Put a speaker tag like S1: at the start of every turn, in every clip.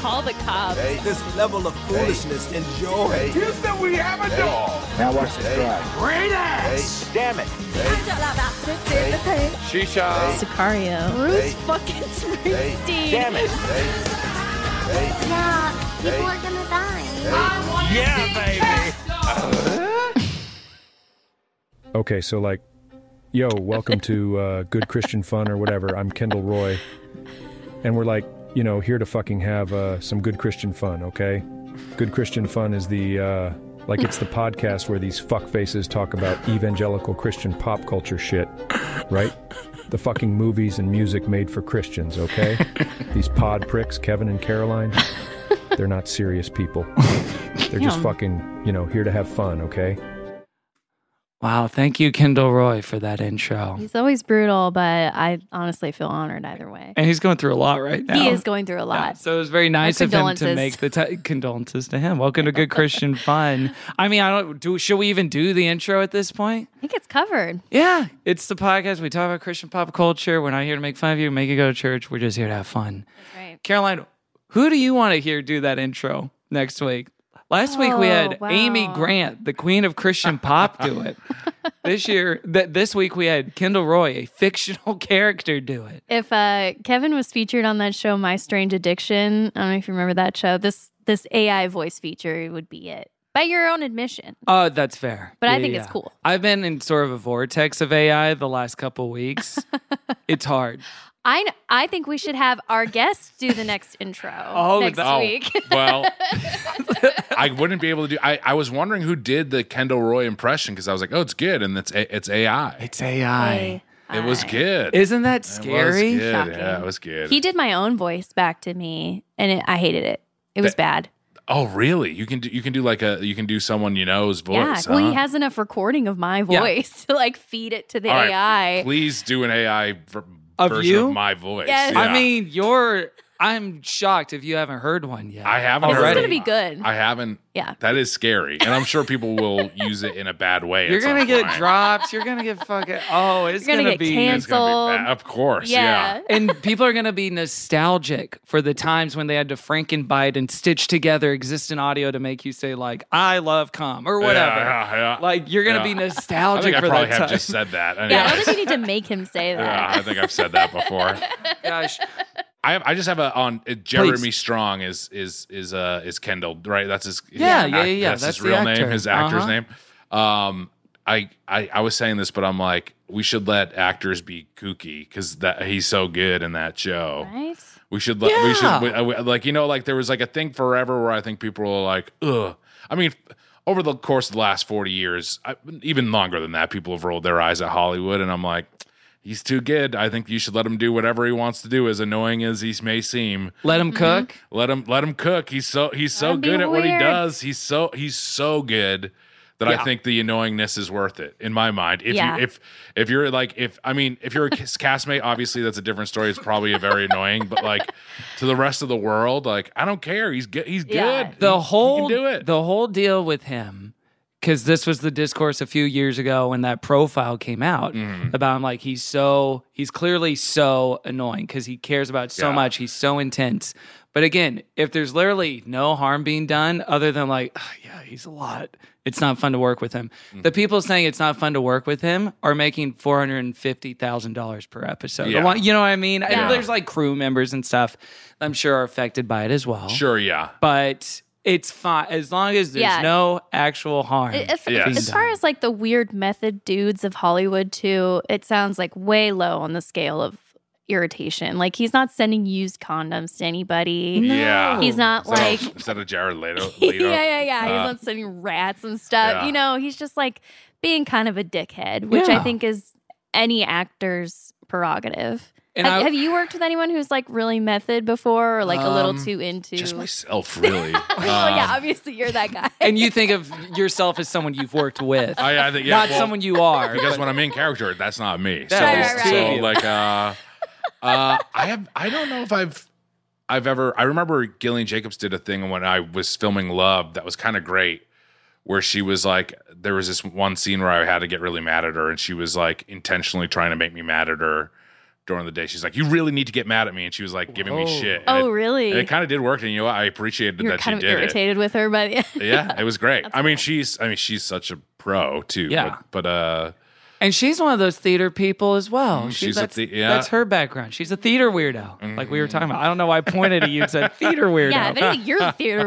S1: Call the cops.
S2: This level of foolishness, enjoy.
S3: Houston, we have a dog.
S4: Now watch this drive.
S3: Great ass.
S4: Damn it.
S3: Shisha.
S1: Sicario.
S5: Bruce fucking Springsteen.
S4: Damn it.
S6: Yeah, people are gonna die.
S3: Yeah, baby.
S7: Okay, so like, yo, welcome to uh, Good Christian Fun or whatever. I'm Kendall Roy, and we're like, you know, here to fucking have uh, some good Christian fun. Okay, Good Christian Fun is the uh, like it's the podcast where these fuck faces talk about evangelical Christian pop culture shit, right? The fucking movies and music made for Christians. Okay, these pod pricks, Kevin and Caroline, they're not serious people. They're just
S1: Yum.
S7: fucking, you know, here to have fun. Okay.
S8: Wow, thank you, Kendall Roy, for that intro.
S5: He's always brutal, but I honestly feel honored either way.
S8: And he's going through a lot right now.
S5: He is going through a
S8: Yeah,
S5: lot.
S8: So it was very nice of him to
S5: condolences.
S8: make the ti- condolences to him. Welcome to Good Christian Fun. I mean, I don't do. Should we even do the intro at this point?
S5: I think it's covered.
S8: Yeah, it's the podcast. We talk about Christian pop culture. We're not here to make fun of you, make you go to church. We're just here to have fun.
S5: Right.
S8: Caroline, who do you want to hear do that intro next week? Last week we had
S5: Oh,
S8: Amy
S5: wow.
S8: Grant, the queen of Christian pop, do it. this year, th- this week we had Kendall Roy, a fictional character, do it.
S5: If uh, Kevin was featured on that show, My Strange Addiction, I don't know if you remember that show. This this AI voice feature would be it, by your own admission.
S8: Oh, that's fair.
S5: But I think it's cool.
S8: I've been in sort of a vortex of AI the last couple weeks. it's hard.
S5: I kn- I think we should have our guests do the next intro
S8: Oh,
S5: next
S8: that-
S5: week.
S3: well, I wouldn't be able to do. I, I was wondering who did the Kendall Roy impression because I was like, oh, it's good, and it's A- it's AI.
S8: It's AI.
S3: It was good.
S8: Isn't that
S3: It was
S8: scary?
S3: good.
S5: Shocking.
S3: Yeah, it was good.
S5: He did my own voice back to me, and it, I hated it. It was bad.
S3: oh, really? You can do you can do like a you can do someone you know's voice. uh-huh.
S5: yeah. Well,
S3: huh?
S5: he has enough recording of my
S8: Yeah.
S5: voice to like feed it to the
S3: All right,
S5: AI.
S3: Please do an AI v-
S8: Of
S3: version
S8: you?
S3: of my voice.
S5: Yes.
S3: Yeah.
S8: I mean, you're. I'm shocked if you haven't heard one yet.
S3: I haven't
S5: this
S3: heard
S5: is
S3: it.
S5: gonna be good.
S3: I haven't.
S5: yeah.
S3: That is scary, and I'm sure people will use it in a bad way. at
S8: You're
S3: some
S8: gonna get
S3: point.
S8: drops. You're gonna get fucking. Oh, it's
S5: You're gonna get
S8: be.
S5: canned.
S3: It's gonna be bad.
S5: Canceled.
S3: Of course.
S5: yeah.
S8: and people are going to be nostalgic for the times when they had to frankenbite and stitch together existing audio to make you say like "I love cum" or whatever.
S3: Yeah, yeah, yeah.
S8: Like you're going to
S3: Yeah.
S8: be
S3: I
S8: nostalgic
S3: think I
S8: for
S3: probably
S8: that
S3: have
S8: time.
S3: just said that.
S5: Yeah, I don't
S3: Anyways.
S5: think you need to make him say
S3: Yeah,
S5: that.
S3: I think I've said that before.
S8: Gosh,
S3: I have, I just have a on uh, Jeremy Strong is is is uh is Kendall right? That's his
S8: Yeah,
S3: his
S8: yeah,
S3: act-
S8: yeah, yeah.
S3: That's,
S8: That's
S3: his
S8: the
S3: real
S8: actor.
S3: name, his actor's
S8: Uh-huh.
S3: name. Um, I, I I was saying this, but I'm like, we should let actors be kooky because that he's so good in that show.
S5: Right?
S3: We should let we
S8: Yeah.
S3: should we, uh, we- like you know like there was like a thing forever where I think people were like ugh. I mean, over the course of the last forty years, I, even longer than that, people have rolled their eyes at Hollywood, and I'm like, he's too good. I think you should let him do whatever he wants to do, as annoying as he may seem.
S8: let him cook.
S3: Let him let him cook. He's so he's so
S5: him be
S3: good at what he
S5: weird.
S3: does. He's so he's so good that
S8: Yeah.
S3: I think the annoyingness is worth it in my mind. If
S5: Yeah.
S3: you if if you're like if I mean if you're a kiss- castmate, obviously that's a different story. It's probably a very annoying, but like to the rest of the world, like I don't care. He's good. He's
S5: Yeah.
S3: good. He-
S8: The
S3: he
S8: whole
S3: can do it.
S8: the whole deal with him because this was the discourse a few years ago when that profile came out
S3: Mm-hmm.
S8: about him like he's so he's clearly so annoying because he cares about so
S3: Yeah.
S8: much he's so intense but again if there's literally no harm being done other than like "Ugh, yeah he's a lot it's not fun to work with him the
S3: Mm-hmm.
S8: people saying it's not fun to work with him are making $450000 per episode The
S3: Yeah.
S8: one- you know what i mean
S5: Yeah.
S8: and there's like crew members and stuff i'm sure are affected by it as well
S3: sure, yeah.
S8: but it's fine as long as there's
S5: Yeah.
S8: no actual harm.
S5: If,
S3: Yeah.
S5: As far as like the weird method dudes of Hollywood too, it sounds like way low on the scale of irritation. Like he's not sending used condoms to anybody.
S3: Yeah.
S5: He's not
S3: Instead
S5: like
S3: of- instead of Jared Leto.
S5: yeah,
S3: Leto.
S5: yeah, yeah.
S3: Uh,
S5: he's not sending rats and stuff.
S3: yeah.
S5: You know, he's just like being kind of a dickhead, which
S8: Yeah.
S5: I think is any actor's prerogative.
S8: And
S5: have,
S8: I-
S5: have you worked with anyone who's like really method before, or like a little
S3: Um,
S5: too into?
S3: Just myself, really.
S5: well, Oh, yeah,
S3: Um,
S5: obviously you're that guy.
S8: and you think of yourself as someone you've worked with,
S3: I, I think, yeah,
S8: not
S3: well,
S8: someone you are.
S3: because
S8: but-
S3: when I'm in character, that's not me.
S8: That
S3: so,
S5: is Right, right,
S3: so
S8: right.
S3: like, uh, uh, I have, I don't know if I've, I've ever. I remember Gillian Jacobs did a thing when I was filming Love that was kind of great, where she was like, there was this one scene where I had to get really mad at her, and she was like intentionally trying to make me mad at her during the day. She's like, you really need to get mad at me, and she was like giving me
S8: Whoa.
S3: shit. And
S5: oh,
S3: it,
S5: really?
S3: and it kind of did work, and you know what? I appreciated
S5: you were
S3: that
S5: kind of
S3: she did it
S5: irritated with her, but yeah.
S3: yeah, it was great. I mean, she's I mean she's such a pro too.
S8: Yeah.
S3: but, but uh,
S8: and she's one of those theater people as well.
S3: Mm,
S8: She-
S3: she's a
S8: that's,
S3: the- yeah.
S8: that's her background. She's a theater weirdo, like we were talking about. I don't know why I pointed at you and said theater weirdo.
S5: yeah, if anything, you're the theater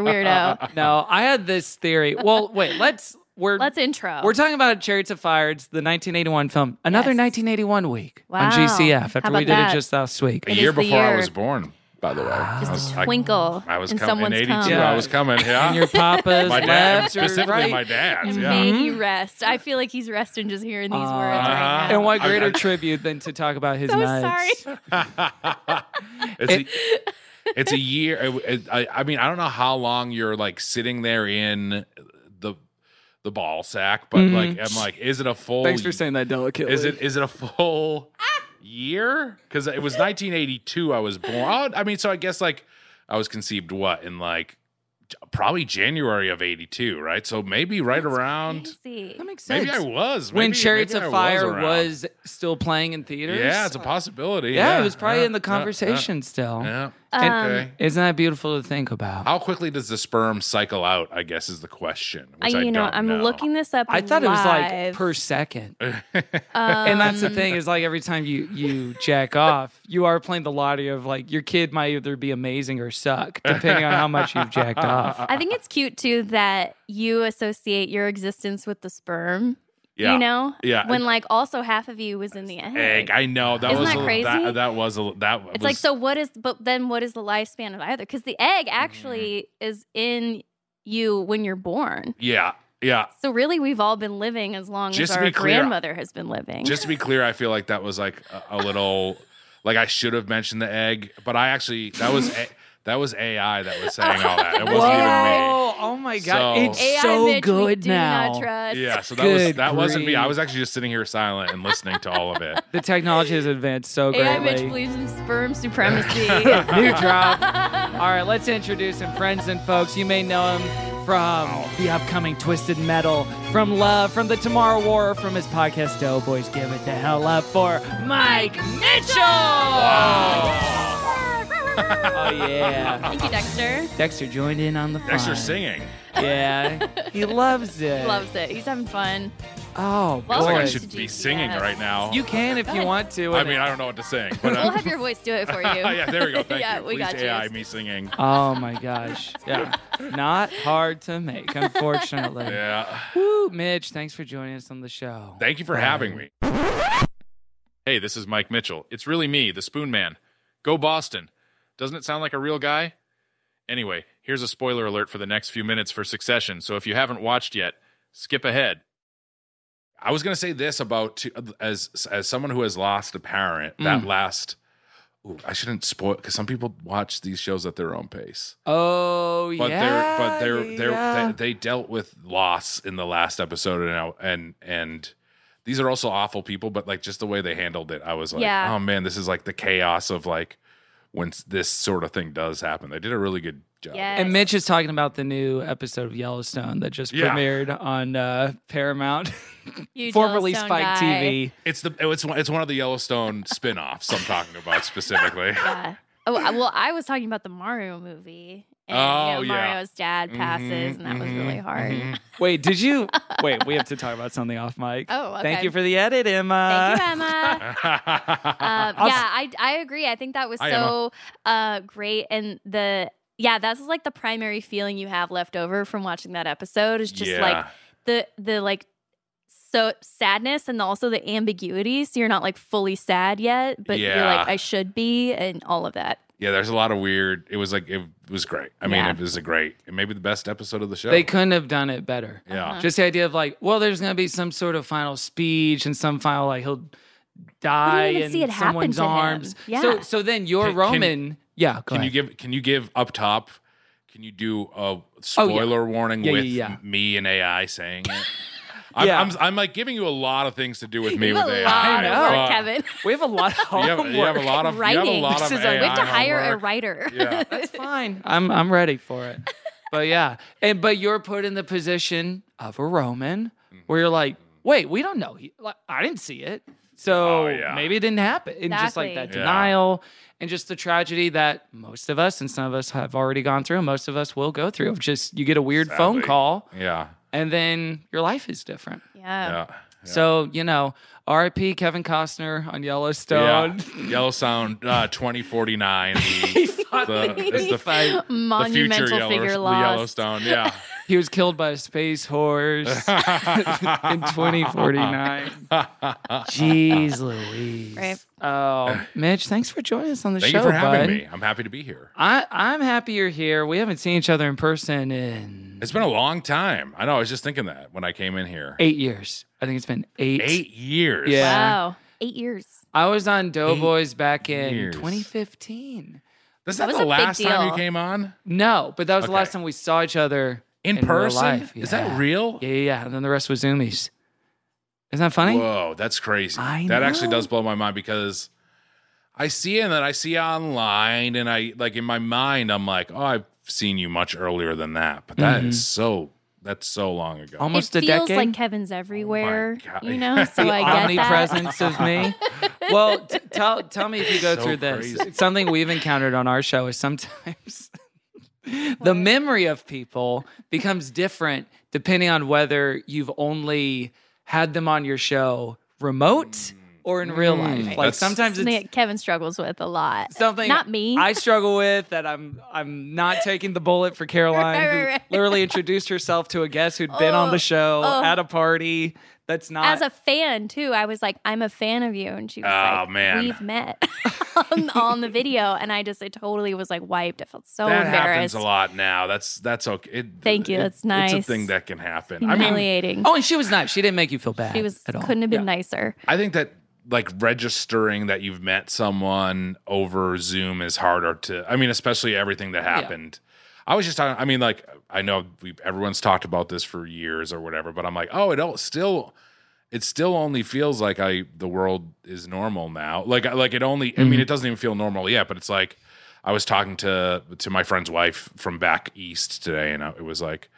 S5: weirdo.
S8: no, I had this theory. Well, wait, let's we're
S5: Let's intro.
S8: We're talking about Chariots of Fire. It's the 1981 film. Another
S5: Yes.
S8: 1981 week on
S5: Wow.
S8: GCF
S5: How
S8: after
S5: about
S8: we did
S5: that?
S8: it just last week.
S3: a
S5: It
S3: year
S5: is the
S3: before I
S5: year.
S3: was born, by the way. I was-
S5: just a
S3: I-
S5: twinkle
S3: I, was
S5: in
S3: coming in
S5: someone's
S3: '82.
S5: cum.
S3: I was coming. Yeah,
S8: And your papa's
S3: Ah. my dad,
S8: left or
S3: specifically
S8: right.
S3: my dad's.
S5: and
S3: Yeah. Mm-hmm.
S5: made you rest. I feel like he's resting just hearing these words right
S3: Uh-huh.
S5: now.
S8: Uh, And what
S3: I-
S8: greater
S3: I-
S8: tribute than to talk about his
S5: So
S8: nuts?
S5: sorry.
S3: it's, a, it's a year. it- it- I, I mean, I don't know how long you're like sitting there in the the ball sack, but like I'm like, is it a full?
S8: Mm-hmm. Thanks for saying that delicately.
S3: Is it is it a full year? Because it was 1982. I was born. Oh, I mean, so I guess like I was conceived what in like j- probably January of 82, right? So maybe right around.
S5: Crazy.
S8: That makes sense.
S3: Maybe I was
S8: when
S3: Maybe-
S8: Chariots
S3: maybe I
S8: of Fire
S3: around.
S8: was, still playing in theaters.
S3: Yeah, it's a possibility.
S8: yeah, it was probably
S3: yeah,
S8: in the
S3: yeah,
S8: conversation still.
S3: Yeah.
S8: And-
S5: Um,
S3: okay.
S8: Isn't that beautiful to think about?
S3: How quickly does the sperm cycle out? I guess is the question.
S5: I,
S3: Which I,
S5: you know,
S3: don't
S5: I'm
S3: know.
S5: looking this up.
S8: I thought it was like
S5: live.
S8: per second.
S5: Um,
S8: and that's the thing is like every time you you jack off, you are playing the lottery of like your kid might either be amazing or suck, depending on how much you've jacked off.
S5: I think it's cute too that you associate your existence with the sperm.
S3: Yeah.
S5: You know,
S3: Yeah.
S5: when like also half of you was in the egg.
S3: Egg. I know that
S5: Isn't
S3: was
S5: that
S3: a,
S5: crazy?
S3: That, that was a, that.
S5: It's
S3: was, Mm-hmm.
S5: like so. What is? But then, what is the lifespan of either? Because the egg actually is in you when you're born.
S3: Yeah. Yeah.
S5: So really, we've all been living as long
S3: Just
S5: as
S3: to
S5: our
S3: be clear,
S5: grandmother has been living.
S3: Just to be clear, I feel like that was like a, a little like I should have mentioned the egg, but I actually that was a, that was AI that was saying all that. It wasn't even me.
S8: Whoa! Oh my god,
S3: So-
S8: it's
S5: AI,
S8: so
S5: Mitch, we
S8: good
S5: do
S8: now.
S5: Not trust.
S3: Yeah, so that was
S8: Good
S3: that wasn't me. I
S8: grief.
S3: was actually just sitting here silent and listening to all of it.
S8: The technology has advanced so
S5: AI Mitch
S8: greatly.
S5: believes in sperm supremacy.
S8: New drop. All right, let's introduce him, friends and folks. You may know him from the upcoming Twisted Metal, from Love, from the Tomorrow War, from his podcast Doughboys. Give it the hell up for Mike Mitchell. Oh yeah.
S5: Thank you, Dexter.
S8: Dexter joined in on the fun.
S3: Dexter singing.
S8: Yeah, he loves it.
S5: Loves it. He's having fun.
S8: Oh
S3: I
S5: Well,
S3: like I
S8: boy,
S5: Lord.
S3: should be
S5: GCS.
S3: singing right now.
S8: you can if you want to.
S3: I mean, I don't know what to sing, but
S5: We'll
S3: uh,
S5: have your voice do it for you.
S3: yeah, there we go. Thank
S5: yeah,
S3: you.
S5: we
S3: Please
S5: got you.
S3: AI me singing.
S8: Oh my gosh. Yeah. Not hard to make, unfortunately.
S3: Yeah.
S8: Woo, Mitch, thanks for joining us on the show.
S3: Thank you for having me. Hey, this is Mike Mitchell. It's really me, the Spoon Man. Go Boston. Doesn't it sound like a real guy? Anyway, here's a spoiler alert for the next few minutes for Succession. So if you haven't watched yet, skip ahead. I was going to say this about to, as as someone who has lost a parent, that last Ooh, I shouldn't spoil cuz some people watch these shows at their own pace.
S8: Oh,
S3: But
S8: yeah.
S3: they're but they're they're
S8: yeah.
S3: They, they dealt with loss in the last episode and I- and and these are also awful people but like just the way they handled it I was like
S5: Yeah.
S3: oh man this is like the chaos of like when s- this sort of thing does happen they did a really good job
S5: Yes.
S8: and Mitch is talking about the new episode of Yellowstone that just
S3: Yeah.
S8: premiered on uh, Paramount,
S5: You
S8: formerly
S5: Yellowstone
S8: Spike
S5: guy.
S8: TV.
S3: it's the it's one, it's one of the Yellowstone spin-offs I'm talking about specifically
S5: Yeah. Oh, I- well, I was talking about the Mario movie. And,
S3: Oh,
S5: you
S3: yeah.
S5: know, Mario's dad passes,
S3: Mhm,
S5: and that was
S3: mhm,
S5: really hard.
S3: mhm.
S8: Wait, did you? Wait, we have to talk about something off mic.
S5: Oh, okay.
S8: Thank you for the edit, Emma.
S5: Thank you, Emma.
S3: Mm-hmm.
S5: um,
S3: Uh,
S8: I'll s-
S5: yeah, I I agree. I think that was
S3: Hi,
S5: so uh, great, and the yeah, that's like the primary feeling you have left over from watching that episode is just
S3: Yeah.
S5: like the the like so sadness and also the ambiguity. So you're not like fully sad yet, but you're
S3: Yeah.
S5: like I should be, and all of that.
S3: Yeah, there's a lot of weird. It was like it was great. I mean,
S5: Yeah.
S3: it was a great, maybe the best episode of the show.
S8: They couldn't have done it better.
S3: yeah,
S5: Uh-huh.
S8: Just the idea of like, well, there's gonna be some sort of final speech and some final like he'll die
S5: even
S8: in
S5: see it happen
S8: someone's
S5: to him.
S8: arms.
S5: Yeah.
S8: So so then your
S3: Can- can-
S8: Roman, yeah. Go
S3: can you
S8: ahead. Oh,
S3: give? Can you give up top? Can you do a spoiler warning
S8: Yeah,
S3: with
S8: yeah, yeah.
S3: me and AI saying it? I'm,
S8: Yeah.
S3: I'm, I'm like giving you a lot of things to do with me
S5: you
S3: with
S5: have a
S3: AI.
S5: lot of
S8: know.
S5: work,
S3: Uh,
S5: Kevin.
S8: we have a lot of
S3: You
S8: homework.
S3: have, you have a lot of you have a
S5: Writing.
S3: lot
S8: This
S3: of
S8: is our-
S3: AI
S8: We
S5: we have to hire a
S3: homework.
S5: writer.
S3: Yeah.
S8: That's fine. I'm I'm ready for it. But yeah, and but you're put in the position of a Roman where you're like, wait, we don't know. He, like, I didn't see it, so
S3: Mm-hmm. Oh, yeah.
S8: maybe it didn't happen. And just like that
S5: Exactly.
S3: Yeah.
S8: denial, and just the tragedy that most of us and some of us have already gone through. and Most of us will go through. Of just you get a weird phone
S3: Sadly.
S8: call,
S3: Yeah,
S8: and then your life is different.
S5: Yeah.
S3: yeah.
S8: So you know, R.I.P. Kevin Costner on Yellowstone.
S3: Yeah. Yellowstone uh, 2049. The, the, it's the,
S8: Fight.
S3: the future
S5: Monumental
S3: Yellow-
S5: figure
S3: the
S5: lost.
S3: Yellowstone. Yeah.
S8: He was killed by a space horse. in 2049. Jeez Louise.
S5: Right.
S8: Oh, Mitch, thanks for joining us on the
S3: Thank
S8: show.
S3: you for having
S8: bud.
S3: me. I'm happy to be here.
S8: I, I'm happy you're here. We haven't seen each other in person in
S3: It's been a long time. I know. I was just thinking that when I came in here.
S8: eight years. I think it's been eight.
S3: Eight years.
S8: Yeah.
S5: Wow. Eight years.
S8: I was on Doughboys back in
S3: years.
S8: 2015.
S3: Is that,
S5: That was
S3: the
S5: a big
S3: last time you
S5: deal.
S3: came on?
S8: No, but that was the
S3: Okay.
S8: last time we saw each other
S3: In
S8: real
S3: person?
S8: life.
S3: Is that
S8: Yeah.
S3: real?
S8: Yeah, yeah, yeah. And then the rest was Zoomies. Isn't that funny?
S3: Whoa, that's crazy.
S8: I
S3: that actually
S8: know.
S3: does blow my mind because I see it and then I see online and I like in my mind I'm like, oh, I've seen you much earlier than that. But that is
S8: Mm-hmm.
S3: so that's so long ago.
S8: Almost
S5: it
S8: a
S5: feels
S8: decade.
S5: like Kevin's everywhere.
S3: God.
S5: you know, so
S8: the
S5: I get that.
S8: omnipresence of me. Well, t- tell tell me if you go
S3: So
S8: through this.
S3: crazy.
S8: Something we've encountered on our show is sometimes the memory of people becomes different depending on whether you've only had them on your show remote or in real life. Like
S3: Mm. That's-
S8: sometimes
S5: Mm. Something
S8: it's
S5: that Kevin struggles with a lot.
S8: something
S5: Not me.
S8: I struggle with that I'm I'm not taking the bullet for Caroline
S5: Right, right,
S8: who
S5: right.
S8: literally introduced herself to a guest who'd been on the show
S5: oh.
S8: at a party. That's not
S5: As a fan too, I was like, "I'm a fan of you," and she was
S3: Oh,
S5: like,
S3: man.
S5: "We've met on, on the video," and I just, I totally was like wiped. I felt so
S3: that happens
S5: embarrassed,
S3: a lot now. That's that's okay. It-
S5: Thank you.
S3: it-
S5: That's
S3: It's
S5: nice.
S3: a thing that can happen. I mean,
S5: humiliating.
S8: Oh, and she was nice. She didn't make you feel bad.
S5: she was
S8: at all.
S5: couldn't have been nicer.
S3: I think that like registering that you've met someone over Zoom is harder to. I mean, especially everything that happened. I was just talking. I mean, like I know we everyone's talked about this for years or whatever, but I'm like, oh, it all still. It still only feels like I the world is normal now. Like I- like it only. I mean, it doesn't even feel normal yet. But it's like I was talking to to my friend's wife from back east today, and I, it was like.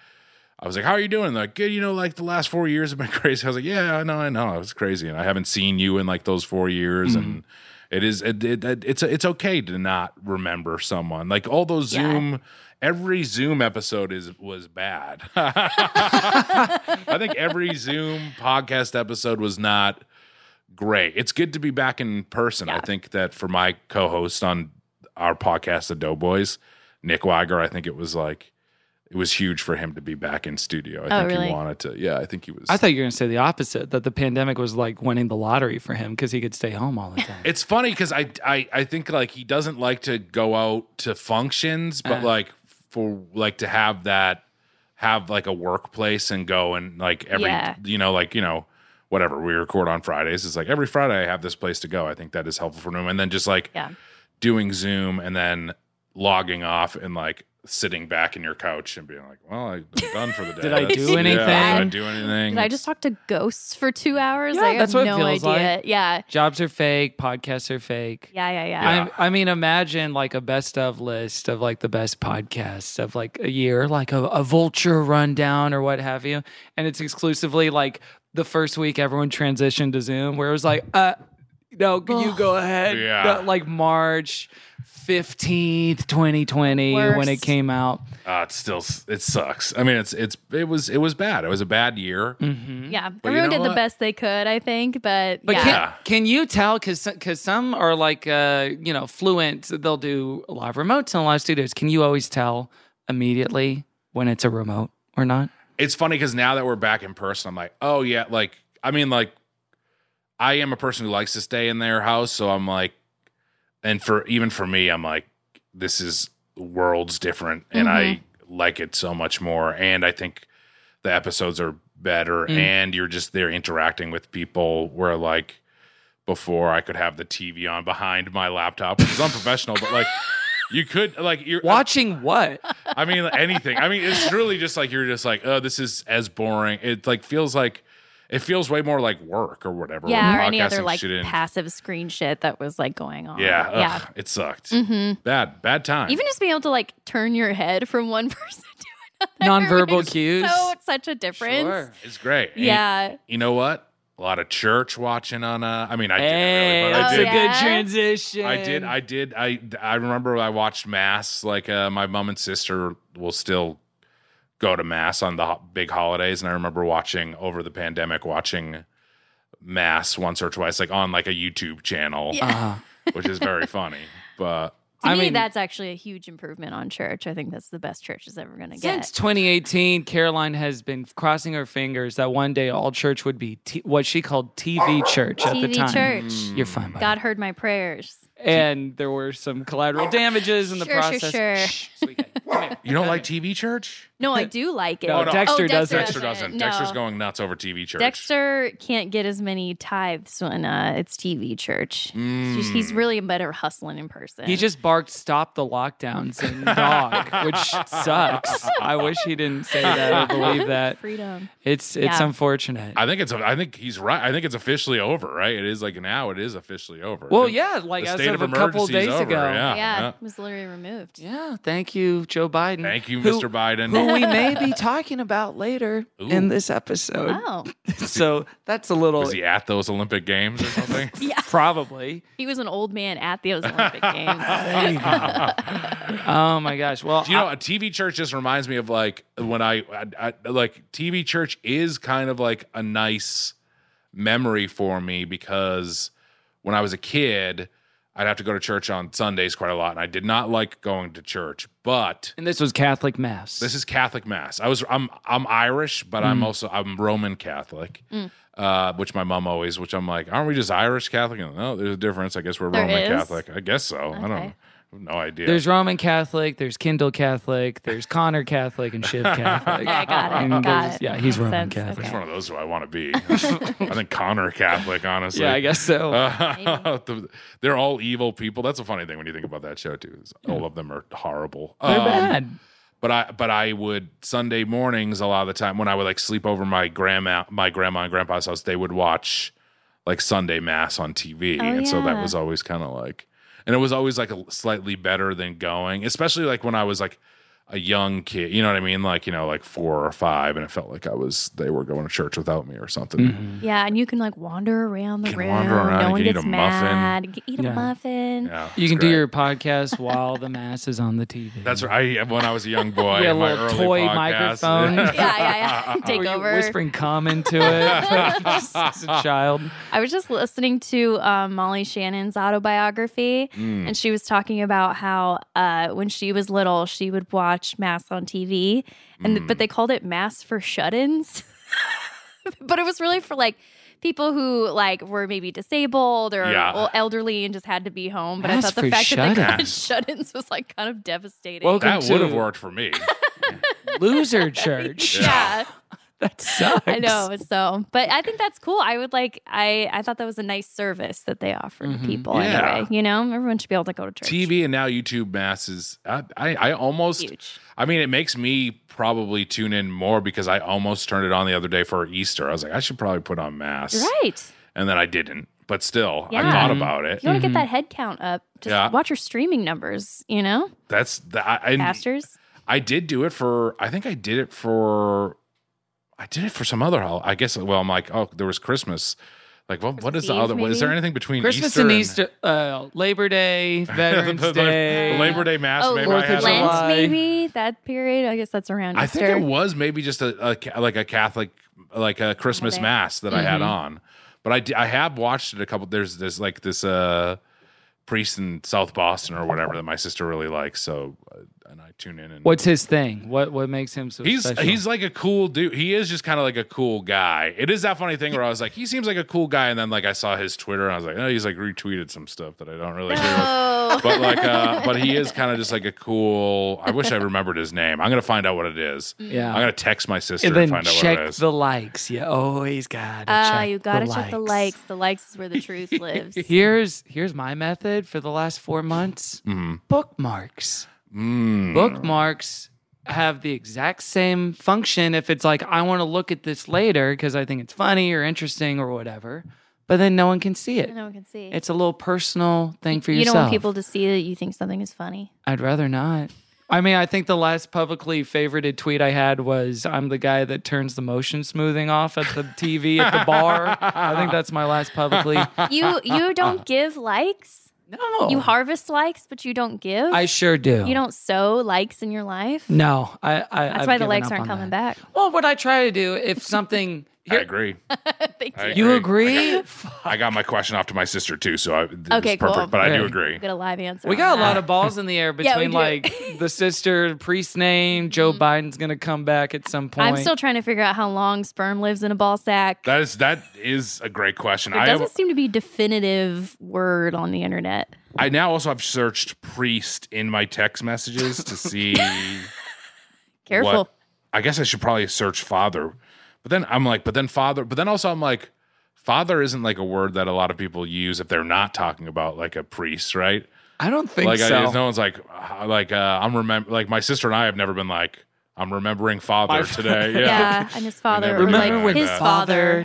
S3: I was like, "How are you doing?" They're like, good. You know, like the last four years have been crazy. I was like, "Yeah, I know, I know. I was crazy, and I haven't seen you in like those four years." And it is, it, it, it- it's, it's okay to not remember someone. Like all those Zoom, every Zoom episode is was bad. I think every Zoom podcast episode was not great. It's good to be back in person. I think that for my co-host on our podcast, The Doughboys, Nick Weiger, I think it was like it was huge for him to be back in studio. I
S5: Oh,
S3: think
S5: really?
S3: he wanted to. Yeah, I think he was.
S8: I thought you were going to say the opposite that the pandemic was like winning the lottery for him because he could stay home all the time.
S3: it's funny because I, I I think like he doesn't like to go out to functions,
S5: Uh-huh.
S3: but like for like to have that have like a workplace and go and like every
S5: Yeah.
S3: you know like you know whatever we record on Fridays. It's like every Friday I have this place to go. I think that is helpful for him. And then just like
S5: Yeah.
S3: doing Zoom and then logging off and like sitting back in your couch and being like, well, I, am done for the day.
S8: Did I
S3: That's-
S8: do
S3: yeah, did I
S8: anything?
S3: do anything?
S5: Did I just talk to ghosts for two hours?
S8: Yeah,
S5: Like,
S8: that's
S5: I
S8: what
S5: have
S8: it
S5: no
S8: feels
S5: idea.
S8: like.
S5: Yeah,
S8: Jobs are fake, podcasts are fake.
S5: yeah, yeah, yeah.
S3: Yeah.
S8: I'm- I, mean, imagine like a best of list of like the best podcasts of like a year, like a, a vulture rundown or what have you. And it's exclusively like the first week everyone transitioned to Zoom, where it was like, uh, no, can you go ahead?
S3: Yeah.
S8: No, like March 15th, 2020, when it
S5: Worst.
S8: came out.
S3: Uh, it still s- it sucks. I mean, it's it's it was it was bad. It was a bad year.
S5: yeah.
S3: you
S5: Everyone
S3: know
S5: did the
S3: what?
S5: best they could, I think, but,
S8: But
S5: yeah.
S3: Yeah.
S8: can, can you tell? Because because some are like uh, you know fluent. They'll do live remotes and live studios. Can you always tell immediately when it's a remote or not?
S3: It's funny because now that we're back in person, I'm like, oh yeah, like I mean, like, I am a person who likes to stay in their house, so I'm like, and for even for me, I'm like, this is worlds different, and I like it so much more. And I think the episodes are better, and you're just there interacting with people where like before I could have the TV on behind my laptop, which is unprofessional, but like. You could like you're
S8: Watching what?
S3: I mean, anything. I mean, it's really just like you're just like, oh, this is as boring. It like feels like it feels way more like work or whatever.
S5: yeah,
S3: when
S5: or any other
S3: podcasting
S5: like
S3: shit in-
S5: passive screen shit that was like going on.
S3: Yeah, ugh,
S5: yeah. Mm.
S3: it sucked.
S8: Mm-hmm.
S3: Bad, bad time.
S5: Even just being able to like turn your head from one person to another.
S8: Nonverbal
S5: makes
S8: cues.
S5: So such a difference.
S8: Sure.
S3: it's great. And
S5: Yeah.
S3: you know what? A lot of church watching on. Uh, I mean, I
S8: Hey,
S3: didn't really, but
S5: Oh,
S3: I
S8: that's
S3: did.
S8: a good
S5: yeah?
S8: transition.
S3: I did. I did. I I remember I watched mass. Like uh, my mom and sister will still go to mass on the ho- big holidays, and I remember watching over the pandemic watching mass once or twice, like on like a YouTube channel,
S5: Yeah.
S8: Uh,
S3: which is very funny. But
S5: To
S8: I
S5: me,
S8: mean-
S5: that's actually a huge improvement on church. I think that's the best church is ever going to get.
S8: Since 2018, Caroline has been crossing her fingers that one day all church would be t- what she called TV church at the
S5: TV
S8: time.
S5: church.
S8: You're fine. buddy.
S5: God heard my prayers.
S8: And there were some collateral damages in the
S5: Sure, sure,
S8: process.
S5: sure.
S8: Shh, sweet guy. Come here.
S3: you don't like TV church? Oh,
S5: No, I do like it. Oh,
S8: No, Dexter doesn't.
S3: Dexter doesn't.
S5: No.
S3: Dexter's going nuts over TV church.
S5: Dexter can't get as many tithes when uh, it's TV church. He's-
S3: Mm.
S5: He's really better hustling in person.
S8: He just barked, stop the lockdowns and dog, which sucks. I wish he didn't say that or believe that.
S5: freedom.
S8: It's it's
S5: Yeah.
S8: unfortunate.
S3: I think it's. I think he's right. I think it's officially over. Right? It is like now. It is officially over.
S8: well,
S3: The-
S8: yeah, like
S3: the
S8: as
S3: state
S8: of,
S3: of,
S8: a couple
S3: emergency is
S8: days
S3: over.
S8: ago.
S3: Yeah,
S5: Yeah,
S3: yeah.
S5: it was literally removed.
S8: Yeah, thank you, Joe Biden.
S3: Thank you,
S8: Who-
S3: Mr. Biden.
S8: Who we may be talking about later in
S3: Ooh.
S8: this episode.
S5: Oh,
S8: So that's a little
S3: Was he at those Olympic Games or something?
S5: yeah.
S8: probably.
S5: He was an old man at those Olympic Games.
S8: Oh my gosh. Well,
S3: Do you know, a TV church just reminds me of like when I, I, I like TV church is kind of like a nice memory for me because when I was a kid, I'd have to go to church on Sundays quite a lot, and I did not like going to church. But
S8: and this was Catholic mass.
S3: this is Catholic mass. I was I'm I'm Irish, but
S8: Mm.
S3: I'm also I'm Roman Catholic, uh, which my mom always. Which I'm like, aren't we just Irish Catholic? And, no, there's a difference. I guess we're
S5: There
S3: Roman
S5: is?
S3: Catholic. I guess so. I don't. know. I
S5: Okay.
S3: have no idea.
S8: There's Roman Catholic, there's Kindle Catholic, there's Connor Catholic, and Shiv Catholic.
S5: Yeah, I got it,
S8: And
S5: got
S8: there's-
S5: it.
S8: Yeah, he's
S5: Makes
S8: Roman
S5: sense,
S8: Catholic.
S3: Which
S5: okay.
S3: one of those do I want to be? I think Connor Catholic, honestly.
S8: Yeah, I guess so.
S3: Uh, the- they're all evil people. That's a funny thing when you think about that show too. is
S8: Hmm.
S3: All of them are horrible.
S8: They're
S3: Um,
S8: bad.
S3: But I but I would Sunday mornings a lot of the time when I would like sleep over my grandma my grandma and grandpa's house, they would watch like Sunday mass on TV.
S5: Oh,
S3: and so that
S5: yeah.
S3: was always kind of like and it was always like a slightly better than going, especially like when I was like a young kid, you know what I mean? Like, you know, like four or five, and it felt like I was they were going to church without me or something.
S5: yeah, and you can like wander around the
S3: You can
S5: room.
S3: wander around,
S5: no
S3: you
S5: one
S3: can eat
S5: gets
S3: a muffin.
S5: mad. You can Eat
S8: Yeah.
S5: a muffin.
S3: Yeah,
S8: You
S3: it's
S8: can
S3: great.
S8: do your podcast while the mass is on the TV.
S3: That's right. I, when I was a young boy,
S8: Yeah,
S3: in my
S8: little
S3: early Uh-huh.
S8: toy
S3: podcasts.
S8: microphone.
S5: Yeah, yeah, yeah. Take
S8: Were you
S5: over.
S8: Whispering cum into it just as a child.
S5: I was just listening to um, Molly Shannon's autobiography, and she was talking about how uh, when she was little, she would watch mass on TV, and but they called it mass for shut-ins. but it was really for like people who like were maybe disabled or
S3: Yeah.
S5: well, elderly and just had to be home. But
S8: Mass
S5: I thought
S8: for
S5: the fact that they called it
S3: shut-ins.
S5: shut-ins was like kind of devastating.
S8: Welcome
S3: that
S8: to
S3: would have worked for me.
S8: Loser Church.
S5: yeah.
S8: That sucks.
S5: I know. So, but I think that's cool. I would like. I I thought that was a nice service that they offer to people.
S3: Mm-hmm. Yeah.
S5: Anyway, you know, everyone should be able to go to church.
S3: TV and now YouTube mass is. I, I, I almost.
S5: Huge.
S3: I mean, it makes me probably tune in more because I almost turned it on the other day for Easter. I was like, I should probably put on mass,
S5: You're right.
S3: and then I didn't. But still, I
S5: Yeah.
S3: thought about it.
S5: If you want to get that head count up, just
S3: Mm-hmm. Yeah.
S5: watch your streaming numbers. You know,
S3: That's the. I, and
S5: pastors.
S3: I did do it for. I think I did it for. I did it for some other. hol- I guess. Well, I'm like, oh, there was Christmas. Like, what? what is the
S5: Christmas Eve,
S3: other? What, is there
S5: maybe?
S3: anything between
S8: Christmas
S3: Easter
S8: and Easter, uh, Labor Day, Veterans
S3: The- the-
S8: Day.
S3: the Labor Day mass.
S5: oh,
S3: maybe
S8: Fourth
S3: I
S8: of
S3: had
S8: July.
S3: some-
S5: Lent, maybe that period. I guess that's around
S3: I
S5: Easter.
S3: think it was maybe just a, a ca- like a Catholic like a Christmas
S5: Holiday. Mm-hmm.
S3: mass that I had on, but I d- I have watched it a couple. There's this like this uh priest in South Boston or whatever that my sister really likes. So uh, and I tune in and
S8: What's his thing? What what makes him so
S3: He's
S8: special?
S3: he's like a cool dude. He is just kind of like a cool guy. It is that funny thing where I was like, he seems like a cool guy, and then like I saw his Twitter and I was like, oh, he's like retweeted some stuff that I don't really.
S5: Oh.
S3: Hear. But like, uh, but he is kind of just like a cool. I wish I remembered his name. I'm gonna find out what it is.
S8: Yeah.
S3: I'm gonna text my sister
S8: and
S3: and,
S8: then
S3: find out
S8: check
S3: what it is.
S8: the likes. You always gotta
S5: Ah,
S8: check
S5: you gotta check the likes. The likes is where the truth lives.
S8: Here's here's my method for the last four months. Bookmarks.
S3: Mm.
S8: Bookmarks have the exact same function if it's like I want to look at this later because I think it's funny or interesting or whatever. But then no one can see it.
S5: No one can see.
S8: It's a little personal thing for
S5: you
S8: yourself.
S5: don't want people to see that you think something is funny.
S8: I'd rather not. I mean, I think the last publicly favorited tweet I had was I'm the guy that turns the motion smoothing off at the TV at the bar. I think that's my last publicly.
S5: You you don't give likes.
S8: No.
S3: Oh.
S5: You harvest likes, but you don't give.
S8: I sure do.
S5: you don't sow likes in your life.
S8: Oh. No, I. I
S5: That's
S8: I've
S5: why the
S8: given
S5: likes
S8: up
S5: aren't
S8: on
S5: coming
S8: that.
S5: back.
S8: Well, what I try to do if something.
S3: I agree.
S5: Thank
S3: I
S5: you.
S8: You
S3: I
S8: agree?
S3: got, I got my question off to my sister too, so I, it
S5: Okay,
S3: was perfect.
S5: cool.
S3: But I do
S8: Yeah.
S3: agree.
S5: Get a live answer.
S8: We
S5: on
S8: got a lot
S5: that.
S8: of balls in the air
S5: Yeah, we
S8: between
S5: do. Mm-hmm.
S8: like the sister priest name. Joe Biden's gonna come back at some point.
S5: I'm still trying to figure out how long sperm lives in a ball sack.
S3: That is that is a great question.
S5: there
S3: I
S5: doesn't
S3: have,
S5: seem to be definitive word on the internet.
S3: I now also have searched priest in my text messages to see.
S5: Careful.
S3: what- I guess I should probably search father. But then I'm like, but then father, but then also I'm like, father isn't like a word that a lot of people use if they're not talking about like a priest, right?
S8: I don't think
S3: like,
S8: so.
S3: I, no one's like, uh, like, uh, I'm remember, like, my sister and I have never been like, I'm remembering father today. Yeah.
S5: Yeah, and his father,
S3: never
S5: or like
S3: remember when
S5: his
S3: that-
S5: father.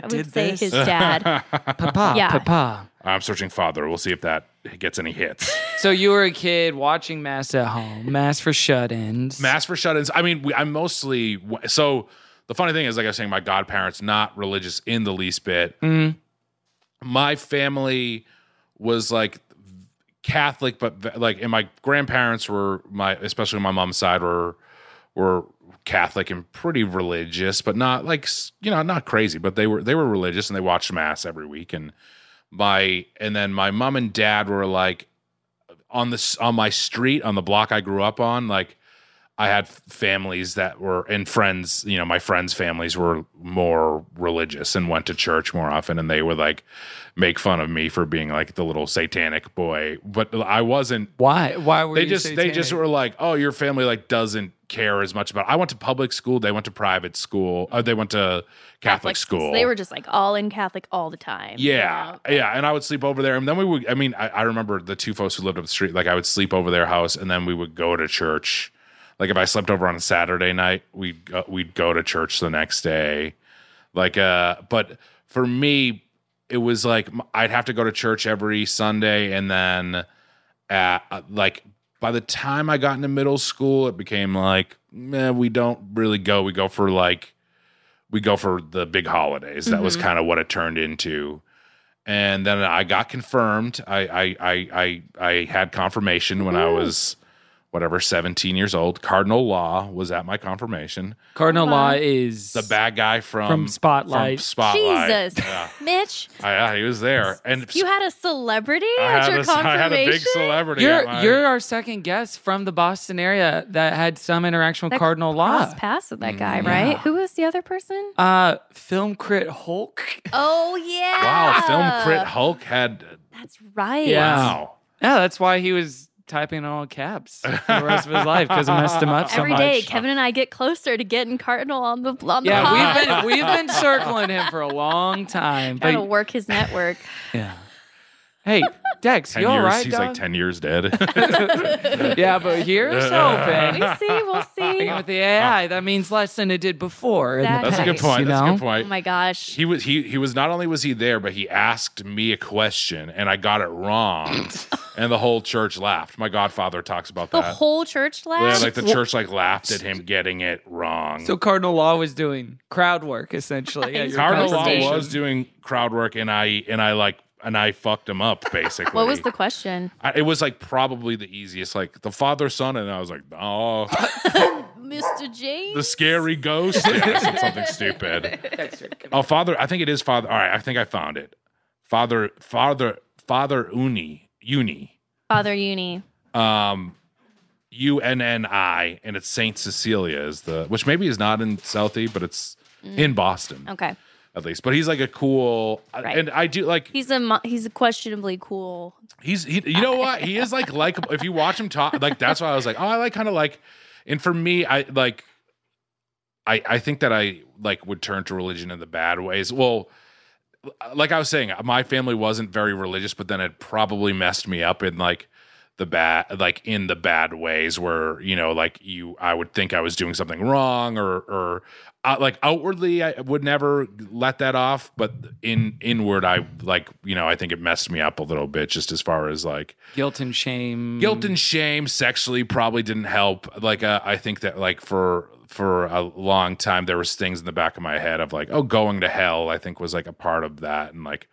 S8: Father
S5: I
S8: did
S5: would say
S8: this?
S5: his dad.
S8: Papa,
S5: Yeah.
S8: papa.
S3: I'm searching father. We'll see if that gets any hits.
S8: So you were a kid watching mass at home, mass for shut-ins.
S3: Mass for shut-ins. I mean, we, I'm mostly so. The funny thing is, like I was saying, my godparents not religious in the least bit.
S8: Mm-hmm.
S3: My family was like Catholic, but ve- like, and my grandparents were my, especially my mom's side were were Catholic and pretty religious, but not like s- you know not crazy, but they were they were religious and they watched mass every week and my and then my mom and dad were like on this on my street on the block I grew up on like I had families that were and friends you know my friends families were more religious and went to church more often and they would like make fun of me for being like the little satanic boy but I wasn't
S8: Why? Why were
S3: they
S8: you
S3: just they just
S8: satanic?
S3: were like oh your family like doesn't care as much about I went to public school they went to private school uh, they went to Catholic, school
S5: So they were just like all in Catholic all the time.
S3: yeah, yeah, and I would sleep over there, and then we would. I mean, I, I remember the two folks who lived up the street. Like I would sleep over their house, and then we would go to church. Like if I slept over on a Saturday night, we'd go, we'd go to church the next day. Like, uh, but for me, it was like m- I'd have to go to church every Sunday, and then, uh, uh, like by the time I got into middle school, it became like, man, we don't really go. We go for like. We go for the big holidays. That was kind of what it turned into and then I got confirmed. I I I I, I had confirmation when I was whatever 17 years old. Cardinal Law was at my confirmation.
S8: Cardinal Law is
S3: The bad guy from
S8: From Spotlight.
S3: From Spotlight.
S5: Jesus,
S3: Yeah.
S5: Mitch,
S3: I- yeah, he was there, and
S5: you had a celebrity
S3: I
S5: at
S3: had
S5: your
S3: a- I had a big
S5: confirmation.
S3: celebrity.
S8: You're
S3: at my-
S8: you're our second guest from the Boston area that had some interaction with
S5: That
S8: Cardinal Law.
S5: Cross paths with that
S3: Mm,
S5: guy, right? Who was the other person?
S8: Uh, film crit Hulk.
S5: Oh yeah.
S8: Ah.
S3: wow. Film crit Hulk had
S5: That's right.
S8: Yeah.
S3: wow.
S8: Yeah, that's why he was typing in all caps for the rest of his life because it messed him up so
S5: Every
S8: much.
S5: day, Kevin and I get closer to getting Cardinal on the on the
S8: Yeah,
S5: pod.
S8: we've been we've been circling him for a long time.
S5: Gotta
S8: But
S5: work his network.
S8: hey, Dex,
S3: Ten
S8: you all
S3: years.
S8: right?
S3: he's like
S8: dog?
S3: ten years dead.
S8: Yeah, but here's
S5: we
S8: hoping.
S5: see. We'll see.
S8: Again, with the AI, that means less than it did before. in the
S5: That's
S3: That's a good
S8: past,
S3: point.
S8: you
S3: That's a
S8: know?
S3: good
S5: Oh
S3: point.
S5: my gosh.
S3: he was he he was not only was he there, but he asked me a question and I got it wrong, and the whole church laughed. My godfather talks about
S5: The
S3: that.
S5: whole church
S3: yeah,
S5: laughed.
S3: like the church like laughed at him getting it wrong.
S8: So Cardinal Law was doing crowd work essentially. at your
S3: Cardinal
S8: conversation.
S3: Law was doing crowd work, and I and I like and I fucked him up basically.
S5: what was the question?
S3: I, it was like probably the easiest, like the father son, and I was like, oh,
S5: Mr. James?
S3: the scary ghost. Yeah, I said something stupid. Oh, father, I think it is father. All right, I think I found it. Father, father, father, uni, uni.
S5: Father Uni.
S3: Um, U N N I, and it's Saint Cecilia is the which maybe is not in Southie, but it's in Boston
S5: Mm. Okay.
S3: at least. But he's like a cool,
S5: Right.
S3: and I do like
S5: He's a mo- he's a questionably cool.
S3: He's he, you know what he is like likable. If you watch him talk, like that's why I was like, oh, I like kind of like. And for me, I like. I I think that I like would turn to religion in the bad ways. Well, like I was saying, my family wasn't very religious, but then it probably messed me up in like the bad like in the bad ways where you know like you i would think i was doing something wrong or or uh, like outwardly i would never let that off but in inward i like you know i think it messed me up a little bit just as far as like
S8: Guilt and shame.
S3: guilt and shame sexually probably didn't help like uh, i think that like for for a long time there was things in the back of my head of like oh going to hell i think was like a part of that and like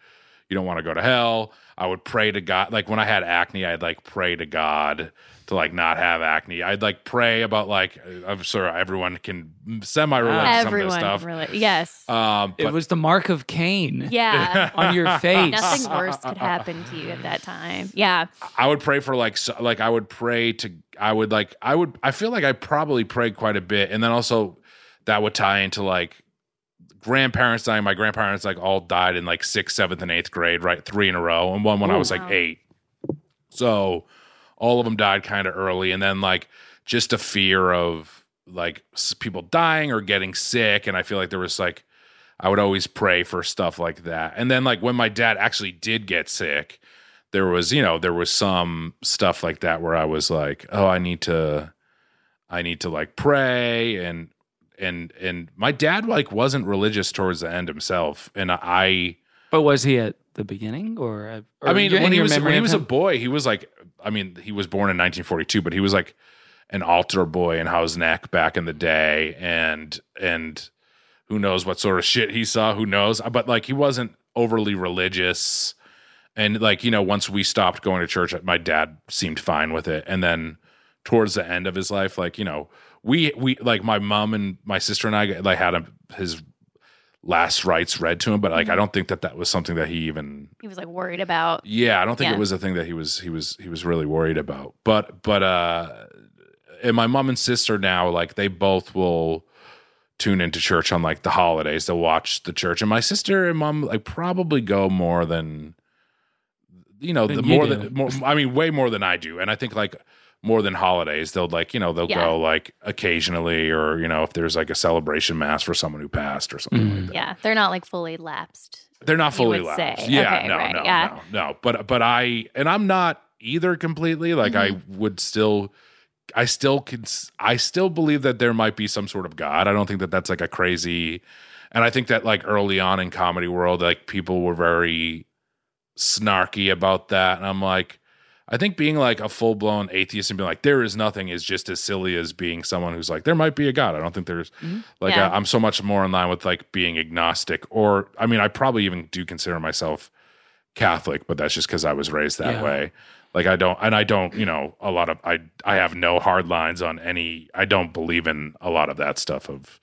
S3: you don't want to go to hell i would pray to god like when i had acne i'd like pray to god to like not have acne i'd like pray about like uh, i'm sure everyone can semi-relate to some of this
S5: Everyone
S3: stuff
S5: really. Yes.
S8: Uh,
S3: um
S8: It
S3: but
S8: was the mark of Cain
S5: yeah.
S8: on your face.
S5: Nothing worse could happen to you at that time. Yeah.
S3: I would pray for like so, like I would pray to I would like I would I feel like I probably prayed quite a bit and then also that would tie into like grandparents dying my grandparents like all died in like 6th 7th and 8th grade right 3 in a row and one
S8: Oh,
S3: when I was like 8 so all of them died kind of early and then like just a fear of like s- people dying or getting sick and I feel like there was like I would always pray for stuff like that. And then like when my dad actually did get sick, there was, you know, there was some stuff like that where I was like, oh, I need to I need to like pray and and and my dad like wasn't religious towards the end himself and I
S8: But was he at the beginning or? at- or
S3: I mean,
S8: your- in
S3: when he
S8: your
S3: was
S8: memory
S3: when he
S8: of
S3: was a
S8: him?
S3: boy, he was like, I mean, he was born in 1942, but he was like an altar boy in House Neck back in the day, and and who knows what sort of shit he saw? Who knows? Uh, But like, he wasn't overly religious, and like you know, once we stopped going to church, my dad seemed fine with it, and then towards the end of his life, like you know, we we like my mom and my sister and I like had him his last rites read to him, but
S8: Mm-hmm.
S3: like I don't think that that was something that he even
S5: He was like worried about.
S3: yeah, I don't think
S5: Yeah.
S3: it was a thing that he was he was he was really worried about. But but uh and my mom and sister now like they both will tune into church on like the holidays to watch the church. And my sister and mom like probably go more than you know,
S8: Than
S3: the
S8: you
S3: more
S8: do.
S3: than more I mean way more than I do. And I think like more than holidays, they'll like, you know, they'll
S5: Yeah.
S3: go like occasionally or you know, if there's like a celebration mass for someone who passed or something
S8: Mm.
S3: like that.
S5: Yeah. They're not like fully lapsed.
S3: They're not
S5: you
S3: fully
S5: would
S3: lapsed.
S5: say.
S3: Yeah,
S5: Okay,
S3: no,
S5: right,
S3: no,
S5: yeah.
S3: no, no. But but I and I'm not either completely. Like
S5: Mm-hmm.
S3: I would still, I still can, I still believe that there might be some sort of God. I don't think that that's like a crazy. And I think that like early on in comedy world, like people were very snarky about that, and I'm like. I think being like a full blown atheist and being like there is nothing is just as silly as being someone who's like there might be a god. I don't think there's like
S5: Yeah.
S3: I- I'm so much more in line with like being agnostic or I mean I probably even do consider myself Catholic, but that's just because I was raised that
S8: Yeah.
S3: way. Like I don't, and I don't, you know, a lot of I I have no hard lines on any. I don't believe in a lot of that stuff of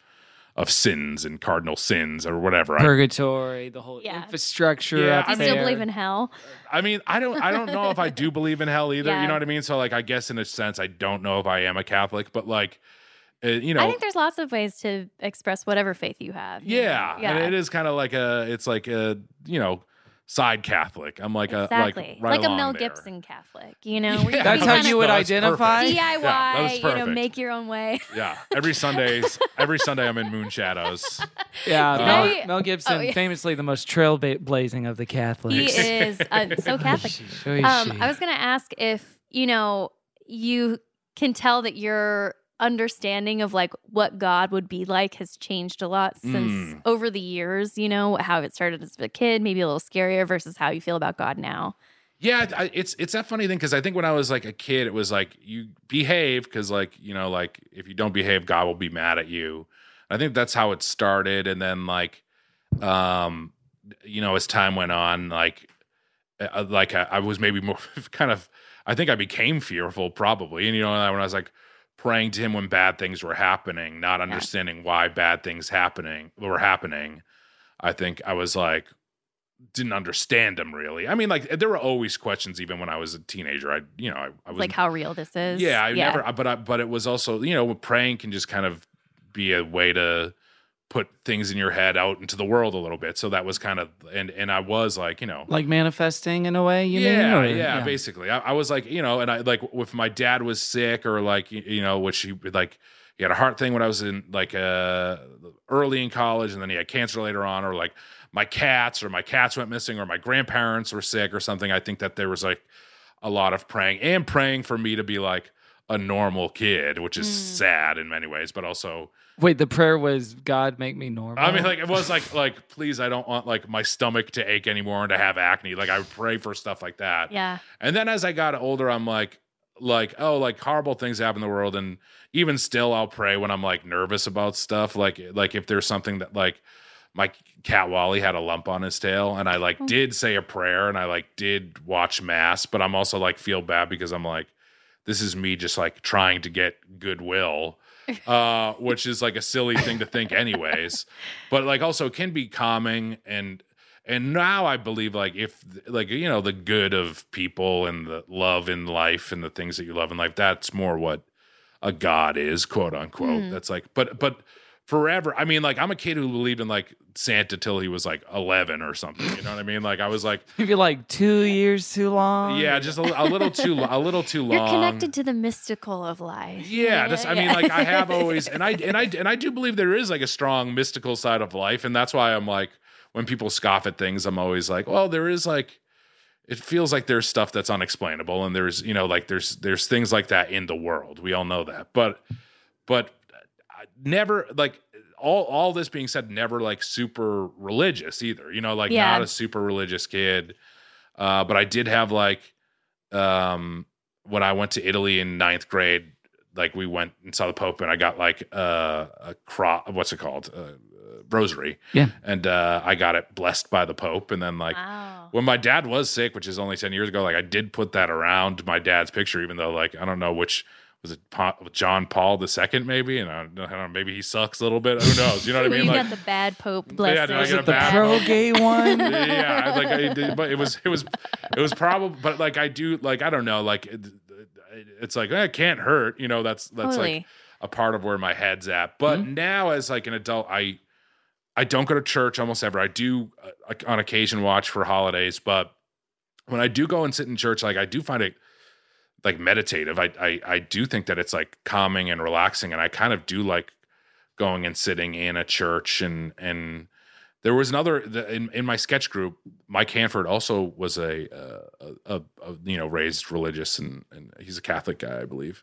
S3: of sins and cardinal sins or whatever. I,
S8: purgatory, the whole
S5: Yeah.
S8: infrastructure.
S3: Yeah,
S8: up
S5: Do
S3: I
S5: you
S3: mean-
S5: still
S8: there.
S5: believe in hell?
S3: I mean, I don't, I don't know if I do believe in hell either.
S5: Yeah.
S3: You know what I mean? So like, I guess in a sense, I don't know if I am a Catholic, but like, uh, you know,
S5: I think there's lots of ways to express whatever faith you have. you know?
S3: Yeah,
S5: Yeah.
S3: and it is kind of like a, it's like a, you know, side Catholic. I'm like
S5: exactly.
S3: a, like, right
S5: a
S3: along
S5: Mel
S3: there.
S5: Gibson Catholic, you know? where you
S3: Yeah,
S5: can
S8: That's
S5: be
S8: how
S5: kinda
S8: you would
S3: that's perfect.
S8: identify?
S5: DIY,
S3: Yeah, that was
S5: you know,
S3: perfect.
S5: make your own way.
S3: Yeah, every Sundays, every Sunday I'm in Moon Shadows.
S8: Yeah,
S3: Did
S8: Mel,
S5: I-
S8: Mel Gibson,
S5: oh, yeah.
S8: famously the most trailblazing of the Catholics.
S5: he is uh, so Catholic.
S8: Who is
S5: Um,
S8: she?
S5: I was going to ask if, you know, you can tell that your understanding of like what God would be like has changed a lot since
S3: Mm.
S5: over the years, you know, how it started as a kid, maybe a little scarier versus how you feel about God now.
S3: Yeah, I- it's it's that funny thing because I think when I was like a kid, it was like you behave because like you know like if you don't behave, God will be mad at you. I think that's how it started, and then like, um, you know, as time went on, like, uh, like I, I was maybe more kind of, I think I became fearful probably, and you know, when I was like praying to Him when bad things were happening, not understanding why bad things happening were happening. I think I was like, didn't understand them really. I mean, like there were always questions even when I was a teenager. I, you know, I, I was
S5: like how real this is.
S3: yeah, I never, I- but I, but it was also, you know, praying can just kind of be a way to put things in your head out into the world a little bit. So that was kind of, and and I was like, you know,
S8: Like manifesting in a way, you
S3: yeah,
S8: mean? Or-
S3: yeah, basically. I, I was like, you know, and I like if my dad was sick or like y- you know, which he like he had a heart thing when I was in like uh early in college and then he had cancer later on, or like my cats or my cats went missing or my grandparents were sick or something. I think that there was like a lot of praying and praying for me to be like a normal kid, which
S8: Hmm.
S3: is sad in many ways, but also
S8: Wait, the prayer was God make me normal.
S3: I mean, like it was like like please, I don't want like my stomach to ache anymore and to have acne. Like I would pray for stuff like that.
S5: Yeah.
S3: And then as I got older, I'm like, like, oh, like horrible things happen in the world. And even still, I'll pray when I'm like nervous about stuff. Like, like if there's something that like my cat Wally had a lump on his tail, and I like did say a prayer and I like did watch mass, but I'm also like feel bad because I'm like, this is me just like trying to get goodwill. Uh, which is like a silly thing to think, anyways. But like also can be calming and and now i believe like if like you know the good of people and the love in life and the things that you love in life that's more what a god is quote unquote
S5: Mm.
S3: that's like but but forever i mean like i'm a kid who believed in like santa till he was like 11 or something you know what i mean like i was like
S8: maybe like two years too long.
S3: yeah just a, li- a little too lo- a little too long
S5: Oh, You're connected to the mystical of life.
S3: yeah, that's, I mean,
S5: yeah.
S3: like I have always, and I and I and I do believe there is like a strong mystical side of life, and that's why I'm like, when people scoff at things, I'm always like, well, there is like, it feels like there's stuff that's unexplainable, and there's you know like there's there's things like that in the world. We all know that, but but I never like all all this being said, never like super religious either. You know, like
S5: Yeah.
S3: not a super religious kid, uh, but I did have like um when I went to Italy in ninth grade, like we went and saw the Pope, and I got like uh, a cross. What's it called? Uh, uh, rosary.
S8: Yeah.
S3: And uh, I got it blessed by the Pope, and then like
S5: Wow.
S3: when my dad was sick, which is only 10 years ago, like I did put that around my dad's picture, even though, like, I don't know which was it Pa- John Paul II, maybe? And I don't know, maybe he sucks a little bit. Who knows? You know what I
S5: Well,
S3: mean?
S5: you got
S3: Like,
S5: the bad pope blessing.
S3: no, I
S8: Was
S3: get a
S8: it the
S3: bad-
S8: pro gay one?
S3: yeah, I- like I did, but it was, it was, it was probably, but like I do, like, I don't know, like, it, it- it's like, eh, it can't hurt, you know, that's, that's
S5: totally.
S3: like a part of where my head's at. But now, as like an adult, I, I don't go to church almost ever. I do uh, like, on occasion watch for holidays, but when I do go and sit in church, like I do find it like meditative. I I, I do think that it's like calming and relaxing, and I kind of do like going and sitting in a church and and there was another the, in in my sketch group. Mike Hanford also was a uh, a, a, a you know raised religious and and he's a Catholic guy, I believe.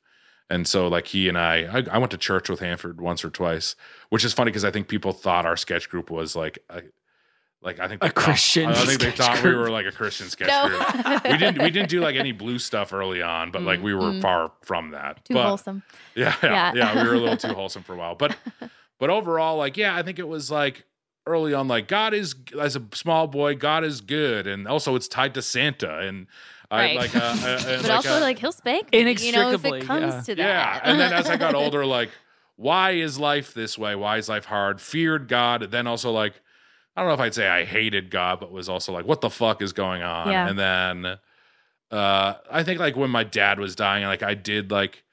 S3: And so, like he and I, I, I went to church with Hanford once or twice, which is funny because I think people thought our sketch group was like, a, like I think
S8: A
S3: they thought-
S8: Christian
S3: I think they
S8: sketch
S3: thought we
S8: group.
S3: were like a Christian sketch
S5: No.
S3: group. We didn't we didn't do like any blue stuff early on, but like we were far from that.
S5: Mm, Too
S3: but,
S5: wholesome.
S3: Yeah, yeah,
S5: Yeah.
S3: yeah. We were a little too wholesome for a while, but but overall, like yeah, I think it was like early on, like God is as a small boy, God is good, and also it's tied to Santa, and I
S5: Right.
S3: like uh, uh, and,
S5: But also,
S3: uh,
S5: like, he'll spank me, you know, if
S8: Inextricably,
S5: it comes
S8: yeah.
S5: to
S3: yeah.
S5: that.
S3: And then as I got older, like, why is life this way? Why is life hard? Feared God. And then also, like, I don't know if I'd say I hated God, but was also like, what the fuck is going on?
S5: Yeah.
S3: And then uh, I think, like, when my dad was dying, like, I did, like,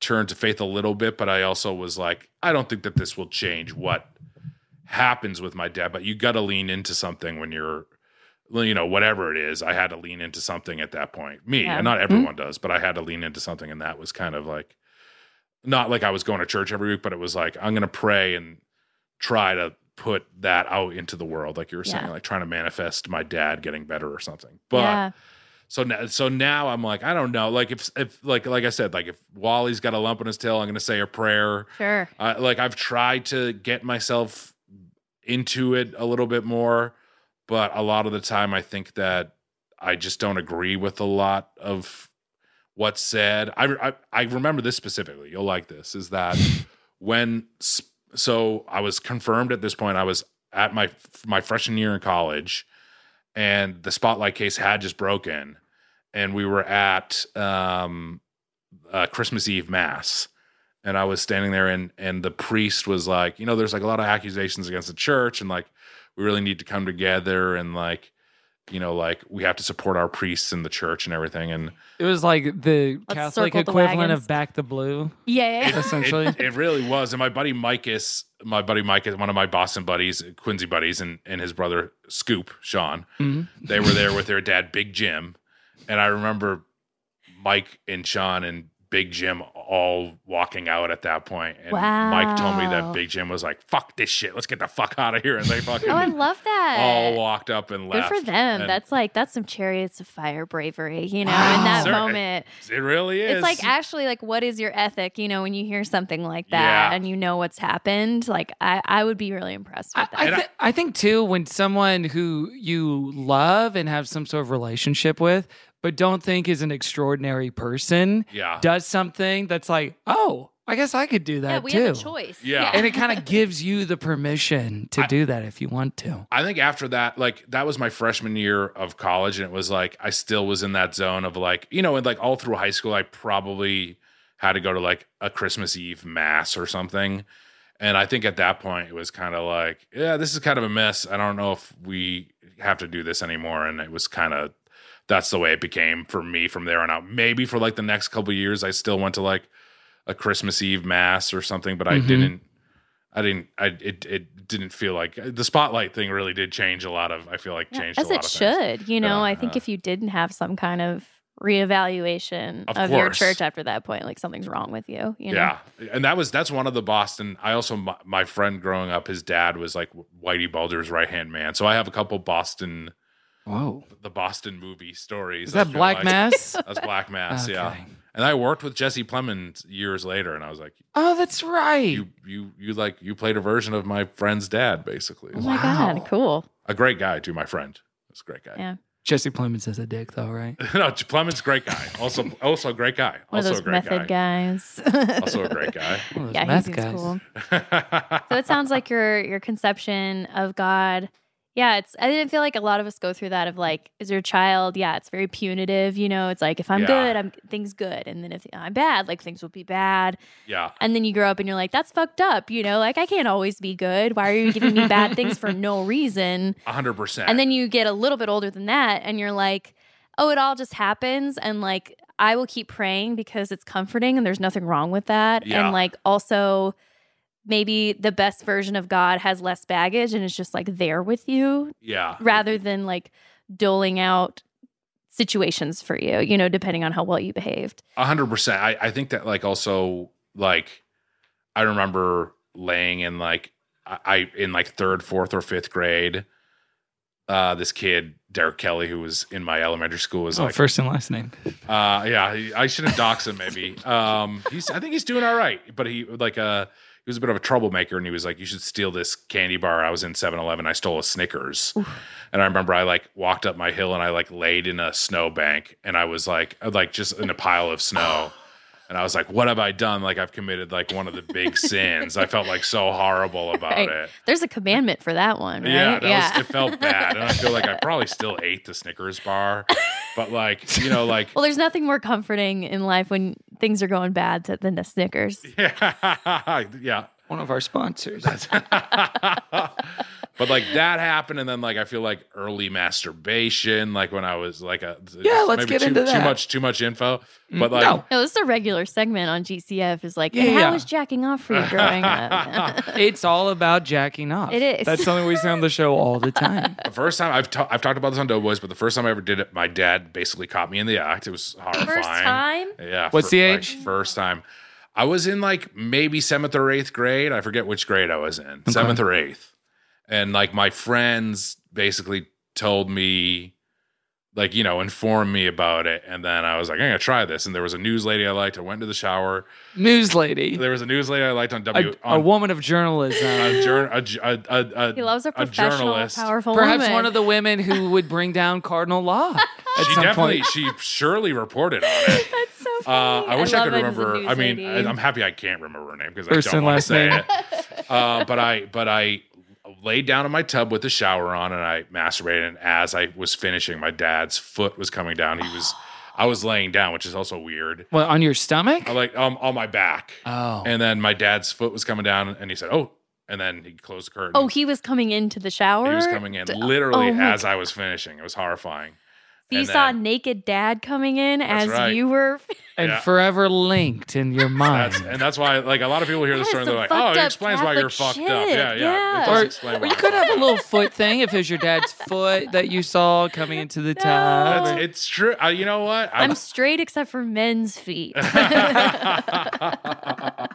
S3: turn to faith a little bit, but I also was like, I don't think that this will change what happens with my dad, but you got to lean into something when you're, well, you know, whatever it is. I had to lean into something at that point. Me,
S5: Yeah. Mm-hmm.
S3: and not everyone does, but I had to lean into something. And that was kind of like, not like I was going to church every week, but it was like, I'm going to pray and try to put that out into the world. Like you were saying,
S5: Yeah.
S3: like trying to manifest my dad getting better or something. But
S5: yeah.
S3: so now, so now I'm like, I don't know. Like if, if like, like I said, like if Wally's got a lump in his tail, I'm going to say a prayer.
S5: Sure.
S3: I, like I've tried to get myself into it a little bit more, but a lot of the time I think that I just don't agree with a lot of what's said. I I, I remember this specifically. You'll like this. Is that when sp- so I was confirmed at this point. I was at my my freshman year in college, and the spotlight case had just broken, and we were at um, uh, Christmas Eve mass and I was standing there and and the priest was like, you know, there's like a lot of accusations against the church and like we really need to come together and like you know, like we have to support our priests and the church and everything. And
S8: It was like the
S5: Let's
S8: Catholic
S5: circle the
S8: equivalent
S5: wagons.
S8: of Back the Blue,
S5: Yeah. yeah.
S8: essentially.
S3: it, it really was. And my buddy Mike is my buddy Mike is one of my Boston buddies, Quincy buddies, and and his brother Scoop Sean.
S5: Mm-hmm.
S3: They were there with their dad Big Jim, and I remember Mike and Sean and Big Jim all walking out at that point. And Mike told me
S5: Wow.
S3: that Big Jim was like, "Fuck this shit, let's get the fuck out of here," and they fucking
S5: Oh, I love that.
S3: all walked up and
S5: Good
S3: left.
S5: for them.
S3: And
S5: that's like that's some chariots of fire bravery, you know, in that
S3: Sir,
S5: moment.
S3: it. Really is.
S5: It's like actually like what is your ethic, you know, when you hear something like that
S3: Yeah.
S5: and you know what's happened. Like I, I would be really impressed
S8: I,
S5: with that.
S8: I, thi- I think too when someone who you love and have some sort of relationship with but don't think is an extraordinary person
S3: yeah.
S8: does something that's like oh i guess i could do that
S5: yeah, we
S8: too
S5: have a choice.
S3: Yeah.
S8: and it kind of gives you the permission to
S3: I-
S8: do that if you want to
S3: I think after that, like that was my freshman year of college, and it was like I still was in that zone of like, you know, and like all through high school, I probably had to go to like a Christmas Eve mass or something. And I think at that point it was kind of like, yeah, this is kind of a mess. I don't know if we have to do this anymore. And it was kind of that's the way it became for me from there on out. Maybe for like the next couple years, I still went to like a Christmas Eve mass or something, but I
S8: Mhm.
S3: didn't. I didn't. I it it didn't feel like the spotlight thing really did change a lot of. I feel like
S5: Yeah,
S3: changed
S5: As
S3: a lot
S5: it
S3: of
S5: should,
S3: things.
S5: you know.
S3: Yeah,
S5: I think
S3: yeah.
S5: if you didn't have some kind of reevaluation
S3: Of
S5: of, your
S3: course.
S5: church after that point, like something's wrong with you. You know?
S3: yeah, and that was that's one of the Boston. I also my, my friend growing up, his dad was like Whitey Bulger's right hand man. So I have a couple Boston,
S8: whoa
S3: the Boston movie stories.
S8: is
S3: I
S8: that
S3: feel
S8: black
S3: like-
S8: mass
S3: That's Black Mass, yeah.
S8: Okay.
S3: And I worked with Jesse Plemons years later, and I was like,
S8: oh that's right
S3: you you you like you played a version of my friend's dad, basically.
S5: Oh my
S8: Wow.
S5: god, cool.
S3: A great guy, too. My friend, was a great guy.
S5: Yeah.
S8: jesse plemons is a dick though right
S3: no, Plemons, great guy. Also, also a great guy.
S5: One
S3: also
S5: of
S3: a
S5: those
S3: great guy.
S5: method guys.
S3: Also a great guy.
S8: One of those
S5: yeah, he
S8: meth
S5: seems
S8: guys.
S5: cool. So it sounds like your your conception of God. Yeah, it's I didn't feel like a lot of us go through that of like, is your child? Yeah, it's very punitive. You know, it's like if I'm
S3: Yeah.
S5: good, I'm things good, and then if I'm bad, like things will be bad.
S3: yeah,
S5: And then you grow up and you're like, that's fucked up. You know, like I can't always be good. Why are you giving me bad things for no reason?
S3: hundred percent.
S5: And then you get a little bit older than that and you're like, oh, it all just happens. And like, I will keep praying because it's comforting and there's nothing wrong with that.
S3: Yeah.
S5: And like, also, maybe the best version of God has less baggage and is just like there with you
S3: yeah,
S5: rather than like doling out situations for you, you know, depending on how well you behaved.
S3: A hundred percent. I, I think that like also like I remember laying in like I, I in like third, fourth, or fifth grade. Uh, this kid Derek Kelly, who was in my elementary school, was
S8: oh,
S3: like,
S8: first and last name
S3: uh, yeah, he- I shouldn't dox him. Maybe um, he's. I think he's doing all right, but he like uh he was a bit of a troublemaker, and he was like, "You should steal this candy bar." I was in 7-Eleven. I stole a Snickers, and I remember I like walked up my hill and I like laid in a snowbank, and I was like, uh, like just in a pile of snow. And I was like, "What have I done? Like I've committed like one of the big sins." I felt like so horrible about
S5: Right.
S3: it.
S5: There's a commandment for that one, right?
S3: Yeah, that Was, it felt bad, and I feel like I probably still ate the Snickers bar, but like you know, like
S5: Well, there's nothing more comforting in life when things are going bad to- than the Snickers.
S3: Yeah. yeah.
S8: one of our sponsors
S3: but like that happened, and then like I feel like early masturbation, like when I was like a
S8: Yeah, let's
S3: maybe
S8: get
S3: too,
S8: into
S3: too
S8: that. Mm,
S3: much too much info. But like
S8: no
S5: No, this is a regular segment on GCF. Is like,
S8: Yeah,
S5: "And how
S8: yeah.
S5: was jacking off for you growing up?
S8: it's all about jacking off
S5: It is.
S8: that's something we say on the show all the time
S3: the first time I've ta- I've talked about this on Doughboys, but the first time I ever did it, my dad basically caught me in the act. It was horrifying.
S5: First time?
S3: Yeah.
S8: What's the
S3: like,
S8: age?
S3: first time. I was in like maybe seventh or eighth grade. I forget which grade I was in, seventh or eighth. And like my friends basically told me, like, you know, informed me about it. And then I was like, I'm going to try this. And there was a news lady I liked. I went to the shower.
S8: news lady
S3: There was a news lady I liked on
S8: a,
S3: W.
S8: a
S3: on,
S8: woman of journalism
S3: a jour- a ju- a- a- a-
S5: He loves a professional,
S3: journalist.
S5: powerful
S8: perhaps
S5: woman.
S8: one of the women who would bring down cardinal law at
S3: She
S8: some
S3: definitely,
S8: point
S3: she surely reported on it.
S5: That's so
S3: Uh,
S5: funny.
S3: I wish I,
S5: love
S3: could
S5: it as a
S3: remember.
S5: news
S3: I mean,
S5: lady.
S3: I, I'm happy I can't remember her name because I
S8: First
S3: don't
S8: and
S3: want to
S8: last
S3: say
S8: name.
S3: it. Uh, but I, but I laid down in my tub with the shower on, and I masturbated. And as I was finishing, my dad's foot was coming down. He was, I was laying down, which is also weird.
S8: well on your stomach
S3: I like um on my back,
S8: oh
S3: and then my dad's foot was coming down, and he said, "Oh, and then he closed the curtain.
S5: Oh, he was coming into the shower.
S3: He was coming in
S5: D-
S3: literally
S5: oh my
S3: as I was finishing. It was horrifying.
S5: You
S3: and
S5: saw
S3: then-
S5: naked dad coming in
S3: That's
S5: as
S3: right.
S5: you were.
S8: and
S3: Yeah.
S8: forever linked in your mind.
S3: That's, and that's why, like, a lot of people hear
S5: That
S3: the
S5: is
S3: story and
S5: some
S3: they're like, oh,
S5: fucked
S3: it
S5: up
S3: explains why you're fucked
S5: Catholic
S3: up.
S5: shit.
S3: Yeah, yeah.
S5: Yeah.
S3: It does
S8: Or-
S3: explain
S8: Or
S3: why.
S8: you could have a little foot thing if it was your dad's foot that you saw coming into the tub.
S3: That's, it's true. Uh, you know what?
S5: I'm straight except for men's feet.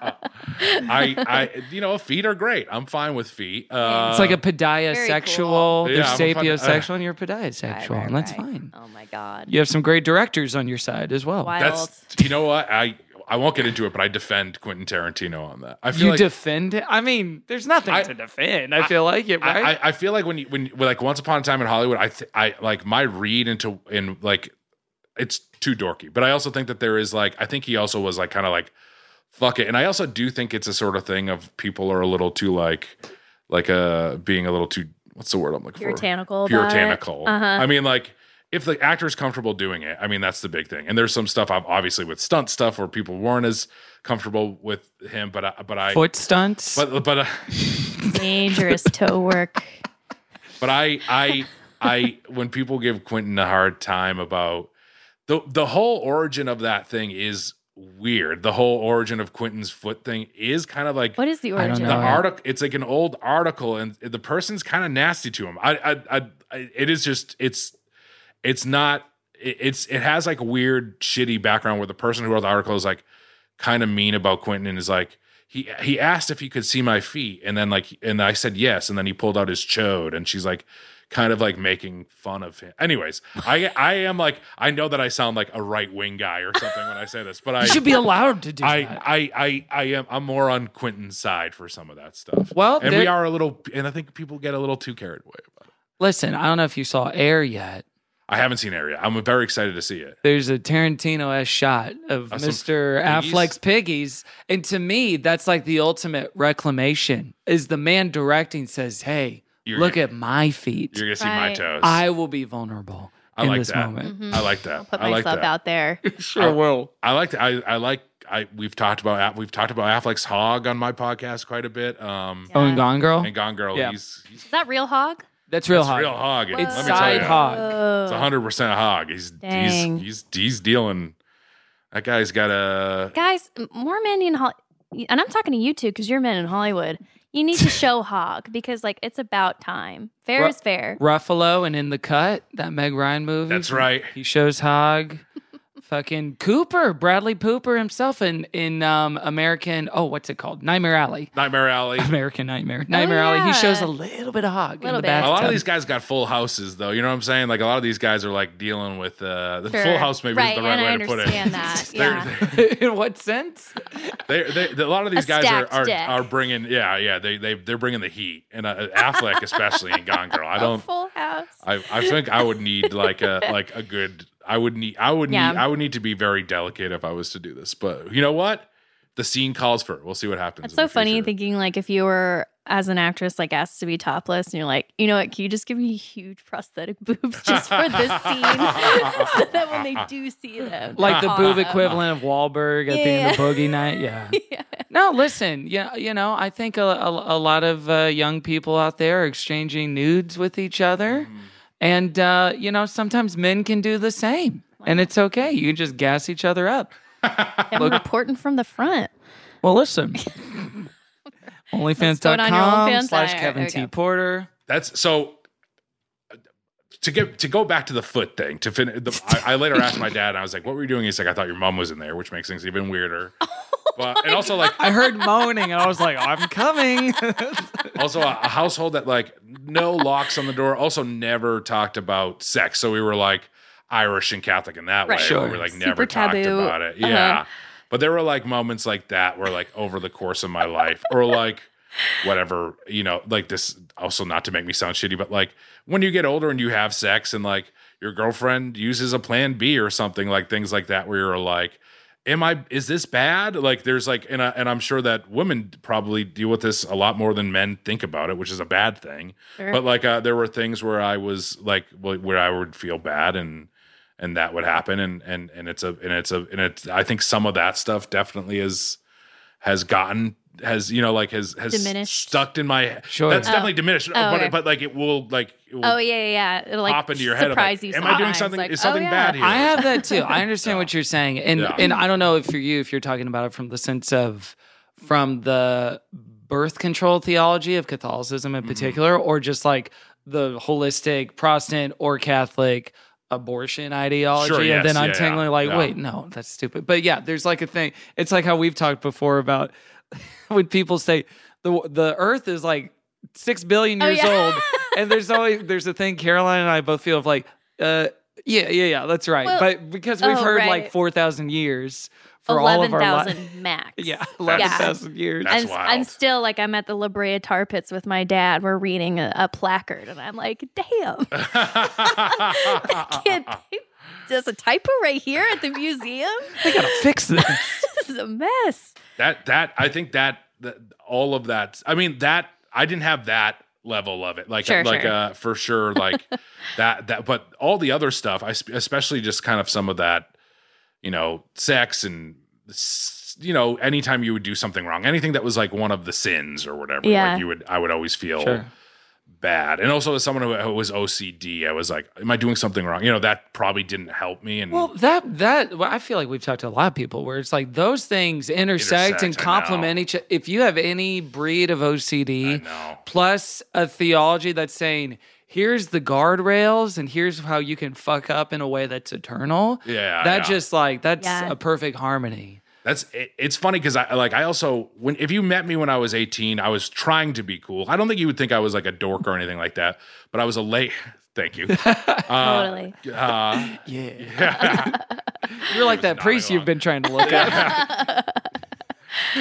S5: Oh
S3: I, I, you know, feet are great. I'm fine with feet. Uh,
S8: It's like a
S5: cool.
S8: podiasexual.
S3: Yeah, I'm a
S8: There's
S3: fun- uh,
S8: sapiosexual and you're
S5: Right,
S8: podiasexual,
S5: right,
S8: and that's
S5: right.
S8: fine.
S5: Oh my god.
S8: You have some great directors on your side as well.
S5: Wild.
S3: that's, you know what? I, I won't get into it, but I defend Quentin Tarantino on that. I feel
S8: You
S3: like
S8: defend it. I mean, there's nothing
S3: I-
S8: to defend. I feel like it,
S3: I-
S8: right?
S3: I, I feel like when you when when, like once upon a time in Hollywood, I th- I like my read into in like it's too dorky, but I also think that there is like I think he also was like kind of like fuck it, and I also do think it's a sort of thing of people are a little too like like uh being a little too what's the word I'm looking
S5: Puritanical
S3: for
S5: about it.
S3: puritanical.
S5: Uh-huh.
S3: I mean like. If the actor's comfortable doing it, I mean that's the big thing. And there's some stuff, ob- obviously, with stunt stuff where people weren't as comfortable with him. But I, but I,
S8: Foot stunts.
S3: but but uh,
S5: Dangerous toe work.
S3: But I, I, I, when people give Quentin a hard time about the the whole origin of that thing is weird. The whole origin of Quentin's foot thing is kind of like
S5: What is the
S8: I don't
S5: origin?
S3: the
S8: know.
S3: article. It's like an old article, and the person's kind of nasty to him. I, I, I, I it is just it's it's not it- it's it has like weird shitty background where the person who wrote the article is like kind of mean about Quentin and is like he he asked if he could see my feet and then like and I said yes and then he pulled out his chode and she's like kind of like making fun of him. Anyways, I I am like I know that I sound like a right wing guy or something when I say this, but I
S8: you should be allowed to do
S3: I,
S8: that.
S3: I I I am I'm more on Quentin's side for some of that stuff.
S8: Well,
S3: and we
S8: there-
S3: are a little, and I think people get a little too carried away about it.
S8: Listen, I don't know if you saw Air yet.
S3: I haven't seen Area. I'm very excited to see it.
S8: There's a Tarantino esque shot of
S3: Of some
S8: Mr.
S3: piggies?
S8: Affleck's piggies. And to me, that's like the ultimate reclamation is the man directing says, Hey,
S3: You're
S8: look
S3: gonna-
S8: at my feet.
S3: You're gonna see my
S5: Right.
S3: toes.
S8: I will be vulnerable
S3: I
S8: in
S3: like
S8: this
S3: that.
S8: moment.
S3: I like that.
S1: Mm-hmm. I'll put
S3: I like
S1: myself
S3: that.
S1: out there.
S8: Mm-hmm. Sure will.
S3: I like that. I, I like. I we've talked about we've talked about Affleck's hog on my podcast quite a bit. Um,
S8: Oh, and Gone Girl?
S3: and Gone Girl.
S8: Yeah.
S3: He's, he's
S5: Is that real hog? Oh.
S8: That's real
S3: it's
S8: hot.
S3: real hog. and
S8: It's
S3: let me tell
S8: side
S3: ya,
S8: hog.
S3: It's 100 percent hog. He's
S5: Dang.
S3: he's he's he's dealing. That guy's got a
S5: Guys, m- more men in Hollywood, and I'm talking to you two because you're men in Hollywood. You need to show hog because like it's about time. Fair
S8: Well-
S5: is fair.
S8: Ruffalo and in the cut, that Meg Ryan movie.
S3: That's
S1: Mm-hmm.
S3: right.
S8: He shows hog. Fucking Cooper, Bradley Pooper himself in in um, American. Oh, what's it called? Nightmare Alley.
S3: Nightmare Alley.
S8: American Nightmare. Nightmare Alley. He
S5: Oh, yeah.
S8: shows a little bit of hog in
S5: Little
S8: the
S5: bit.
S8: bathtub.
S3: A lot of these guys got full houses, though. You know what I'm saying? Like a lot of these guys are like dealing with uh, the
S5: Sure.
S3: full house. Maybe is
S5: right,
S3: the right
S5: and
S3: way
S5: I
S3: to put it.
S5: understand that.
S3: They're-
S5: Yeah.
S8: in what sense?
S3: They, they, a lot of these guys are
S5: stacked
S3: are,
S5: deck.
S3: are bringing. Yeah, yeah. They they they're bringing the heat, and uh, Affleck especially in Gone Girl. I don't.
S5: Full house.
S3: I, I think I would need like a like a good. I would need. I would
S5: Yeah.
S3: need. I would need to be very delicate if I was to do this. But you know what? The scene calls for it. We'll see what happens.
S5: That's
S3: in
S5: so
S3: the
S5: funny
S3: future.
S5: thinking like if you were as an actress like asked to be topless and you're like, you know what, can you just give me huge prosthetic boobs just for this scene? so that when they do see them.
S8: Like the
S5: they're
S8: boob
S5: awesome.
S8: equivalent of Wahlberg at the end of Boogie Night. Yeah. No, listen. Yeah, you know, I think a, a, a lot of uh, young people out there are exchanging nudes with each other,
S3: Mm-hmm.
S8: and uh, you know, sometimes men can do the same, and it's okay. You can just gas each other up.
S5: I'm "Oh, reporting from the front.
S8: Well, listen.
S5: go on your
S8: OnlyFans.com
S5: OnlyFans.
S8: slash
S5: All right,
S8: Kevin
S5: there we
S8: T.
S5: go.
S8: Porter.
S3: That's so. To get to go back to the foot thing to finish, the, I, I later asked my dad, and I was like, "What were you doing?" He's like, "I thought your mom was in there," which makes things even weirder. but and also like
S8: I heard moaning and I was like, I'm coming.
S3: also a, a household that like no locks on the door also never talked about sex so we were like irish and catholic in that
S5: Right.
S3: way
S8: Sure.
S3: we were like
S5: Super
S3: never talked
S5: taboo.
S3: about it
S5: Uh-huh.
S3: yeah but there were like moments like that where like over the course of my life or like whatever you know like this also not to make me sound shitty but like when you get older and you have sex and like your girlfriend uses a plan b or something like things like that where you're like am I is this bad? Like there's like and I, and I'm sure that women probably deal with this a lot more than men think about it, which is a bad thing. But like uh, there were things where I was like wh- where I would feel bad and and that would happen and and and it's a and it's a and it's I think some of that stuff definitely is has gotten has you know like has has
S5: Diminished.
S3: stuck in my
S8: Sure.
S3: That's
S8: Oh.
S3: definitely diminished, but,
S5: okay.
S3: but like it will like it will
S5: Oh yeah, yeah. yeah. It'll like
S3: pop into your head. I'm
S5: surprise
S3: like,
S5: you.
S3: Am I doing
S5: sometimes,
S3: something?
S5: like,
S3: is something
S5: oh, yeah.
S3: bad here?
S8: I have that too. I understand what you're saying, and
S3: Yeah.
S8: and I don't know if for you, if you're talking about it from the sense of from the birth control theology of Catholicism
S3: Mm-hmm.
S8: in particular, or just like the holistic Protestant or Catholic abortion ideology,
S3: Sure,
S8: and
S3: yes,
S8: then I'm
S3: yeah,
S8: tingling
S3: yeah,
S8: like,
S3: yeah.
S8: wait, no, that's stupid. But yeah, there's like a thing. It's like how we've talked before about when people say the the Earth is like six billion years
S5: yeah.
S8: old, and there's always there's a thing Caroline and I both feel of like, uh, yeah, yeah, yeah, that's right.
S5: Well-
S8: but because we've
S5: Oh,
S8: heard like
S5: right.
S8: four thousand years for all of our lives,
S5: 11,000 max.
S8: yeah, eleven thousand years.
S3: That's
S5: and,
S3: wild.
S5: and still, like, I'm at the La Brea Tar Pits with my dad. We're reading a, a placard, and I'm like, damn,
S3: Uh,
S5: kid, there's a typo right here at the museum.
S8: Fix this.
S5: this is a mess.
S3: that that I think that, that all of that. I mean that I didn't have that level of it. Like
S5: Sure,
S3: like
S5: sure.
S3: uh for sure like that that but all the other stuff I sp- especially just kind of some of that you know sex and s- you know anytime you would do something wrong anything that was like one of the sins or whatever
S5: Yeah.
S3: like you would I would always feel
S8: Sure.
S3: bad. And also as someone who, who was OCD I was like am I doing something wrong? You know that probably didn't help me and
S8: Well, that that well, I feel like we've talked to a lot of people where it's like those things intersect,
S3: Intersect,
S8: and
S3: I know.
S8: complement each. If you have any breed of
S3: I
S8: OCD,
S3: know.
S8: plus a theology that's saying here's the guardrails and here's how you can fuck up in a way that's eternal.
S3: Yeah,
S8: that
S3: yeah.
S8: just like that's
S5: Yeah.
S8: a perfect harmony.
S3: That's it, it's funny because I like I also when if you met me when I was 18, I was trying to be cool. I don't think you would think I was like a dork or anything like that, but I was a late. Thank you.
S5: totally.
S3: Uh,
S8: You're like that
S3: nodding
S8: priest you've
S3: along.
S8: been trying to look at.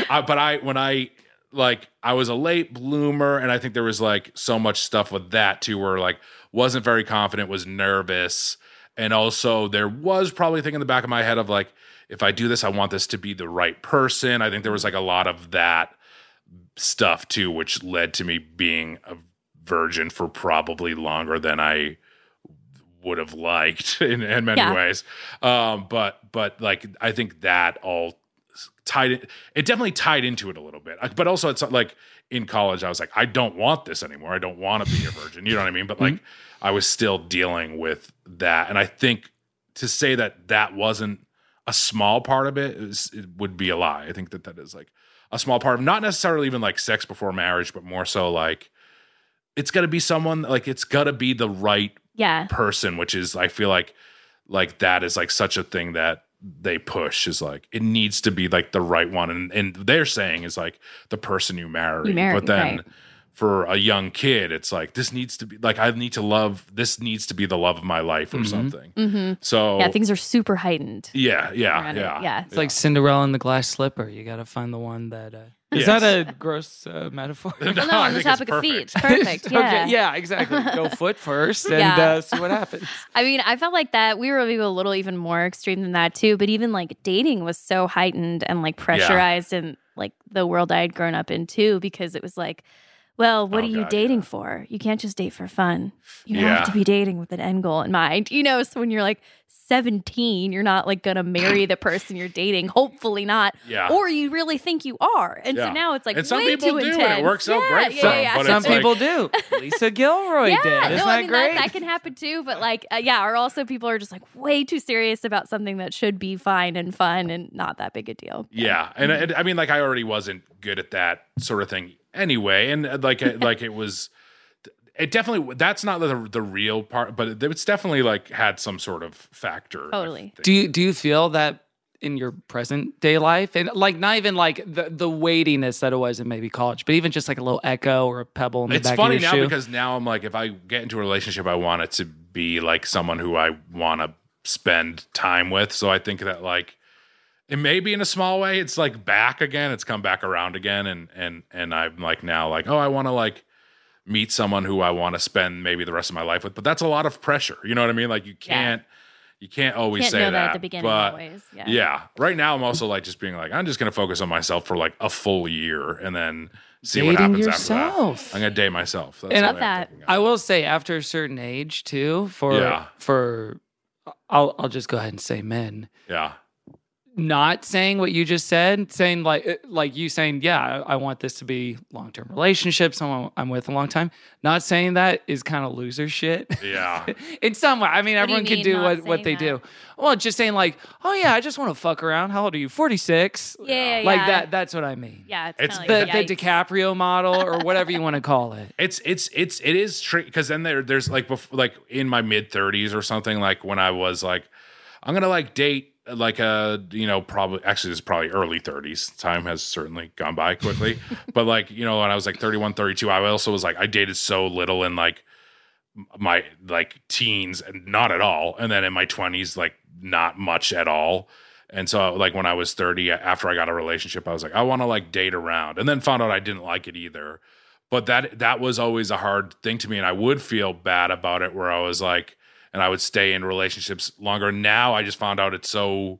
S3: I, but I when I like I was a late bloomer, and I think there was like so much stuff with that too, where like wasn't very confident, was nervous, and also there was probably a thing in the back of my head of like if I do this, I want this to be the right person. I think there was like a lot of that stuff too, which led to me being a virgin for probably longer than I would have liked in, in many
S5: Yeah.
S3: ways. Um, but but like I think that all tied it. It definitely tied into it a little bit. Like, But also, it's not like in college, I was like, I don't want this anymore. I don't want to be a virgin. You know what I mean? But like, I was still dealing with that, and I think to say that that wasn't a small part of it, is, it would be a lie. I think that that is like a small part of not necessarily even like sex before marriage, but more so like it's got to be someone like it's got to be the right
S5: Yeah.
S3: person which is i feel like like that is like such a thing that they push is like it needs to be like the right one and and they're saying is like the person you marry,
S5: You marry,
S3: but then
S5: right.
S3: for a young kid it's like this needs to be like i need to love this needs to be the love of my life or something
S5: hmm
S3: so
S5: Yeah, things are super heightened.
S3: yeah Oh. yeah
S5: around it.
S3: yeah
S5: Yeah.
S8: It's like Cinderella in the glass slipper. You got to find the one that. Uh, Is
S3: Yes.
S8: that a gross uh, metaphor?
S5: Well, no,
S3: I
S5: on the
S3: think it's
S5: topic of feet. It's
S8: Okay,
S5: perfect. Yeah.
S8: yeah, exactly. Go foot first and
S5: Yeah.
S8: uh, see what happens.
S5: I mean, I felt like that. We were maybe a little even more extreme than that too. But even like dating was so heightened and like pressurized and like the world I had grown up in too, because it was like, well, what
S3: Oh,
S5: are you
S3: God,
S5: dating
S3: yeah.
S5: for? You can't just date for fun. You
S3: Yeah.
S5: have to be dating with an end goal in mind. You know, so when you're like 17, you're not like gonna marry the person you're dating. Hopefully not.
S3: Yeah.
S5: Or you really think you are. And
S3: Yeah.
S5: so now it's like
S3: And some
S5: way too
S3: people do, and it
S5: intense.
S3: works out
S5: Yeah,
S3: great
S5: yeah,
S3: for
S5: yeah,
S3: 'em,
S5: yeah.
S3: but
S8: Some
S3: it's like-
S8: people do. Lisa Gilroy did. Isn't
S5: no,
S8: that
S5: I mean
S8: great?
S5: That, that can happen too, but like, uh, yeah, or also people are just like way too serious about something that should be fine and fun and not that big a deal.
S3: Yeah, and, and I mean, like I already wasn't good at that sort of thing anyway, and uh, like uh, like it was, it definitely that's not the the real part, but it, it's definitely like had some sort of factor. I
S5: Totally.
S3: think.
S8: do you do you feel that in your present day life and like not even like the the weightiness that it was in maybe college, but even just like a little echo or a pebble in the
S3: It's
S8: back
S3: funny
S8: of your
S3: now
S8: shoe?
S3: because now I'm like, if I get into a relationship, I want it to be like someone who I want to spend time with. So I think that like it may be in a small way, it's like back again. It's come back around again, and and and I'm like now like, oh, I want to like meet someone who I want to spend maybe the rest of my life with. But that's a lot of pressure. You know what I mean? Like you can't. You can't always
S5: Can't
S3: say
S5: know
S3: that
S5: that at the beginning
S3: but
S5: always. Yeah.
S3: yeah. Right now, I'm also like just being like, I'm just gonna focus on myself for like a full year, and then see what
S8: Dating
S3: happens after
S8: yourself.
S3: that. I'm gonna date myself.
S8: And
S3: That's the
S8: I-
S3: way I'm
S5: That-
S3: thinking of it.
S8: I will say after a certain age too, for
S3: Yeah.
S8: for I'll I'll just go ahead and say men.
S3: yeah,
S8: not saying what you just said, saying like uh, like you saying, yeah, I I want this to be long term relationship, someone I'm with a long time. Not saying that is kind of loser shit.
S3: Yeah.
S8: In some way, I mean,
S5: do you
S8: everyone can
S5: mean
S8: do
S5: not
S8: what, what they
S5: saying
S8: do.
S5: that?
S8: Well, just saying like, oh yeah, I just want to fuck around. How old are you? Forty six.
S5: Yeah, yeah,
S8: Like
S5: yeah.
S8: that. That's what I mean.
S5: Yeah, it's,
S3: It's
S5: kinda
S8: The
S5: like,
S8: the
S5: yikes.
S8: DiCaprio model or whatever you want to call it.
S3: It's it's it's it is tricky because then there there's like before like in my mid thirties or something like when I was like I'm gonna like date uh, like a you know probably actually this is probably early 30s time has certainly gone by quickly but like you know when I was like 31 32 I also was like I dated so little in like m- my like teens and not at all and then in my 20s like not much at all and so like when I was 30 after I got a relationship I was like I want to like date around and then found out I didn't like it either but that that was always a hard thing to me and i would feel bad about it where i was like and i would stay in relationships longer now i just found out it's so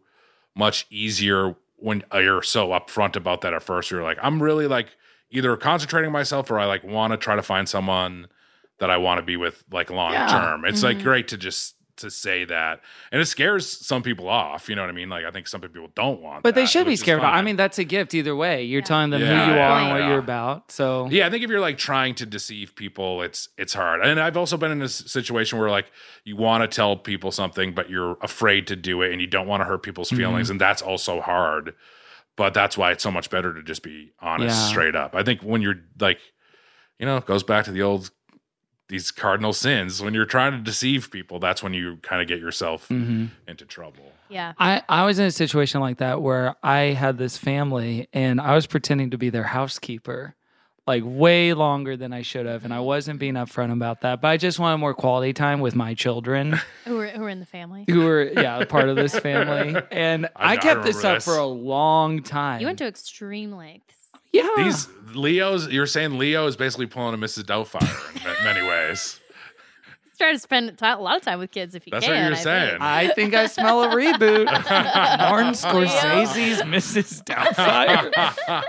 S3: much easier when uh, you're so upfront about that at first you're like i'm really like either concentrating myself or i like want to try to find someone that i want to be with like long term it's like great to just to say that and it scares some people off you know what i mean like i think some people don't want
S8: But they
S3: that,
S8: should be
S3: which is
S8: scared about. I
S3: fine.
S8: mean, that's a gift either way. You're telling them
S3: Yeah,
S8: who you
S3: yeah,
S8: are and what
S3: yeah.
S8: you're about. So
S3: Yeah, I think if you're like trying to deceive people, it's it's hard. And I've also been in a s- situation where like you want to tell people something, but you're afraid to do it, and you don't want to hurt people's
S8: Mm-hmm.
S3: feelings, and that's also hard. But that's why it's so much better to just be honest,
S8: Yeah.
S3: straight up. I think when you're like, you know, it goes back to the old these cardinal sins. When you're trying to deceive people, that's when you kind of get yourself
S8: Mhm.
S3: into trouble.
S5: Yeah.
S8: I, I was in a situation like that where I had this family and I was pretending to be their housekeeper like way longer than I should have. And I wasn't being upfront about that, but I just wanted more quality time with my children
S5: Who are, who are in the family?
S8: who were, yeah, part of this family. And
S3: I-
S8: I,
S3: I
S8: kept this
S3: remember
S8: up for
S3: this.
S8: a long time.
S5: You went to extreme lengths.
S8: yeah.
S3: These Leos, you're saying Leo is basically pulling a Mrs. Doubtfire in ma- many ways.
S5: Try to spend ti- a lot of time with kids if you
S3: That's
S5: can.
S3: what you're
S5: I think.
S3: saying.
S8: I think I smell a reboot. Martin Scorsese's Mrs. Doubtfire.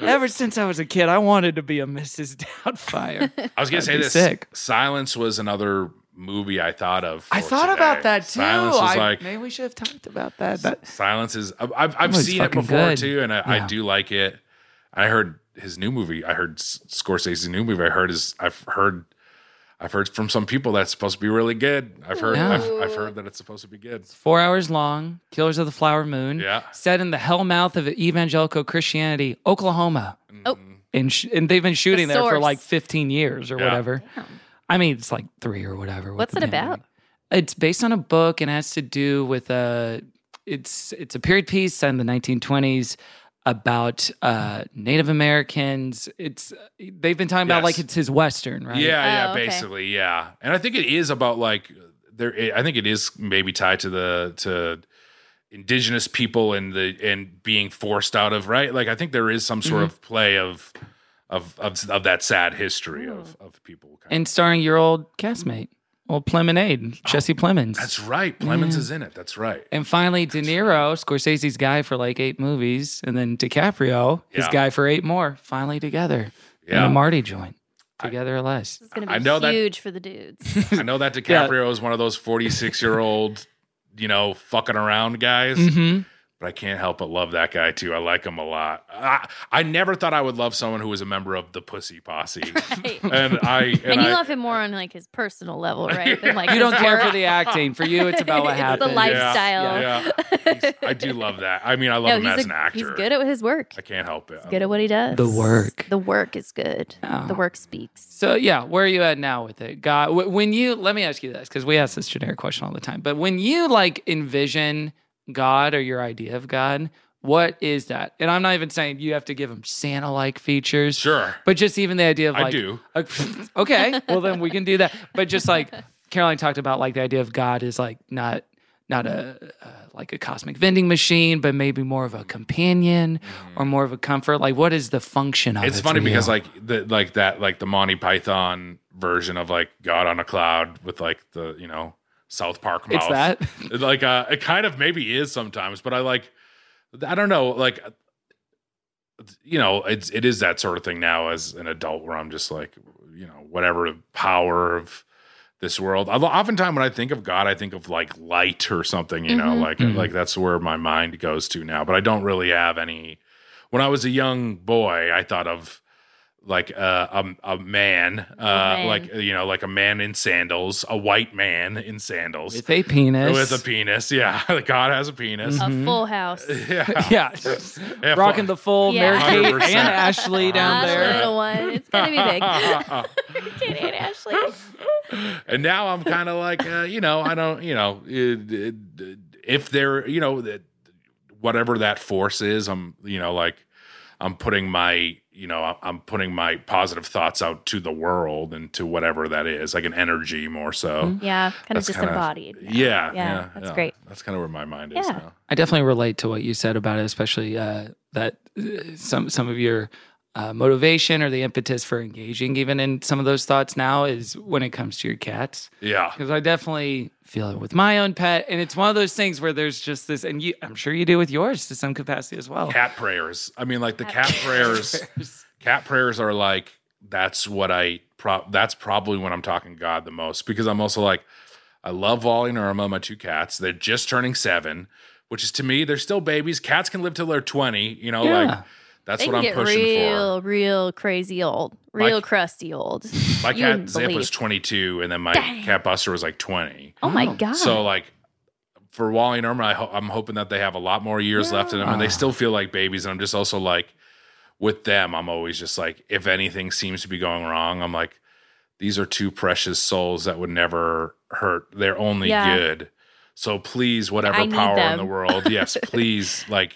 S8: Ever since I was a kid, I wanted to be a Mrs. Doubtfire.
S3: I was gonna
S8: That'd
S3: say
S8: be
S3: this.
S8: sick.
S3: Silence was another movie I thought of.
S8: I
S3: for
S8: thought
S3: today.
S8: about that too.
S3: Silence was
S8: I-
S3: like
S8: maybe we should have talked about that. That-
S3: Silence is. I- I've I've
S8: movie's
S3: seen it
S8: fucking
S3: before
S8: good.
S3: too, and I, I
S8: Yeah.
S3: do like it. I heard his new movie. I heard S- Scorsese's new movie. I heard is. I've heard. I've heard from some people that's supposed to be really good. I've heard.
S8: Yeah.
S3: I've, I've heard that it's supposed to be good.
S8: Four hours long, Killers of the Flower Moon.
S3: Yeah.
S8: Set in the hellmouth of evangelical Christianity, Oklahoma.
S5: Oh.
S8: And, sh- and they've been shooting
S5: The
S8: there for
S5: source.
S8: like 15 years or
S3: Yeah.
S8: whatever.
S5: Damn.
S8: I mean, it's like three or whatever. with
S5: What's
S8: the
S5: it about?
S8: pandemic. It's based on a book and has to do with a. It's it's a period piece set in the 1920s about uh, Native Americans. It's they've been talking about
S3: Yes.
S8: like it's his western, right?
S3: Yeah, yeah,
S5: Oh, okay.
S3: basically, yeah. And I think it is about like there. I think it is maybe tied to the to indigenous people and the and being forced out of right. Like I think there is some sort
S8: Mm-hmm.
S3: of play of of of, of that sad history of of people. Kind
S8: and starring your old castmate, old Plemonade, Jesse Plemons.
S3: of. Oh, That's right. Plemons
S8: Mm.
S3: is in it. That's right.
S8: and finally, De Niro, Scorsese's guy for like eight movies, and then DiCaprio, his
S3: Yeah.
S8: guy for eight more, finally together in
S3: Yeah.
S8: a Marty joint, together or less.
S5: This is going
S3: I
S5: to be
S3: know that-
S5: huge for the dudes.
S3: I know that DiCaprio is one of those forty six year old, you know, fucking around guys.
S8: hmm
S3: but I can't help but love that guy too. I like him a lot. I, I never thought I would love someone who was a member of the Pussy Posse,
S5: Right.
S3: and I and,
S5: And you
S3: I,
S5: love him more on like his personal level, right? Than like
S8: You
S5: his
S8: don't care for
S5: work.
S8: the acting. For you, it's about what
S5: It's the
S8: happened.
S5: life-
S3: Yeah,
S5: lifestyle.
S3: Yeah, He's- I do love that. I mean, I love
S5: No,
S3: him
S5: he's
S3: as
S5: a-
S3: an actor.
S5: He's good at his work.
S3: I can't help it.
S5: He's good at what he does.
S8: The work.
S5: The work is good.
S8: Yeah.
S5: The work speaks.
S8: So yeah, where are you at now with it? God, wh- when you let me ask you this because we ask this generic question all the time. But when you like envision God or your idea of God, what is that? And I'm not even saying you have to give him Santa-like features.
S3: Sure.
S8: But just even the idea of
S3: I
S8: like,
S3: do.
S8: Uh, okay, well then we can do that. But just like Caroline talked about, like the idea of God is like not not a uh, like a cosmic vending machine, but maybe more of a companion
S5: Oh
S8: or more of a comfort. Like, what is the function of
S3: It's
S8: it
S3: funny
S8: for
S3: because
S8: you?
S3: like the like that like the Monty Python version of like God on a cloud with like the you know South Park mouth.
S8: it's that.
S3: like uh, it kind of maybe is sometimes, but I like I don't know like you know it's it is that sort of thing now as an adult where I'm just like you know whatever power of this world. Although oftentimes when I think of God, I think of like light or something, you know, like like that's where my mind goes to now. But I don't really have any. When I was a young boy, I thought of like uh, a a man, uh,
S5: man.
S3: like you know, like a man in sandals, a white man in sandals
S8: With a penis.
S3: with a penis. Yeah, God has a penis.
S8: Mm-hmm.
S5: A full house.
S3: Yeah,
S8: yeah. Rocking the full
S5: Yeah.
S8: Mary Kate
S3: 100%.
S8: and Ashley down
S5: Not a
S8: there.
S5: little one. It's gonna be big. Kid and Ashley.
S3: and now I'm kind of like, uh, you know, I don't, you know, it- it- if there, you know, that- whatever that force is, I'm, you know, like, I'm putting my, you know, I'm- I'm putting my positive thoughts out to the world and to whatever that is, like an energy more so.
S5: Yeah, kind of
S3: That's kinda-
S5: disembodied.
S3: Yeah, yeah,
S5: Yeah, that's
S3: yeah.
S5: great.
S3: That's kind of where my mind is
S5: Yeah.
S3: now.
S8: I definitely relate to what you said about it, especially uh, that uh, some some of your uh, motivation or the impetus for engaging even in some of those thoughts now is when it comes to your cats.
S3: Yeah,
S8: Because I definitely feel it with my own pet, and it's one of those things where there's just this, and you, I'm sure you do with yours to some capacity as well.
S3: cat prayers. I mean, like the cat prayers. Cat prayers are like that's what I pro- that's probably when I'm talking God the most because I'm also like I love Wally and Irma, my two cats. They're just turning seven, which is to me they're still babies. Cats can live till they're twenty. You know,
S8: Yeah.
S3: like that's
S5: They
S3: what
S5: can
S3: I'm
S5: get
S3: pushing
S5: real, real crazy old,
S3: My-
S5: real crusty old.
S3: for. My
S5: You
S3: cat
S5: wouldn't
S3: Zip was
S5: believe.
S3: 22, and then my cat Buster was like 20.
S5: Oh my god.
S3: So like. For Wally and Irma, I ho- I'm hoping that they have a lot more years left in them, and they
S8: Yeah.
S3: still feel like babies. And I'm just also like, with them, I'm always just like, if anything seems to be going wrong, I'm like, these are two precious souls that would never hurt. They're only
S5: Yeah.
S3: good. So please, whatever
S5: I need
S3: power in the
S5: them.
S3: world, yes, please, like,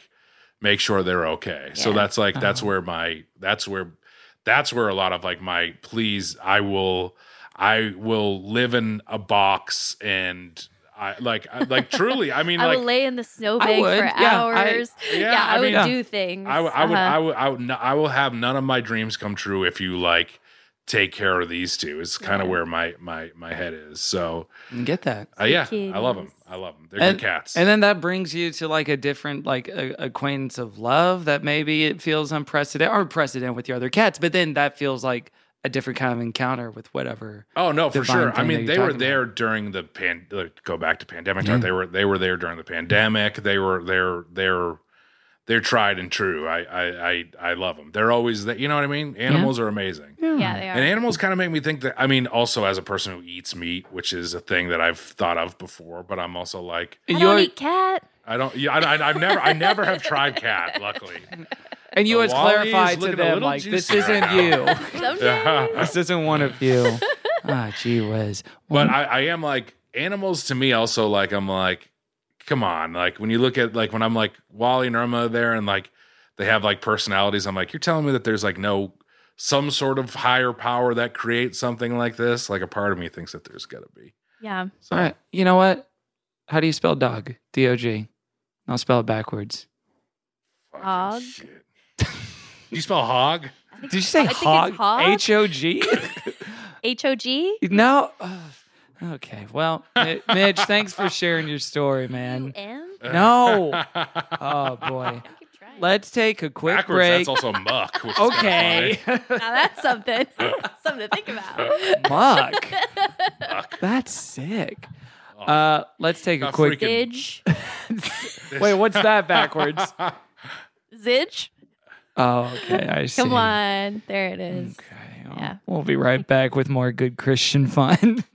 S3: make sure they're okay. So
S5: Yeah. Oh.
S3: that's like that's where my that's where that's where a lot of like my please, I will, I will live in a box and. I like, I, like truly. I mean,
S5: I
S3: like,
S5: would lay in the snow
S8: I
S5: bank
S8: would,
S5: for
S8: yeah, I-
S5: hours.
S3: Yeah,
S5: Yeah,
S3: I
S5: I, would
S3: mean,
S8: yeah.
S5: do things.
S3: I, would- I would,
S5: Uh-huh.
S3: I would, I would, no- I will have none of my dreams come true if you like take care of these two. Is kind of where my my my head is. So
S8: Get that.
S3: uh, yeah,
S5: Sweet
S3: I love them.
S5: kitties.
S3: I love them. They're
S8: and,
S3: good cats.
S8: And then that brings you to like a different like a, acquaintance of love that maybe it feels unprecedented or precedent with your other cats, but then that feels like a different kind of encounter with whatever.
S3: oh no, for
S8: divine
S3: sure. I
S8: thing
S3: mean,
S8: that
S3: they
S8: you're
S3: were
S8: talking
S3: there during the pan. like, Go back to pandemic. right? They were they were there during the pandemic. They were they're they're they're tried and true. I I I, I love them. They're always that. You know what I mean? Animals are amazing.
S5: Yeah, they are.
S3: And animals kind of make me think that. I mean, also as a person who eats meat, which is a thing that I've thought of before, but I'm also like,
S5: I
S8: You're-
S5: don't e eat cat.
S3: I don't. Yeah, I, I, I've never. I never have tried cat. Luckily,
S8: And you
S3: The
S8: always
S3: Wally's
S8: clarify to
S3: looking a
S8: them
S3: little
S8: like this
S3: juicy
S8: isn't
S3: right
S8: you.
S3: now.
S8: this isn't one of you. ah, gee whiz.
S3: but I, I am like animals to me. Also, like I'm like, come on. Like when you look at like when I'm like Wally and Irma there, and like they have like personalities. I'm like, you're telling me that there's like no some sort of higher power that creates something like this. Like a part of me thinks that there's got to be.
S5: Yeah.
S8: All right. You know what? How do you spell dog? D O G. I'll spell it backwards.
S3: Fucking
S5: Hog?
S3: shit. Do you spell hog?
S8: Did you say
S5: I think it's
S8: hog?
S5: hog.
S8: H O G?
S5: H O G.
S8: No. Ugh. okay. Well, Mi- Mitch, thanks for sharing your story, man.
S5: M.
S8: No. Oh boy.
S5: Keep trying.
S8: Let's take a quick
S3: Backwards.
S8: break.
S3: That's also muck. Which is kinda
S8: okay.
S5: Now that's something. something to think about.
S8: Muck. That's sick. Uh, let's take a
S3: Got
S8: quick.
S3: Oh. freaking-
S5: Zidge.
S8: Wait, what's that backwards?
S5: Zidge.
S8: oh, okay. I see.
S5: Come on. There it is.
S8: Okay.
S5: Yeah.
S8: We'll be right back with more good Christian fun.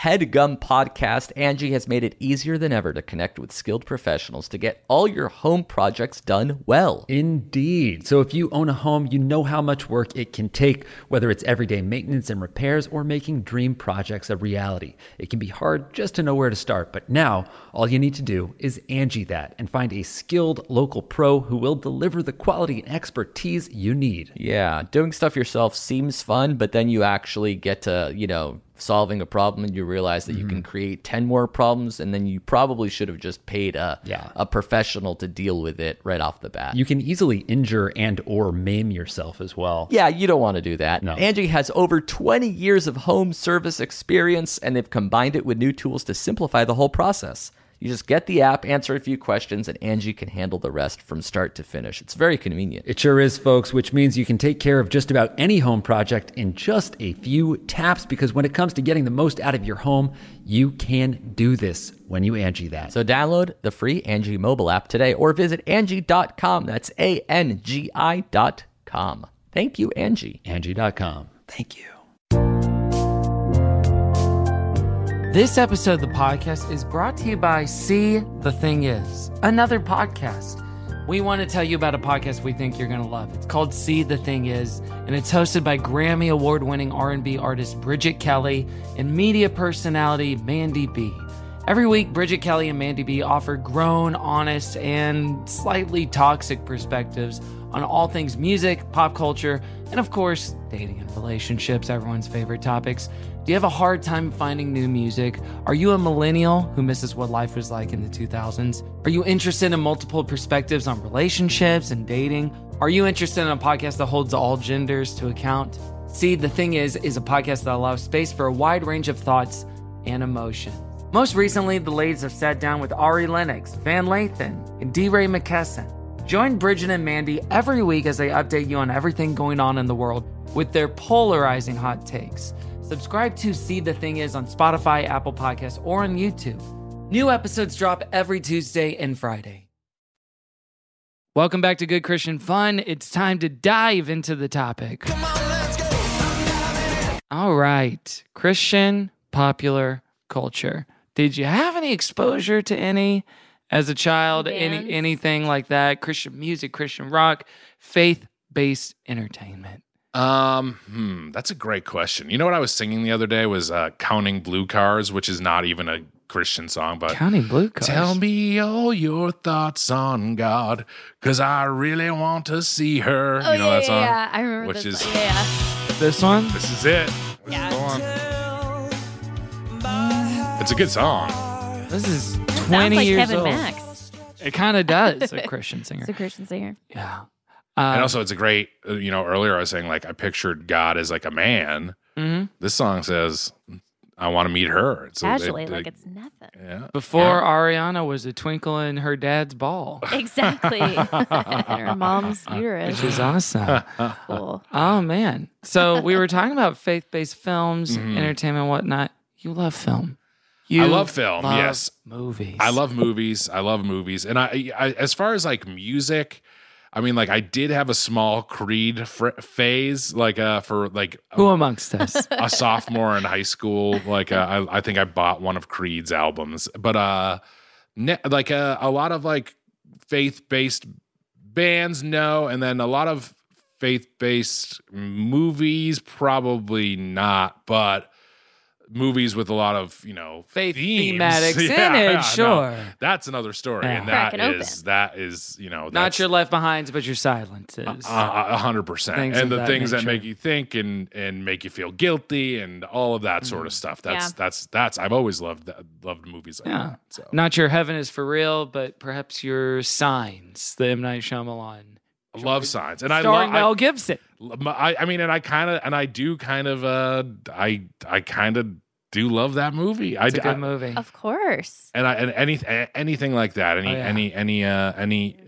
S4: HeadGum podcast. Angie has made it easier than ever to connect with skilled professionals to get all your home projects done well.
S9: Indeed. So if you own a home, you know how much work it can take, whether it's everyday maintenance and repairs or making dream projects a reality. It can be hard just to know where to start, but now all you need to do is Angie that and find a skilled local pro who will deliver the quality and expertise you need.
S4: Yeah, doing stuff yourself seems fun, but then you actually get to, you know, solving a problem and you realize that you can create 10 more problems and then you probably should have just paid a
S9: Yeah.
S4: a professional to deal with it right off the bat.
S9: You can easily injure and or maim yourself as well.
S4: Yeah, you don't want to do that. Angie has over 20 years of home service experience, and they've combined it with new tools to simplify the whole process. You just get the app, answer a few questions, and Angie can handle the rest from start to finish. It's very convenient.
S9: It sure is, folks, which means you can take care of just about any home project in just a few taps because when it comes to getting the most out of your home, you can do this when you Angie that.
S4: So download the free Angie mobile app today or visit Angie.com. That's A N G I dot com. Thank you, Angie.
S9: Angie.com. Thank you.
S10: This episode of the podcast is brought to you by See the Thing Is, another podcast. We want to tell you about a podcast we think you're going to love. It's called See the Thing Is, and it's hosted by Grammy award-winning R&B artist Bridget Kelly and media personality Mandy B. Every week, Bridget Kelly and Mandy B offer grown, honest, and slightly toxic perspectives on all things music, pop culture, and of course, dating and relationships, everyone's favorite topics. Do you have a hard time finding new music? Are you a millennial who misses what life was like in the 2000s? Are you interested in multiple perspectives on relationships and dating? Are you interested in a podcast that holds all genders to account? See, the thing is, is a podcast that allows space for a wide range of thoughts and emotions. Most recently, the ladies have sat down with Ari Lennox, Van Lathan, and D. Ray McKesson. Join Bridget and Mandy every week as they update you on everything going on in the world with their polarizing hot takes. Subscribe to See the Thing Is on Spotify, Apple Podcasts, or on YouTube. New episodes drop every Tuesday and Friday.
S8: Welcome back to Good Christian Fun. It's time to dive into the topic. All right, Christian popular culture. Did you have any exposure to any as a child? Any
S1: Bands?
S8: anything like that? Christian music, Christian rock, faith-based entertainment.
S3: Um, hmm, that's a great question. You know what I was singing the other day was uh, "Counting Blue Cars," which is not even a Christian song, but
S8: Counting blue cars.
S3: Uh, Tell me all your thoughts on God, cause I really want to see her.
S5: Oh,
S3: you know
S5: yeah,
S3: that song,
S5: yeah, yeah. I remember
S3: which
S5: this
S3: is
S5: song. Yeah,
S8: This one.
S3: This is it. This is the one. It's a good song.
S8: This is
S5: sounds
S8: twenty
S5: like
S8: years
S5: Kevin
S8: old.
S5: Max.
S8: It kind of does. A Christian singer.
S5: It's a Christian singer.
S8: Yeah.
S3: and
S5: Uh-huh.
S3: also, it's a great. uh, You know, earlier I was saying like I pictured God as like a man.
S5: Mm-hmm.
S8: Mhm.
S3: This song says, "I want to meet her." So they-
S5: Casually,
S3: they-
S5: like it's nothing.
S3: yeah.
S8: Before Ariana was a twinkle in her dad's ball.
S5: Exactly. Her mom's uterus.
S8: Which is awesome.
S5: cool.
S8: Oh man. So we were talking about faith based films,
S3: Mhm.
S8: entertainment, whatnot. You love film.
S3: I
S8: You
S3: love film.
S8: love
S3: yes,
S8: Movies.
S3: I love movies. I love movies. And I, I as far as like music, I mean, like I did have a small Creed fr- phase, like uh for like
S8: who amongst us
S3: a sophomore in high school. Like uh, I, I think I bought one of Creed's albums, but uh, ne- like uh, a lot of like faith based bands, no, and then a lot of faith based movies, probably not, but movies with a lot of you know
S8: faith
S3: themes.
S8: thematics in
S3: Yeah,
S8: it,
S3: yeah, no,
S8: sure.
S3: that's another story,
S8: Yeah.
S3: and
S8: Crack
S3: that
S8: it
S3: is that is you know
S8: Not
S3: that's Uh,
S8: your left behinds, but your silences.
S3: a a hundred percent,
S8: Things of
S3: and the
S8: that
S3: things that
S8: nature.
S3: make you think and and make you feel guilty and all of that sort of stuff. That's
S8: Mm-hmm. Yeah.
S3: that's that's I've always loved that- loved movies like
S8: Yeah.
S3: that. So
S8: Not your heaven is for real, but perhaps your signs, the M. Night Shyamalan.
S3: love signs, and I
S8: Starring
S3: love
S8: Mel
S3: I,
S8: Gibson.
S3: My- I, I mean, and I kind of, and I do kind of, uh, I, I kind of do love that movie. I
S8: It's a
S3: d- I-
S8: good movie.
S5: Of course.
S3: and I, and any, a- anything like that, any,
S8: Oh, yeah.
S3: any, any, uh, any,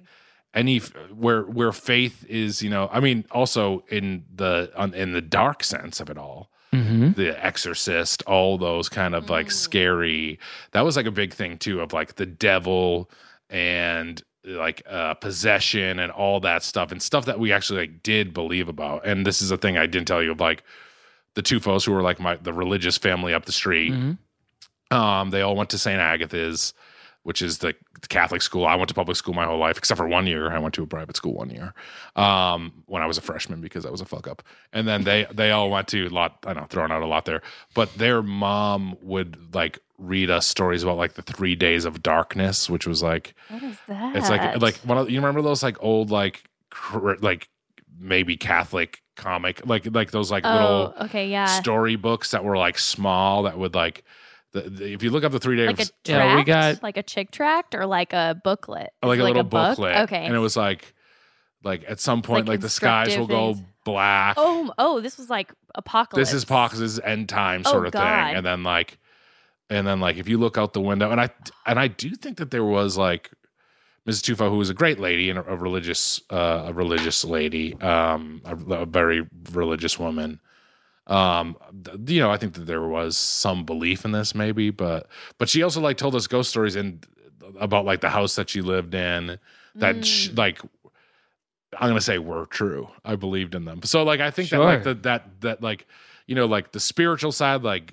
S3: any f- where where faith is, you know, I mean, also in the on, in the dark sense of it all,
S8: Mm-hmm.
S3: The Exorcist, all those kind of like scary. That was like a big thing too of like the devil and like uh possession and all that stuff and stuff that we actually like did believe about. And this is a thing I didn't tell you of like the Tufos who were like my the religious family up the street. Um, they all went to St. Agatha's, which is the Catholic school. I went to public school my whole life, except for one year. I went to a private school one year um, when I was a freshman because I was a fuck up. And then they they all went to lot. I know throwing out a lot there, but their mom would like read us stories about like the three days of darkness, which was like
S5: What is that?
S3: it's like like one of you remember those like old like cr- like maybe Catholic comic like like those like
S5: oh,
S3: little
S5: okay, yeah.
S3: storybooks that were like small that would like the, the- if you look up the three days
S5: like a tract,
S3: yeah, we got
S5: like a chick tract, or like a booklet, Is
S3: like
S5: it
S3: a little
S5: book?
S3: booklet
S5: Okay,
S3: and it was like like at some point
S5: Like
S3: like, the skies will
S5: instructive
S3: go
S5: things.
S3: black
S5: oh, m- oh, this was like apocalypse.
S3: this is Pox's end time
S5: Oh,
S3: sort of
S5: God.
S3: thing and then like and then like if you look out the window and i and i do think that there was like mrs tufo who was a great lady and a, a religious uh a religious lady um a, a very religious woman um th- you know i think that there was some belief in this maybe but but she also like told us ghost stories and about like the house that she lived in that sh
S5: Mm.
S3: like i'm gonna say were true i believed in them so like i think that like
S8: Sure.
S3: the, that that like you know like the spiritual side like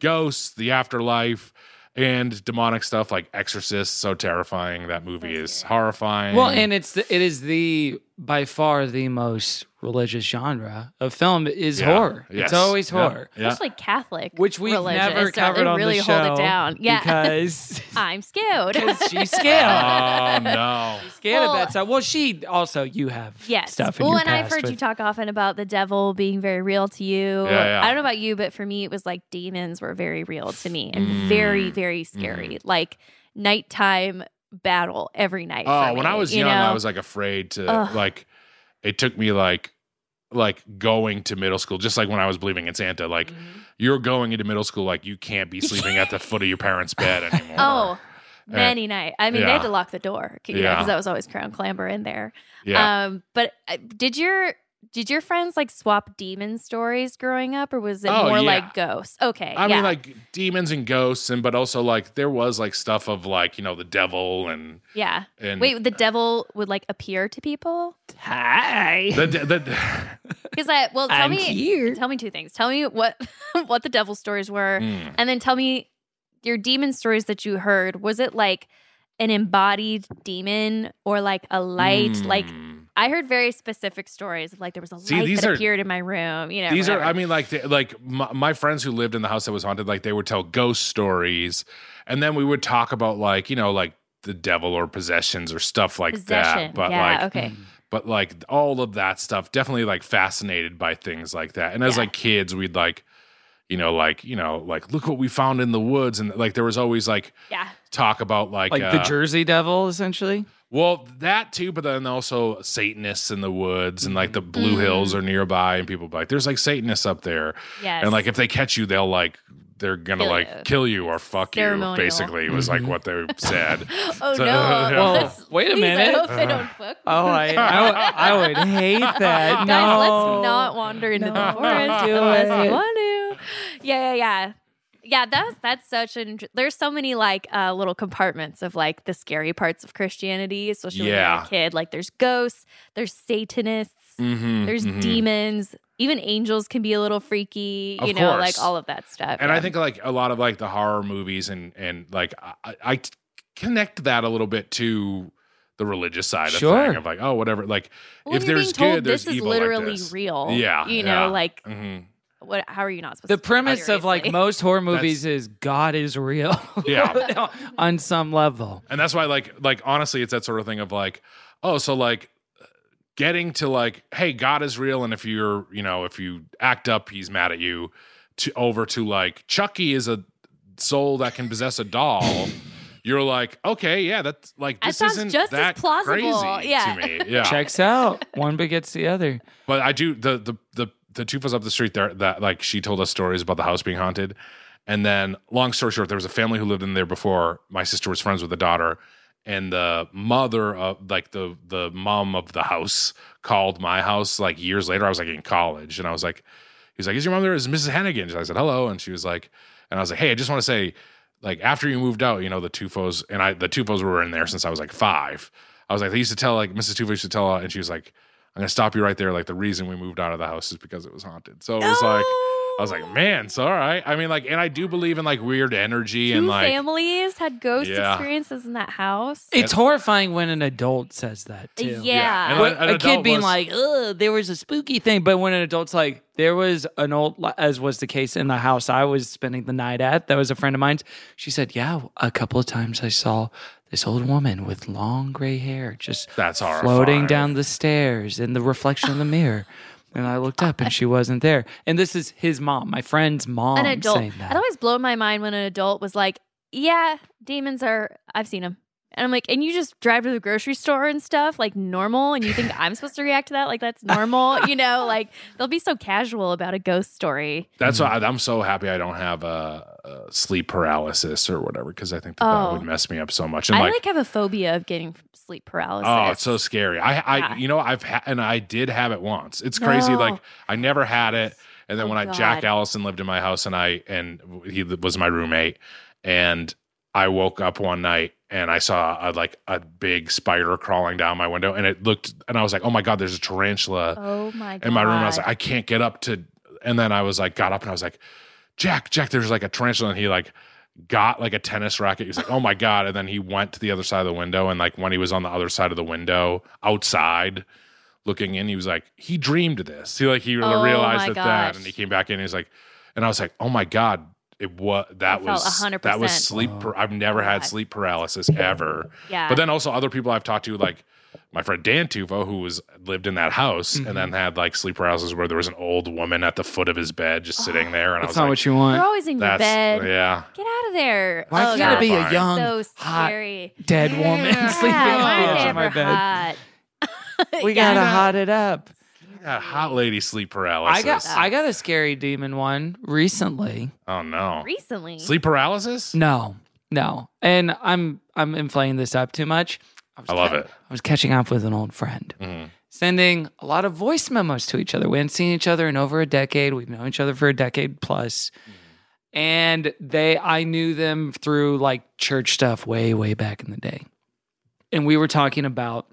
S3: ghosts the afterlife and demonic stuff like exorcist so terrifying that movie is horrifying
S8: Well, and it's the, it is the by far the most religious genre of film is
S3: Yeah.
S8: horror.
S3: Yes.
S8: It's always
S3: Yeah.
S8: horror.
S5: especially Catholic,
S8: Which we've
S5: religious
S8: never
S5: stuff.
S8: covered
S5: they
S8: on the
S5: really hold
S8: show
S5: it down. Yeah,
S8: because-
S5: I'm scared.
S8: Because she's
S3: oh
S8: scared.
S3: no
S8: Scared
S5: Well-
S8: of that stuff. Well, she also you have
S5: Yes.
S8: stuff. In
S5: well,
S8: your
S5: and I've
S8: past
S5: heard
S8: with-
S5: you talk often about the devil being very real to you.
S8: Yeah, yeah.
S5: I don't know about you, but for me, it was like demons were very real to me and
S3: Mm.
S5: very, very scary. Like nighttime battle every night.
S3: Oh,
S5: for
S3: when
S5: me,
S3: I was
S5: you
S3: young, I
S5: know?
S3: was like afraid to
S5: Ugh.
S3: like. It took me like like going to middle school, just like when I was believing in Santa. Like
S5: Mm-hmm.
S3: you're going into middle school, like you can't be sleeping at the foot of your parents' bed anymore.
S5: oh,
S3: Yeah.
S5: many night. I mean, they had
S3: Yeah.
S5: to lock the door because
S3: Yeah.
S5: that was always Crown Clamber in there.
S3: yeah.
S5: Um, but uh, did your did your friends like swap demon stories growing up, or was it
S3: Oh,
S5: more
S3: yeah.
S5: like ghosts? Okay,
S3: I
S5: yeah.
S3: mean, like demons and ghosts, and but also like there was like stuff of like you know the devil and
S5: yeah.
S3: and- uh,
S5: Wait, the devil would like appear to people.
S8: hi.
S3: the de- the
S5: Because I well, tell
S3: I'm
S5: me, tell me two things. Tell me what what the devil stories were,
S3: Mm.
S5: and then tell me your demon stories that you heard. Was it like an embodied demon or like a light? Like
S3: Mm.
S5: I heard very specific stories of like there was a
S3: See,
S5: light
S3: these
S5: that
S3: are-
S5: appeared in my room. You know,
S3: These are,
S5: whatever.
S3: I mean, like, they, like my, my friends who lived in the house that was haunted, like they would tell ghost stories, and then we would talk about like you know like the devil or possessions or stuff like
S5: Possession,
S3: that. But
S5: yeah,
S3: like, hmm.
S5: okay.
S3: but like all of that stuff, definitely like fascinated by things like that. And as like kids, we'd like, you know, like you know, like look what we found in the woods, and like there was always like
S5: yeah.
S3: talk about like
S8: like the
S3: uh,
S8: Jersey Devil, essentially.
S3: well, that too, but then also Satanists in the woods and like the
S5: Mm-hmm.
S3: Blue Hills are nearby, and people be like, "There's like Satanists up there,"
S5: Yes.
S3: and like if they catch you, they'll like they're gonna
S5: Kill
S3: like
S5: you.
S3: kill you or fuck
S5: Ceremonial.
S3: you. Basically, was like what they said.
S5: Oh no!
S3: So- yeah.
S5: Let's-
S8: wait a
S5: please,
S8: minute.
S5: I hope they
S3: Uh,
S5: don't fuck.
S8: Oh, I, I, would- I would hate that.
S5: Guys,
S8: no.
S5: let's not wander into the forest unless we want to. Yeah, yeah, yeah. yeah, that's that's such an. int- There's so many like uh, little compartments of like the scary parts of Christianity, especially when
S3: Yeah.
S5: you're a kid. Like there's ghosts, there's Satanists,
S3: Mhm,
S5: there's
S3: mhm.
S5: demons, even angels can be a little freaky.
S3: Of
S5: you know,
S3: course.
S5: like all of that stuff.
S3: And I
S5: yeah.
S3: think like a lot of like the horror movies and and like I, I- I t- connect that a little bit to the religious side of
S8: Sure.
S3: thing of like oh whatever like
S5: Well,
S3: if
S5: you're being
S3: there's
S5: told
S3: good there's
S5: this is
S3: evil like
S5: literally
S3: this.
S5: real.
S3: yeah
S5: you know,
S3: yeah.
S5: like
S3: Mhm.
S5: what? How are you not supposed?
S8: The
S5: to
S8: premise of like
S5: Seriously.
S8: most horror
S3: That's-
S8: movies is God is real.
S3: Yeah.
S8: on some level.
S3: and that's why like like honestly it's that sort of thing of like oh so like getting to like hey god is real and if you're you know if you act up he's mad at you to over to like chucky is a soul that can possess a doll you're like okay yeah that's like
S5: That
S3: this
S5: sounds
S3: isn't
S5: just as
S3: that
S5: plausible,
S3: crazy
S5: yeah.
S3: to me yeah
S8: Checks out. One begets the other.
S3: but I do the the the the chufas up the street there that like she told us stories about the house being haunted. And then long story short, there was a family who lived in there before. My sister was friends with the daughter. And the mother of like the the mom of the house called my house like years later. I was like in college and I was like, he was like, Is your mom there? Is Mrs. Hennigan? And I said, Hello. And she was like, and I was like, Hey, I just want to say, like, after you moved out, you know, the Tufos and I the Tufos were in there since I was like five. I was like, they used to tell like Mrs. Tufo used to tell and she was like, I'm gonna stop you right there. Like the reason we moved out of the house is because it was haunted. So it was like I was like, man, it's all right. I mean, like, and I do believe in like weird energy
S5: Two
S3: and like
S5: families had ghost
S3: Yeah.
S5: experiences in that house.
S8: It's horrifying when an adult says that too.
S5: Yeah. Yeah,
S3: and
S8: But
S3: an- an
S8: a
S3: adult
S8: kid being
S3: was-
S8: like, "Ugh, there was a spooky thing," but when an adult's like, "There was an old," li- as was the case in the house I was spending the night at, that was a friend of mine's. She said, "Yeah, a couple of times I saw this old woman with long gray hair just
S3: that's horrifying.
S8: floating down the stairs in the reflection of the mirror." And I looked up, and she wasn't there. And this is his mom, my friend's mom,
S5: an adult.
S8: saying
S5: That
S8: that.
S5: always blow my mind when an adult was like, "Yeah, demons are. I've seen them." And I'm like, and you just drive to the grocery store and stuff like normal, and you think I'm supposed to react to that like that's normal, you know? Like they'll be so casual about a ghost story.
S3: That's why I, I'm so happy I don't have a, uh sleep paralysis or whatever because I think that, that
S5: Oh.
S3: would mess me up so much. And
S5: I
S3: like,
S5: like have a phobia of getting sleep paralysis.
S3: oh, it's so scary. I, I,
S5: Yeah.
S3: you know, I've had and I did have it once. It's crazy.
S5: No.
S3: Like I never had it, and then
S5: Oh,
S3: when I Jack
S5: God.
S3: Allison lived in my house, and I and he was my roommate, and I woke up one night and I saw a, like a big spider crawling down my window, and it looked, and I was like, oh my god, there's a tarantula
S5: oh my god.
S3: in my room. I was like, I can't get up to. And then I was like, got up and I was like, Jack, Jack, there's like a tarantula. And he like got like a tennis racket. He was like, oh my God. And then he went to the other side of the window. And like when he was on the other side of the window outside looking in, he was like, he dreamed of this. He like, he
S5: Oh
S3: realized
S5: my
S3: that, that.
S5: gosh.
S3: And he came back in and he's like, and I was like, oh my God. It was that
S5: I felt
S3: was
S5: 100%.
S3: that was sleep. par- I've never had
S5: God.
S3: sleep paralysis ever.
S5: Yeah.
S3: But then also other people I've talked to, like my friend Dan Tufo, who was lived in that house and
S8: Mm-hmm.
S3: then had like sleep paralysis where there was an old woman at the foot of his bed just sitting there, and
S8: That's
S3: I
S8: not
S3: was
S8: what you
S5: You're
S8: want.
S5: always in your
S3: like,
S5: bed.
S3: "That's yeah."
S5: Get out of there.
S8: Why
S5: oh,
S8: you gotta
S5: God.
S8: be a
S3: young,
S5: so
S8: hot,
S5: scary.
S8: Dead woman sleeping
S5: Yeah,
S8: on
S5: why
S8: the
S5: are
S8: edge
S5: they
S8: of my
S5: ever
S8: bed.
S5: hot?
S8: We
S5: Yeah.
S8: gotta hot it up.
S3: Yeah, hot lady sleep
S8: I
S3: paralysis.
S8: got I got a scary demon one recently.
S3: oh no,
S5: recently.
S3: sleep paralysis.
S8: No, no, and I'm I'm inflating this up too much. I, was
S3: I love
S8: ca-
S3: it.
S8: I was catching up with an old friend,
S3: Mhm.
S8: sending a lot of voice memos to each other. We hadn't seen each other in over a decade. We've known each other for a decade plus.
S3: Mm.
S8: And they, I knew them through like church stuff way, way back in the day. And we were talking about,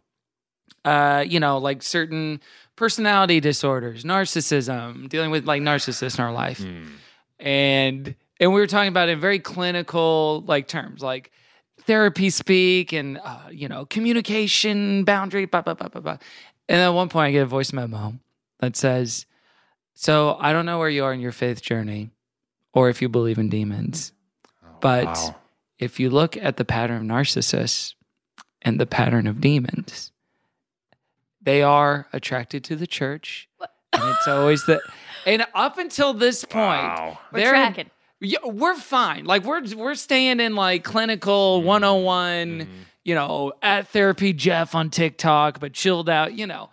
S8: uh, you know, like certain personality disorders, narcissism, dealing with like narcissists in our life
S3: Mm.
S8: and and we were talking about it in very clinical like terms like therapy speak and uh, you know communication boundary blah blah blah blah blah and at one point i get a voice memo that says so i don't know where you are in your faith journey or if you believe in demons but
S3: Oh, wow.
S8: if you look at the pattern of narcissists and the pattern of demons they are attracted to the church and it's always the and up until this point
S3: Wow.
S5: We're
S8: they're-
S5: tracking.
S8: yeah, we're fine. Like we're we're staying in like clinical
S3: Mm-hmm.
S8: 101, you know, at therapy Jeff on TikTok, but chilled out, you know.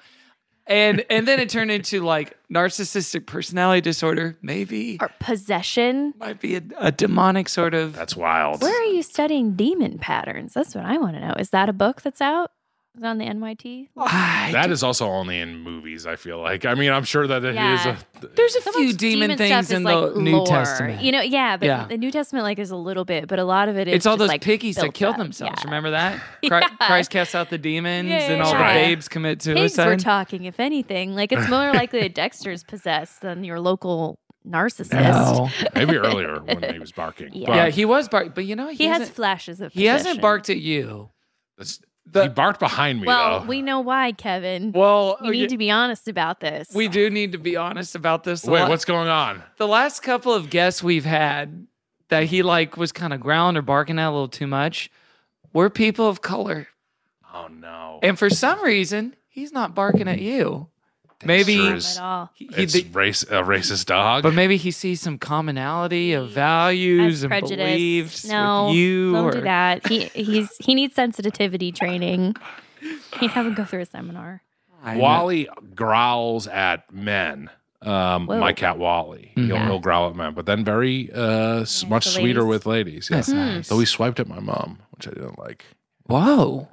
S8: And and then it turned into like narcissistic personality disorder, maybe
S5: Or possession.
S8: might be a, a demonic sort of
S3: That's wild.
S5: Where are you studying demon patterns? That's what I want to know. Is that a book that's out? Is it on the NYT?
S3: That is also only in movies. I feel like. I mean, I'm sure that it is
S5: Yeah.
S3: a.
S8: There's a few
S5: Sometimes
S8: demon,
S5: stuff
S8: things
S5: is,
S8: in
S5: like,
S8: the New
S5: lore.
S8: Testament.
S5: You know, yeah, but
S8: Yeah.
S5: the New Testament like is a little bit, but a lot of it is
S8: it's all
S5: just,
S8: those
S5: like,
S8: piggies that
S5: built
S8: killed
S5: up.
S8: themselves. Remember that? Christ,
S5: Yeah.
S8: Christ casts out the demons,
S5: Yeah,
S8: and all
S5: yeah,
S8: the
S5: yeah.
S8: babes commit
S5: Pigs we're
S8: suicide.
S5: talking, if anything. Like it's more likely that Dexter's possessed than your local narcissist.
S8: No.
S3: Maybe earlier when he was barking.
S5: Yeah.
S3: but
S8: yeah, he was barking, but you know he,
S5: He has
S8: hasn't-
S5: flashes of
S8: He hasn't
S5: possession.
S8: barked at you.
S3: that's- he barked behind me
S5: Well,
S3: though.
S5: we know why, Kevin.
S8: Well,
S5: you need
S8: okay.
S5: to be honest about this.
S8: We do need to be honest about this. The
S3: Wait,
S8: la-
S3: what's going on?
S8: the last couple of guests we've had that he like was kind of growling or barking at a little too much were people of color,
S3: Oh no!
S8: and for some reason he's not barking at you. Maybe
S3: Sure
S5: at
S3: is-
S5: all.
S8: he, he-
S3: it's race a racist dog.
S8: but maybe he sees some commonality of values
S5: That's
S8: and
S5: prejudice.
S8: beliefs
S5: No,
S8: with you.
S5: don't
S8: or,
S5: do that. He he's he needs sensitivity training. He'd have him go through a seminar.
S8: I know.
S3: Wally growls at men. Um,
S5: Whoa.
S3: my cat Wally, he'll,
S8: Mhm.
S3: he'll growl at men, but then very uh, s-
S5: Nice
S3: much
S5: to
S3: sweeter
S5: ladies. Mm.
S3: with ladies. Yeah.
S8: That's nice.
S3: So he swiped at my mom, which I didn't like.
S8: Whoa.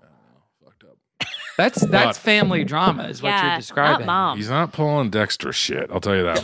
S8: That's that's family drama, is what
S5: yeah,
S8: you're describing.
S5: Not mom.
S3: He's not pulling Dexter shit. I'll tell you that.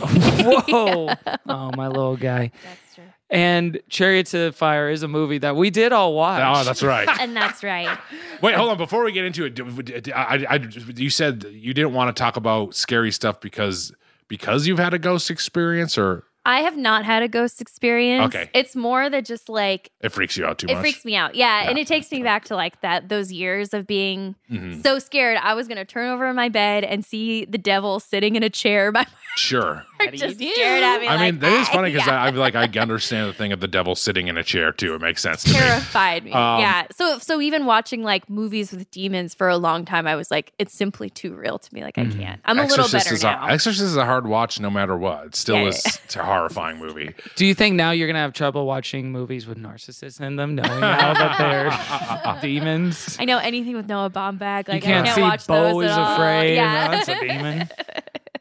S3: much.
S8: Whoa. Oh, my little guy.
S5: That's true.
S8: And Chariots of Fire is a movie that we did all watch.
S3: oh, that's right.
S5: And that's right.
S3: Wait, hold on. Before we get into it, do- do- I, I, you said you didn't want to talk about scary stuff because because you've had a ghost experience, or
S5: I have not had a ghost experience.
S3: Okay.
S5: It's more that just like
S3: it freaks you out too
S5: it
S3: much.
S5: freaks me out. Yeah, and
S3: Yeah,
S5: it takes me back to like that those years of being
S3: Mhm.
S5: so scared. I was gonna turn over in my bed and see the devil sitting in a chair by
S3: Sure.
S5: my just stared at me.
S3: I mean,
S5: like,
S3: that is
S5: "Ah,"
S3: funny because
S5: yeah.
S3: I, I like I understand the thing of the devil sitting in a chair too. It makes sense to me.
S5: terrified me.
S3: Um,
S5: yeah. So so even watching like movies with demons for a long time, I was like, it's simply too real to me. Like I can't. I'm a little better
S3: is
S5: now.
S3: A, Exorcist is a hard watch no matter what. It still
S5: Yeah, yeah,
S3: is a horrifying movie.
S8: Do you think now you're going to have trouble watching movies with narcissists in them, knowing now that they're demons?
S5: I know anything with Noah Baumbach. Like
S8: you can't,
S5: I can't
S8: see
S5: watch
S8: Bo
S5: those
S8: is
S5: at all.
S8: afraid.
S5: Yeah.
S8: Yeah. That's a demon.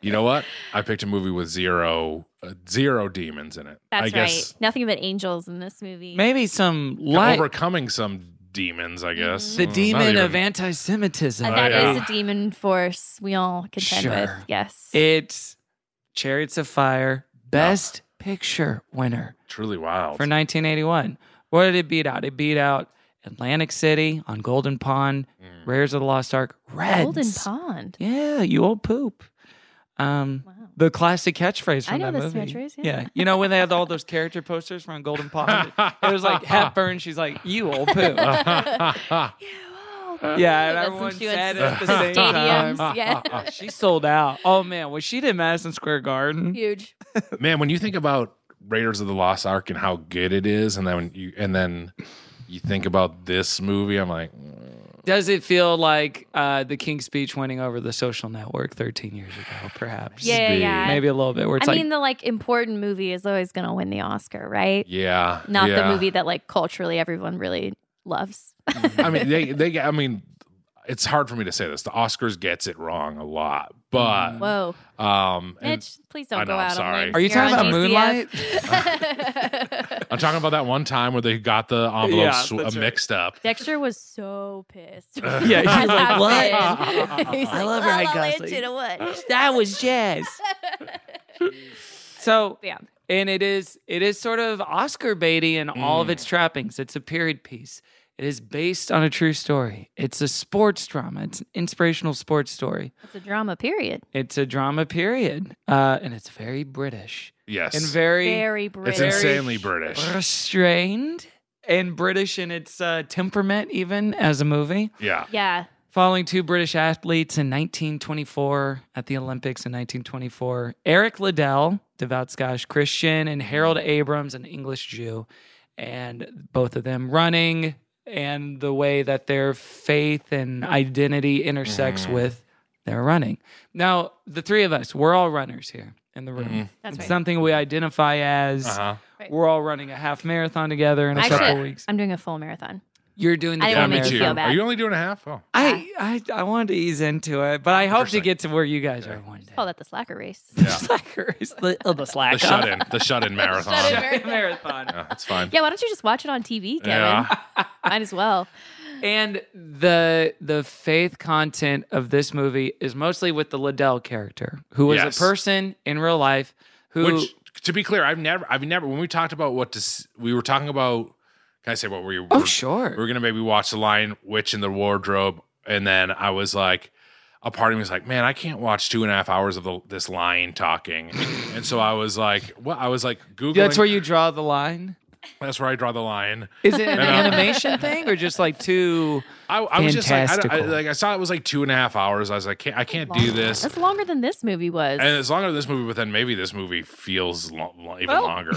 S3: You know what? I picked a movie with zero uh, zero demons in it.
S5: That's
S3: I guess
S5: right. Nothing but angels in this movie.
S8: Maybe some
S3: right.
S8: light.
S3: overcoming some demons. I guess
S5: Mm-hmm.
S8: the
S3: Mm, not
S8: demon
S3: even- Oh,
S8: of anti Semitism.
S5: And that is
S3: yeah.
S5: a demon force we all contend with.
S8: Oh, Sure.
S5: Yes.
S8: It's Chariots of Fire, Best Picture winner
S3: truly wild.
S8: for 1981. What did it beat out? It beat out Atlantic City on Golden Pond, Rares of the Lost Ark, Reds.
S5: Golden Pond.
S8: Yeah, you old poop. Um,
S5: Wow.
S8: the classic catchphrase from
S5: I know
S8: that
S5: this
S8: movie.
S5: catchphrase, yeah.
S8: you know when they had all those character posters from Golden Pond. It was like Hepburn. She's like, "You old poop." Yeah, and
S5: That's when
S8: everyone
S5: she went
S8: said
S5: to
S8: it at the
S5: the
S8: same time.
S5: stadiums. Yeah.
S8: she sold out. Oh man, was she did Madison Square Garden?
S5: Huge.
S3: Man, when you think about Raiders of the Lost Ark and how good it is, and then when you and then you think about this movie, I'm like,
S8: Does it feel like uh, the King's Speech winning over the Social Network 13 years ago? Perhaps.
S5: Yeah, yeah,
S3: Speed.
S5: yeah.
S8: Maybe a little bit. Where
S5: I
S8: it's like,
S5: mean, the like important movie is always going to win the Oscar, right?
S3: yeah,
S5: Not
S3: yeah.
S5: the movie that like culturally everyone really loves.
S3: I mean, they they get. I mean, it's hard for me to say this. The Oscars gets it wrong a lot, but
S5: Whoa,
S3: um, and
S5: Mitch! Please don't
S3: I know,
S5: go
S3: I'm
S5: out
S3: sorry.
S5: on
S8: are you
S5: You're
S8: talking about
S5: on
S8: Moonlight?
S5: GCF.
S3: I'm talking about that one time where they got the
S8: Yeah,
S3: envelopes sw-
S8: that's
S3: uh,
S8: right.
S3: mixed up.
S5: Dexter was so pissed.
S8: Yeah,
S5: That
S8: he's like, "What?"
S5: happened. He's
S8: I
S5: like,
S8: love her,
S5: "La
S8: I
S5: La
S8: guess."
S5: Land, you know what?
S8: that was jazz. so
S5: Yeah.
S8: and it is it is sort of Oscar baity in all of its trappings. It's a period piece. It is based on a true story. It's a sports drama. It's an inspirational sports story.
S5: It's a drama. Period.
S8: It's a drama period, uh, and it's very British
S3: Yes,
S8: and very,
S5: Very British.
S3: it's insanely British.
S8: restrained and British in its uh, temperament, even as a movie.
S3: Yeah,
S5: Yeah.
S8: Following two British athletes in 1924 at the Olympics in 1924, Eric Liddell, devout Scottish Christian, and Harold Abrams, an English Jew, and both of them running and the way that their faith and identity intersects with their running. Now, the three of us, we're all runners here in the room.
S5: That's
S8: it's
S5: right.
S8: something we identify as.
S3: uh-huh.
S5: Right.
S8: We're all running a half marathon together in a
S5: Actually,
S8: couple weeks.
S5: I'm doing a full marathon.
S8: You're doing the
S5: I
S8: full
S5: didn't
S3: yeah,
S5: wanna
S3: me
S5: make you
S3: too.
S5: feel
S8: marathon.
S3: Are
S5: bad.
S3: you only doing a half? Oh,
S8: I, I I wanted to ease into it, but I hope to get to where you guys are one day.
S5: Call that the slacker race.
S8: Slacker is the, oh, the
S3: the
S8: slack
S3: shut in, the shut in marathon.
S5: Shut-in
S3: yeah,
S8: marathon.
S3: that's fine.
S5: Yeah, why don't you just watch it on TV, Kevin?
S3: Yeah.
S5: Might as well.
S8: and the the faith content of this movie is mostly with the Liddell character, who was
S3: Yes.
S8: a person in real life who
S3: Which, to be clear, I've never, I've never. When we talked about what to, s- we were talking about. Can I say what we?
S8: Oh, sure.
S3: We were gonna maybe watch The Lion, Witch in the Wardrobe, and then I was like, a part of me was like, man, I can't watch two and a half hours of the, this lion talking, and so I was like, what? I was like, googling.
S8: that's where you draw the line.
S3: That's where I draw the line.
S8: Is it an
S3: And I'm-
S8: animation thing or just like too?
S3: I, I was just like, I, don't- I,
S8: fantastical?
S3: like I saw it was like two and a half hours. I was like, can't, I can't do this.
S5: That's longer than this movie was.
S3: And it's longer than this movie, but then maybe this movie feels lo- lo- even
S5: Well.
S3: longer.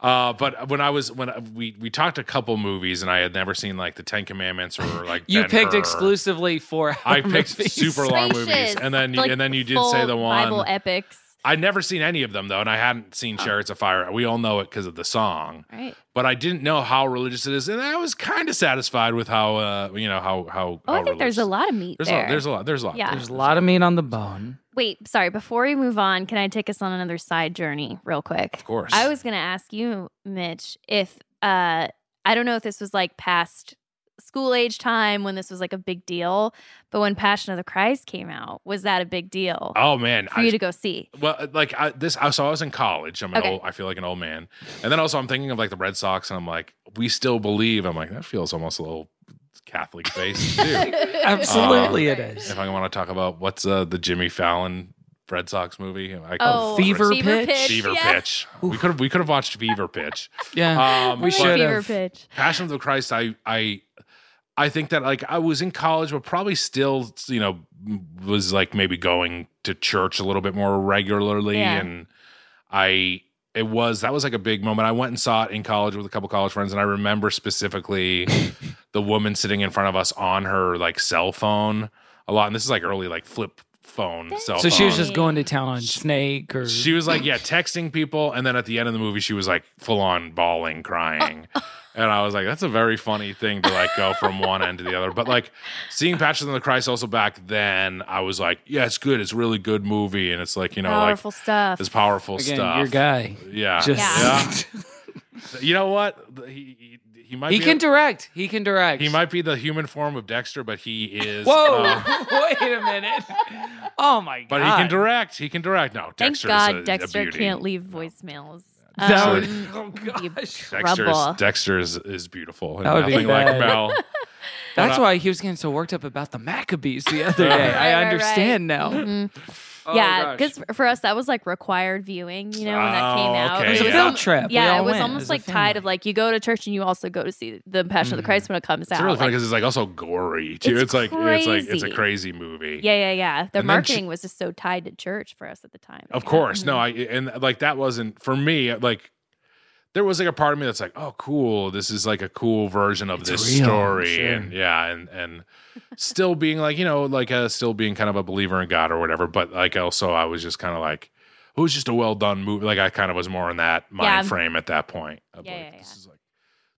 S3: Uh, but when I was when I- we we talked a couple movies, and I had never seen like the Ten Commandments or like
S8: You
S3: Ben-Hur.
S8: picked exclusively for
S3: I picked super long movies,
S5: Spacious,
S3: and then you,
S5: like
S3: and then you did
S5: full
S3: say the one
S5: Bible epics.
S3: I'd never seen any of them though, and I hadn't seen Chariots of Fire. We all know it because of the song,
S5: Oh. Right.
S3: but I didn't know how religious it is, and I was kind of satisfied with how uh, you know how how.
S5: Oh,
S3: how
S5: I think there's a lot of meat
S3: There's a
S5: there.
S3: lot. There's a lot. There's a lot.
S5: Yeah.
S8: There's a lot of meat on the bone.
S5: Wait, sorry. Before we move on, can I take us on another side journey real quick? Of
S3: course.
S5: I was going to ask you, Mitch, if uh, I don't know if this was like past school age time when this was like a big deal, but when Passion of the Christ came out, was that a big deal
S3: Oh man,
S5: for
S3: I-
S5: you to go see?
S3: Well, uh, like I, this, I so I was in college. I'm an
S5: Okay.
S3: old. I feel like an old man. And then also, I'm thinking of like the Red Sox, and I'm like, we still believe. I'm like, that feels almost a little Catholic based. too.
S8: Absolutely
S3: Um,
S8: it is.
S3: Uh, If I want to talk about what's uh, the Jimmy Fallon Red Sox movie, I
S8: Oh, Fever Fever Pitch? Pitch,
S3: Fever
S8: yeah.
S3: Pitch. We could have we could have watched Fever Pitch. Um,
S8: Yeah, we
S3: but-
S8: should
S5: Fever
S8: have.
S5: pitch.
S3: Passion of the Christ, I I I think that like I was in college, but probably still, you know, was like maybe going to church a little bit more regularly,
S11: Yeah.
S3: and I it was that was like a big moment. I went and saw it in college with a couple college friends, and I remember specifically the woman sitting in front of us on her like cell phone a lot, and this is like early like flip phone cell.
S8: So she was
S3: phone
S8: just going to town on Snake or
S3: she was like, yeah, texting people, and then at the end of the movie, she was like full on bawling, crying, and I was like, that's a very funny thing to like go from one end to the other. But like seeing Passion of the Christ also back then, I was like, yeah, it's good, it's a really good movie, and it's like you know,
S5: Powerful
S3: like
S5: stuff.
S3: it's powerful
S8: Again,
S3: stuff.
S8: your guy.
S3: yeah,
S8: Just-
S3: yeah. you know what? He he, he might
S8: He
S3: be
S8: can
S3: a-
S8: direct. He can direct.
S3: he might be the human form of Dexter, but he is.
S8: Whoa! Oh
S3: um,
S8: Wait a minute. Oh my god.
S3: but he can direct. He can direct. No,
S5: Thank
S3: Dexter
S5: God
S3: is a, a
S5: Dexter
S3: beauty.
S5: can't leave voicemails.
S3: That would-
S5: Um,
S8: oh
S5: it'd be
S3: Dexter's,
S5: trouble.
S3: Dexter is, is beautiful. And
S8: That would be
S3: nothing like
S8: bad.
S3: Mel.
S8: That's
S3: But, uh,
S8: why he was getting so worked up about the Maccabees the other day.
S3: Right,
S5: right,
S8: I
S5: right.
S8: understand now.
S5: Mhm.
S8: Oh,
S5: yeah,
S8: gosh.
S5: because for us that was like required viewing. You know when that came
S8: Oh,
S5: out,
S8: okay,
S5: It was
S8: It was a
S5: al-
S8: field trip. We
S5: Yeah,
S8: all
S5: it was
S8: went
S5: almost
S8: as a
S5: like tied of like you go to church and you also go to see the Passion of the Christ when it comes
S3: It's
S5: out.
S3: really funny
S5: like-
S3: because it's like also gory too.
S5: It's
S3: It's, like it's like it's a
S5: crazy.
S3: crazy movie.
S5: yeah, yeah, yeah. The
S3: And then she-
S5: marketing was just so tied to church for us at the time.
S3: Of course. No,
S5: Mm-hmm.
S3: I and like that wasn't for me, like there was like a part of me that's like, oh cool, this is like a cool version of this
S11: real,
S3: story.
S11: sure.
S3: And yeah, and and still being like, you know, like uh still being kind of a believer in God or whatever, but like also I was just kind of like it was just a well done movie. Like I kind of was more in that mind
S5: Yeah.
S3: frame at that point. of
S5: Yeah,
S3: like,
S5: yeah,
S3: This, is like,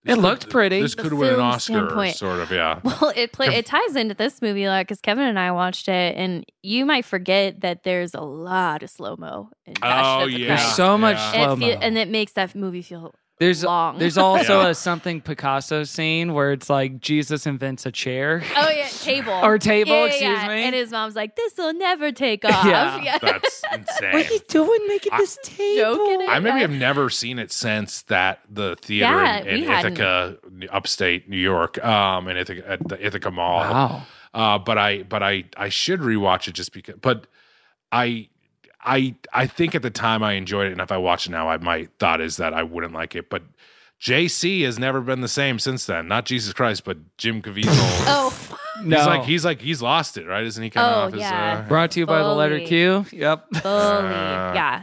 S8: It looked pretty.
S3: this
S5: The
S3: could win an
S5: film
S3: Oscar,
S5: standpoint.
S3: sort of. Yeah.
S5: Well, it play, it ties into this movie a lot because Kevin and I watched it, and you might forget that there's a lot of slow mo.
S3: Oh yeah,
S8: There's so much
S3: yeah.
S8: slow mo.
S5: and it makes that movie feel
S8: There's
S5: long.
S8: there's also a something Picasso scene where it's like Jesus invents a chair.
S5: Oh yeah, table
S8: Or table,
S5: Yeah, yeah,
S8: excuse
S5: yeah.
S8: me.
S5: And his mom's like, "This will never take off."
S8: Yeah.
S3: That's insane.
S8: doing making
S3: I-
S8: this table?
S3: I maybe have never seen it since that the theater
S5: Yeah,
S3: in, in
S5: we
S3: Ithaca, upstate New York, um, in Ithaca at the Ithaca Mall.
S8: Wow.
S3: Uh, but I, but I, I should rewatch it just because. But I, I, I think at the time I enjoyed it, and if I watch it now, I my thought is that I wouldn't like it. But JC has never been the same since then. Not Jesus Christ, but Jim Caviezel.
S5: Oh,
S8: No.
S3: He's like he's like he's lost it, right? Isn't he coming
S5: Oh,
S3: off his?
S5: yeah.
S3: Uh,
S8: Brought to you by the letter
S5: Fully.
S8: Q. Yep.
S5: fully.
S8: uh,
S5: yeah,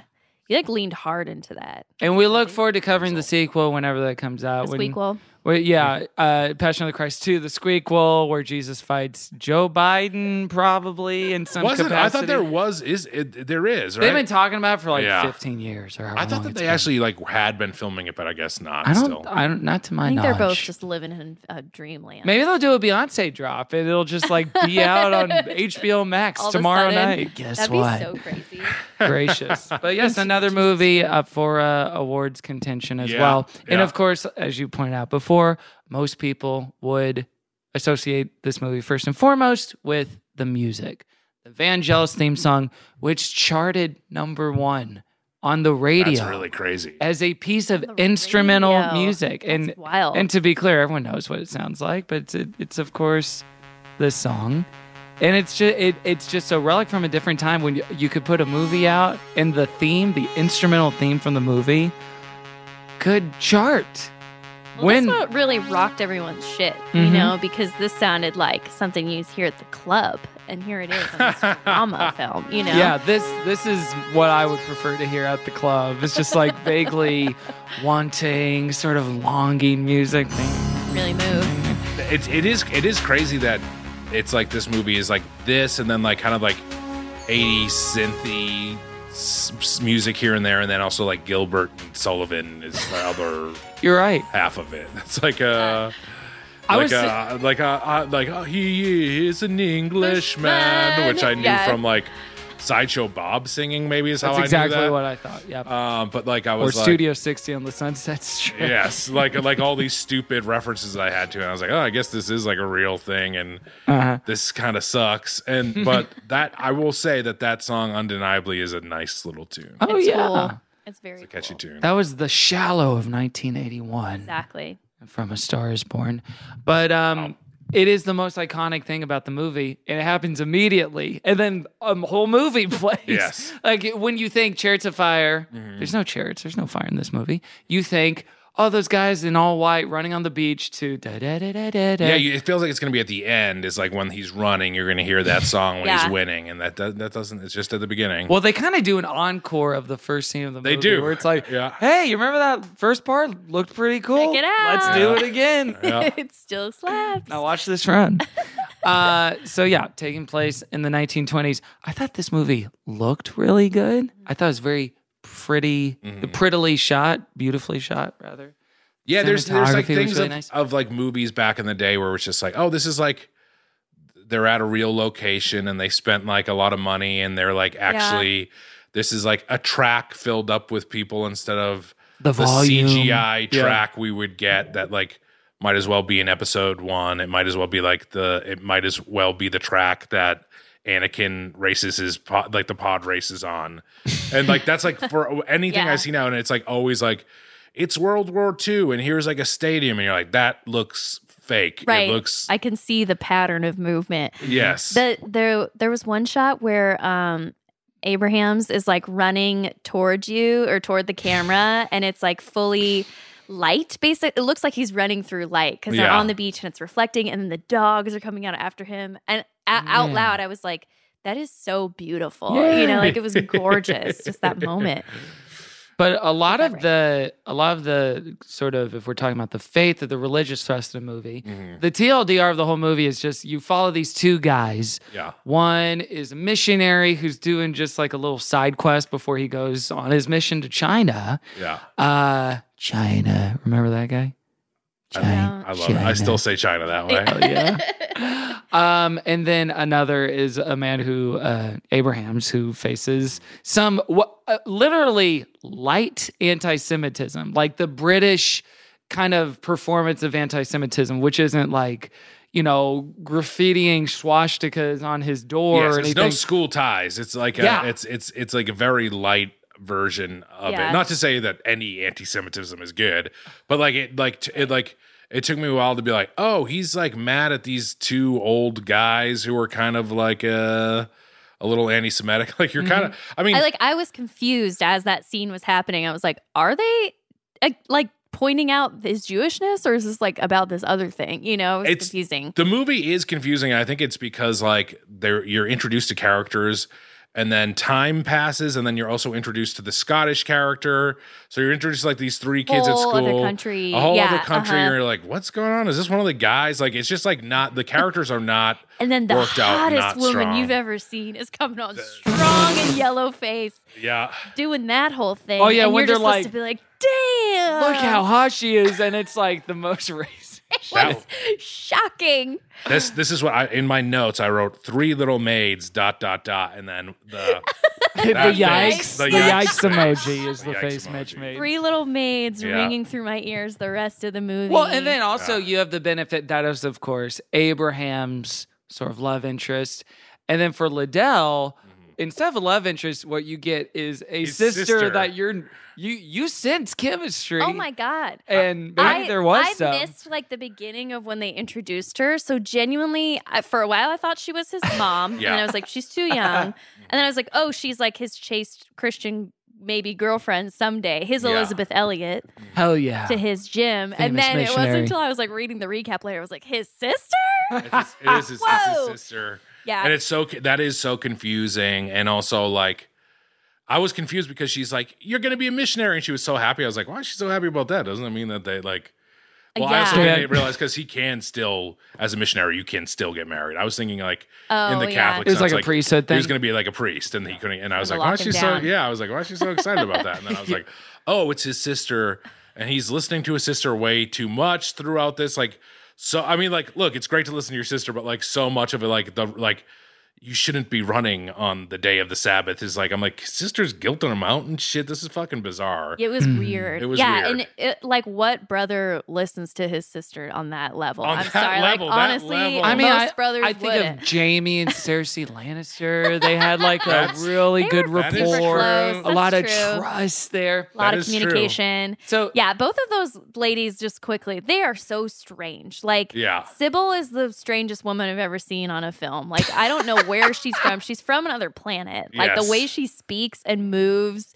S5: you like leaned hard into that.
S8: And we look forward to covering the sequel whenever that comes out.
S5: The
S8: When-
S5: squeakquel.
S8: Well, yeah, uh, Passion of the Christ 2, the squeakquel, where Jesus fights Joe Biden, probably in some
S3: wasn't I
S8: capacity.
S3: thought there was is it, there is right?
S8: They've been talking about it for like
S3: Yeah.
S8: 15 years. Or
S3: I thought that they actually like had been filming it, but I guess not.
S8: I don't.
S3: still.
S8: I don't. Not to my
S5: I think
S8: knowledge.
S5: they're both just living in a dreamland.
S8: Maybe they'll do a Beyonce drop and it'll just like be out on HBO Max
S5: All of a
S8: tomorrow
S5: sudden.
S8: night. Guess
S5: That'd
S8: what?
S5: be so crazy.
S8: Gracious. But yes, another movie up for uh, awards contention as
S3: Yeah,
S8: well. And
S3: yeah.
S8: of course, as you pointed out before, most people would associate this movie first and foremost with the music. The Vangelis theme song, which charted number one on the radio.
S3: That's really crazy.
S8: As a piece of instrumental
S5: radio.
S8: music. and
S5: That's wild.
S8: and to be clear, everyone knows what it sounds like, but it's, it's of course this song. And it's just it, it's just a relic from a different time when you, you could put a movie out and the theme, the instrumental theme from the movie could chart.
S5: Well, that's what really rocked everyone's shit, you
S8: Mhm.
S5: know, because this sounded like something you hear at the club, and here it is on this drama film, you know.
S8: Yeah, this this is what I would prefer to hear at the club. It's just like vaguely wanting, sort of longing music.
S5: Really moved.
S3: It's it is it is crazy that it's like this movie is like this and then like kind of like 80 synthy s- s- music here and there and then also like Gilbert and Sullivan is the other
S8: You're right.
S3: half of it. It's like uh
S8: I
S3: like
S8: was
S3: uh, like uh, uh, like uh, he is an Englishman, which I knew
S8: Yeah.
S3: from like sideshow Bob singing. Maybe is how
S8: That's
S3: I
S8: exactly
S3: knew that.
S8: what I thought. Yeah.
S3: Um, but like I
S8: Or
S3: was like,
S8: Studio 60 on the Sunset Strip.
S3: yes, like like all these stupid references I had to, and I was like, oh, I guess this is like a real thing, and
S8: Uh-huh.
S3: this kind of sucks. And but that I will say that that song undeniably is a nice little tune.
S8: Oh
S5: It's
S8: yeah.
S5: cool. It's very
S3: It's a catchy tune.
S8: That was the shallow of 1981.
S5: exactly.
S8: from A Star Is Born. But um, it is the most iconic thing about the movie, and it happens immediately, and then a whole movie plays.
S3: Yes. Mm-hmm.
S8: like when you think Chariots of Fire, there's no chariots, there's no fire in this movie. You think all those guys in all white running on the beach to da da da da da. da.
S3: Yeah, you, it feels like it's gonna be at the end. Is like when he's running, you're gonna hear that song when
S5: Yeah.
S3: he's winning, and that does, that doesn't. It's just at the beginning.
S8: well, they kind of do an encore of the first scene of the
S3: They
S8: movie.
S3: do.
S8: Where it's like,
S3: Yeah.
S8: hey, you remember that first part? Looked pretty cool.
S5: Check it out.
S8: Let's do it again.
S3: Yeah.
S5: it still slaps.
S8: Now watch this run. uh, so yeah, taking place in the 1920s. I thought this movie looked really good. I thought it was very pretty,
S3: Mm-hmm.
S8: prettily shot, beautifully shot, rather.
S3: Yeah, there's there's like
S8: Cinematography was
S3: things
S8: really
S3: of,
S8: nice.
S3: of like movies back in the day where it's just like, oh, this is like they're at a real location and they spent like a lot of money and they're like actually this is like a track filled up with people instead of
S8: The volume.
S3: CGI
S8: Yeah.
S3: track we would get that like might as well be in episode one. It might as well be like the it might as well be the track that Anakin races his pod, like the pod races on. And like that's like for anything
S5: Yeah.
S3: I see now, and it's like always like it's World War II, and here's like a stadium, and you're like, that looks fake.
S5: Right.
S3: It looks
S5: I can see the pattern of movement.
S3: yes.
S5: The, there, there was one shot where um, Abrahams is like running towards you or toward the camera, and it's like fully light. Basically, it looks like he's running through light because they're
S3: Yeah.
S5: on the beach and it's reflecting, and then the dogs are coming out after him. And a- out
S8: Yeah.
S5: loud, I was like, "That is so beautiful," you know, like it was gorgeous. just that moment.
S8: But a lot of the a lot of the sort of if we're talking about the faith of the religious thrust of the movie,
S3: Mm-hmm.
S8: the TLDR of the whole movie is just you follow these two guys.
S3: Yeah.
S8: One is a missionary who's doing just like a little side quest before he goes on his mission to China.
S3: Yeah.
S8: Uh China. Remember that guy? China.
S3: I love it. I still say China that way.
S8: Oh, yeah. um, and then another is a man who uh, Abraham's who faces some wha- uh, literally light anti-Semitism, like the British kind of performance of anti-Semitism, which isn't like you know graffitiing swastikas on his door
S3: Yes,
S8: or
S3: it's
S8: anything.
S3: no school ties. It's like a,
S8: Yeah.
S3: it's it's it's like a very light version of
S5: Yeah.
S3: it. Not to say that any anti-Semitism is good, but like it like t- it like it took me a while to be like, oh, he's like mad at these two old guys who are kind of like a a little anti-Semitic. Like you're kind of. I mean,
S5: Mm-hmm. I like I was confused as that scene was happening. I was like, are they uh, like pointing out his Jewishness or is this like about this other thing? You know, it was
S3: It's-
S5: confusing.
S3: The movie is confusing. and I think it's because like they're you're introduced to characters and then time passes and then you're also introduced to the Scottish character. So you're introduced to like these three kids at
S5: Whole
S3: school.
S5: other country.
S3: A whole
S5: Yeah,
S3: other country.
S5: uh-huh.
S3: You're like, what's going on? Is this one of the guys? Like it's just like not the characters are not
S5: And then the
S3: worked out,
S5: hottest
S3: not
S5: woman
S3: strong.
S5: you've ever seen is coming on strong and yellow face,
S3: Yeah.
S5: doing that whole thing.
S8: Oh, yeah,
S5: and
S8: when
S5: you're just
S8: they're Uh.
S5: supposed to be like, damn,
S8: Look how hot she is, and it's like the most racist.
S3: That-
S5: Shocking.
S3: this this is what I in my notes I wrote three little maids dot dot dot and then the
S8: the
S3: that face,
S8: yikes, the yikes, emoji is the,
S3: yikes
S8: face Mitch made.
S5: Three little maids
S8: Yeah.
S5: ringing through my ears the rest of the movie.
S8: Well, and then also you have the benefit that is, of course, Abraham's sort of love interest, and then for Liddell, instead of a love interest, what you get is a
S10: Mm-hmm. His
S8: sister,
S10: sister.
S8: that you're you you sense chemistry.
S5: Oh my god.
S8: And maybe there was
S5: I
S8: some.
S5: missed like the beginning of when they introduced her. So genuinely, I, for a while, I thought she was his mom,
S8: Yeah.
S5: and I was like, she's too young. and then I was like, oh, she's like his chaste Christian maybe girlfriend someday. His
S8: Yeah.
S5: Elizabeth Elliot
S8: Hell yeah.
S5: to his gym, and
S8: Famous
S5: then it wasn't
S8: missionary.
S5: until I was like reading the recap later, I was like, his sister.
S3: It's his- it is his, it's his
S5: Whoa.
S3: sister.
S5: Yeah.
S3: and it's so that is so confusing, and also like I was confused because she's like, "You're going to be a missionary," and she was so happy. I was like, "Why is she so happy about that?" Doesn't it mean that they like? Well, I also
S5: Uh, Yeah.
S3: didn't realize because he can still, as a missionary, you can still get married. I was thinking like in
S5: Oh,
S3: the
S5: yeah.
S3: Catholic,
S8: It was
S3: sense,
S8: like a priesthood
S3: He was
S8: thing.
S3: going to be like a priest, and he couldn't. And I was
S8: Gonna
S3: like, "Why
S8: lock
S3: is she
S8: him
S3: so?"
S8: down.
S3: Yeah, I was like, "Why is she so excited about that?" And then I was like, "Oh, it's his sister," and he's listening to his sister way too much throughout this. Like, so I mean, like, look, it's great to listen to your sister, but like, so much of it, like the like. You shouldn't be running on the day of the Sabbath. Is like I'm like sister's guilt on a mountain. Shit, this is fucking bizarre.
S5: It was
S8: Hmm.
S5: weird.
S3: It was
S5: yeah,
S3: weird.
S5: and it, like what brother listens to his sister on that level?
S3: On
S5: I'm
S3: that
S5: sorry.
S3: level,
S5: like
S3: that
S5: honestly,
S3: level.
S5: most
S3: I mean,
S8: I-
S5: brothers
S8: I think
S5: wouldn't.
S8: of Jamie and Cersei Lannister. They had like a
S10: That's-
S8: really
S10: They
S8: good
S10: were pretty
S8: rapport,
S10: close.
S8: a
S10: That's
S8: lot
S5: true.
S8: of trust there,
S5: a lot of communication.
S8: So
S5: yeah, both of those ladies just quickly, they are so strange. Like
S8: Yeah.
S5: Sybil is the strangest woman I've ever seen on a film. Like I don't know where she's from. She's from another planet. Like
S3: Yes.
S5: the way she speaks and moves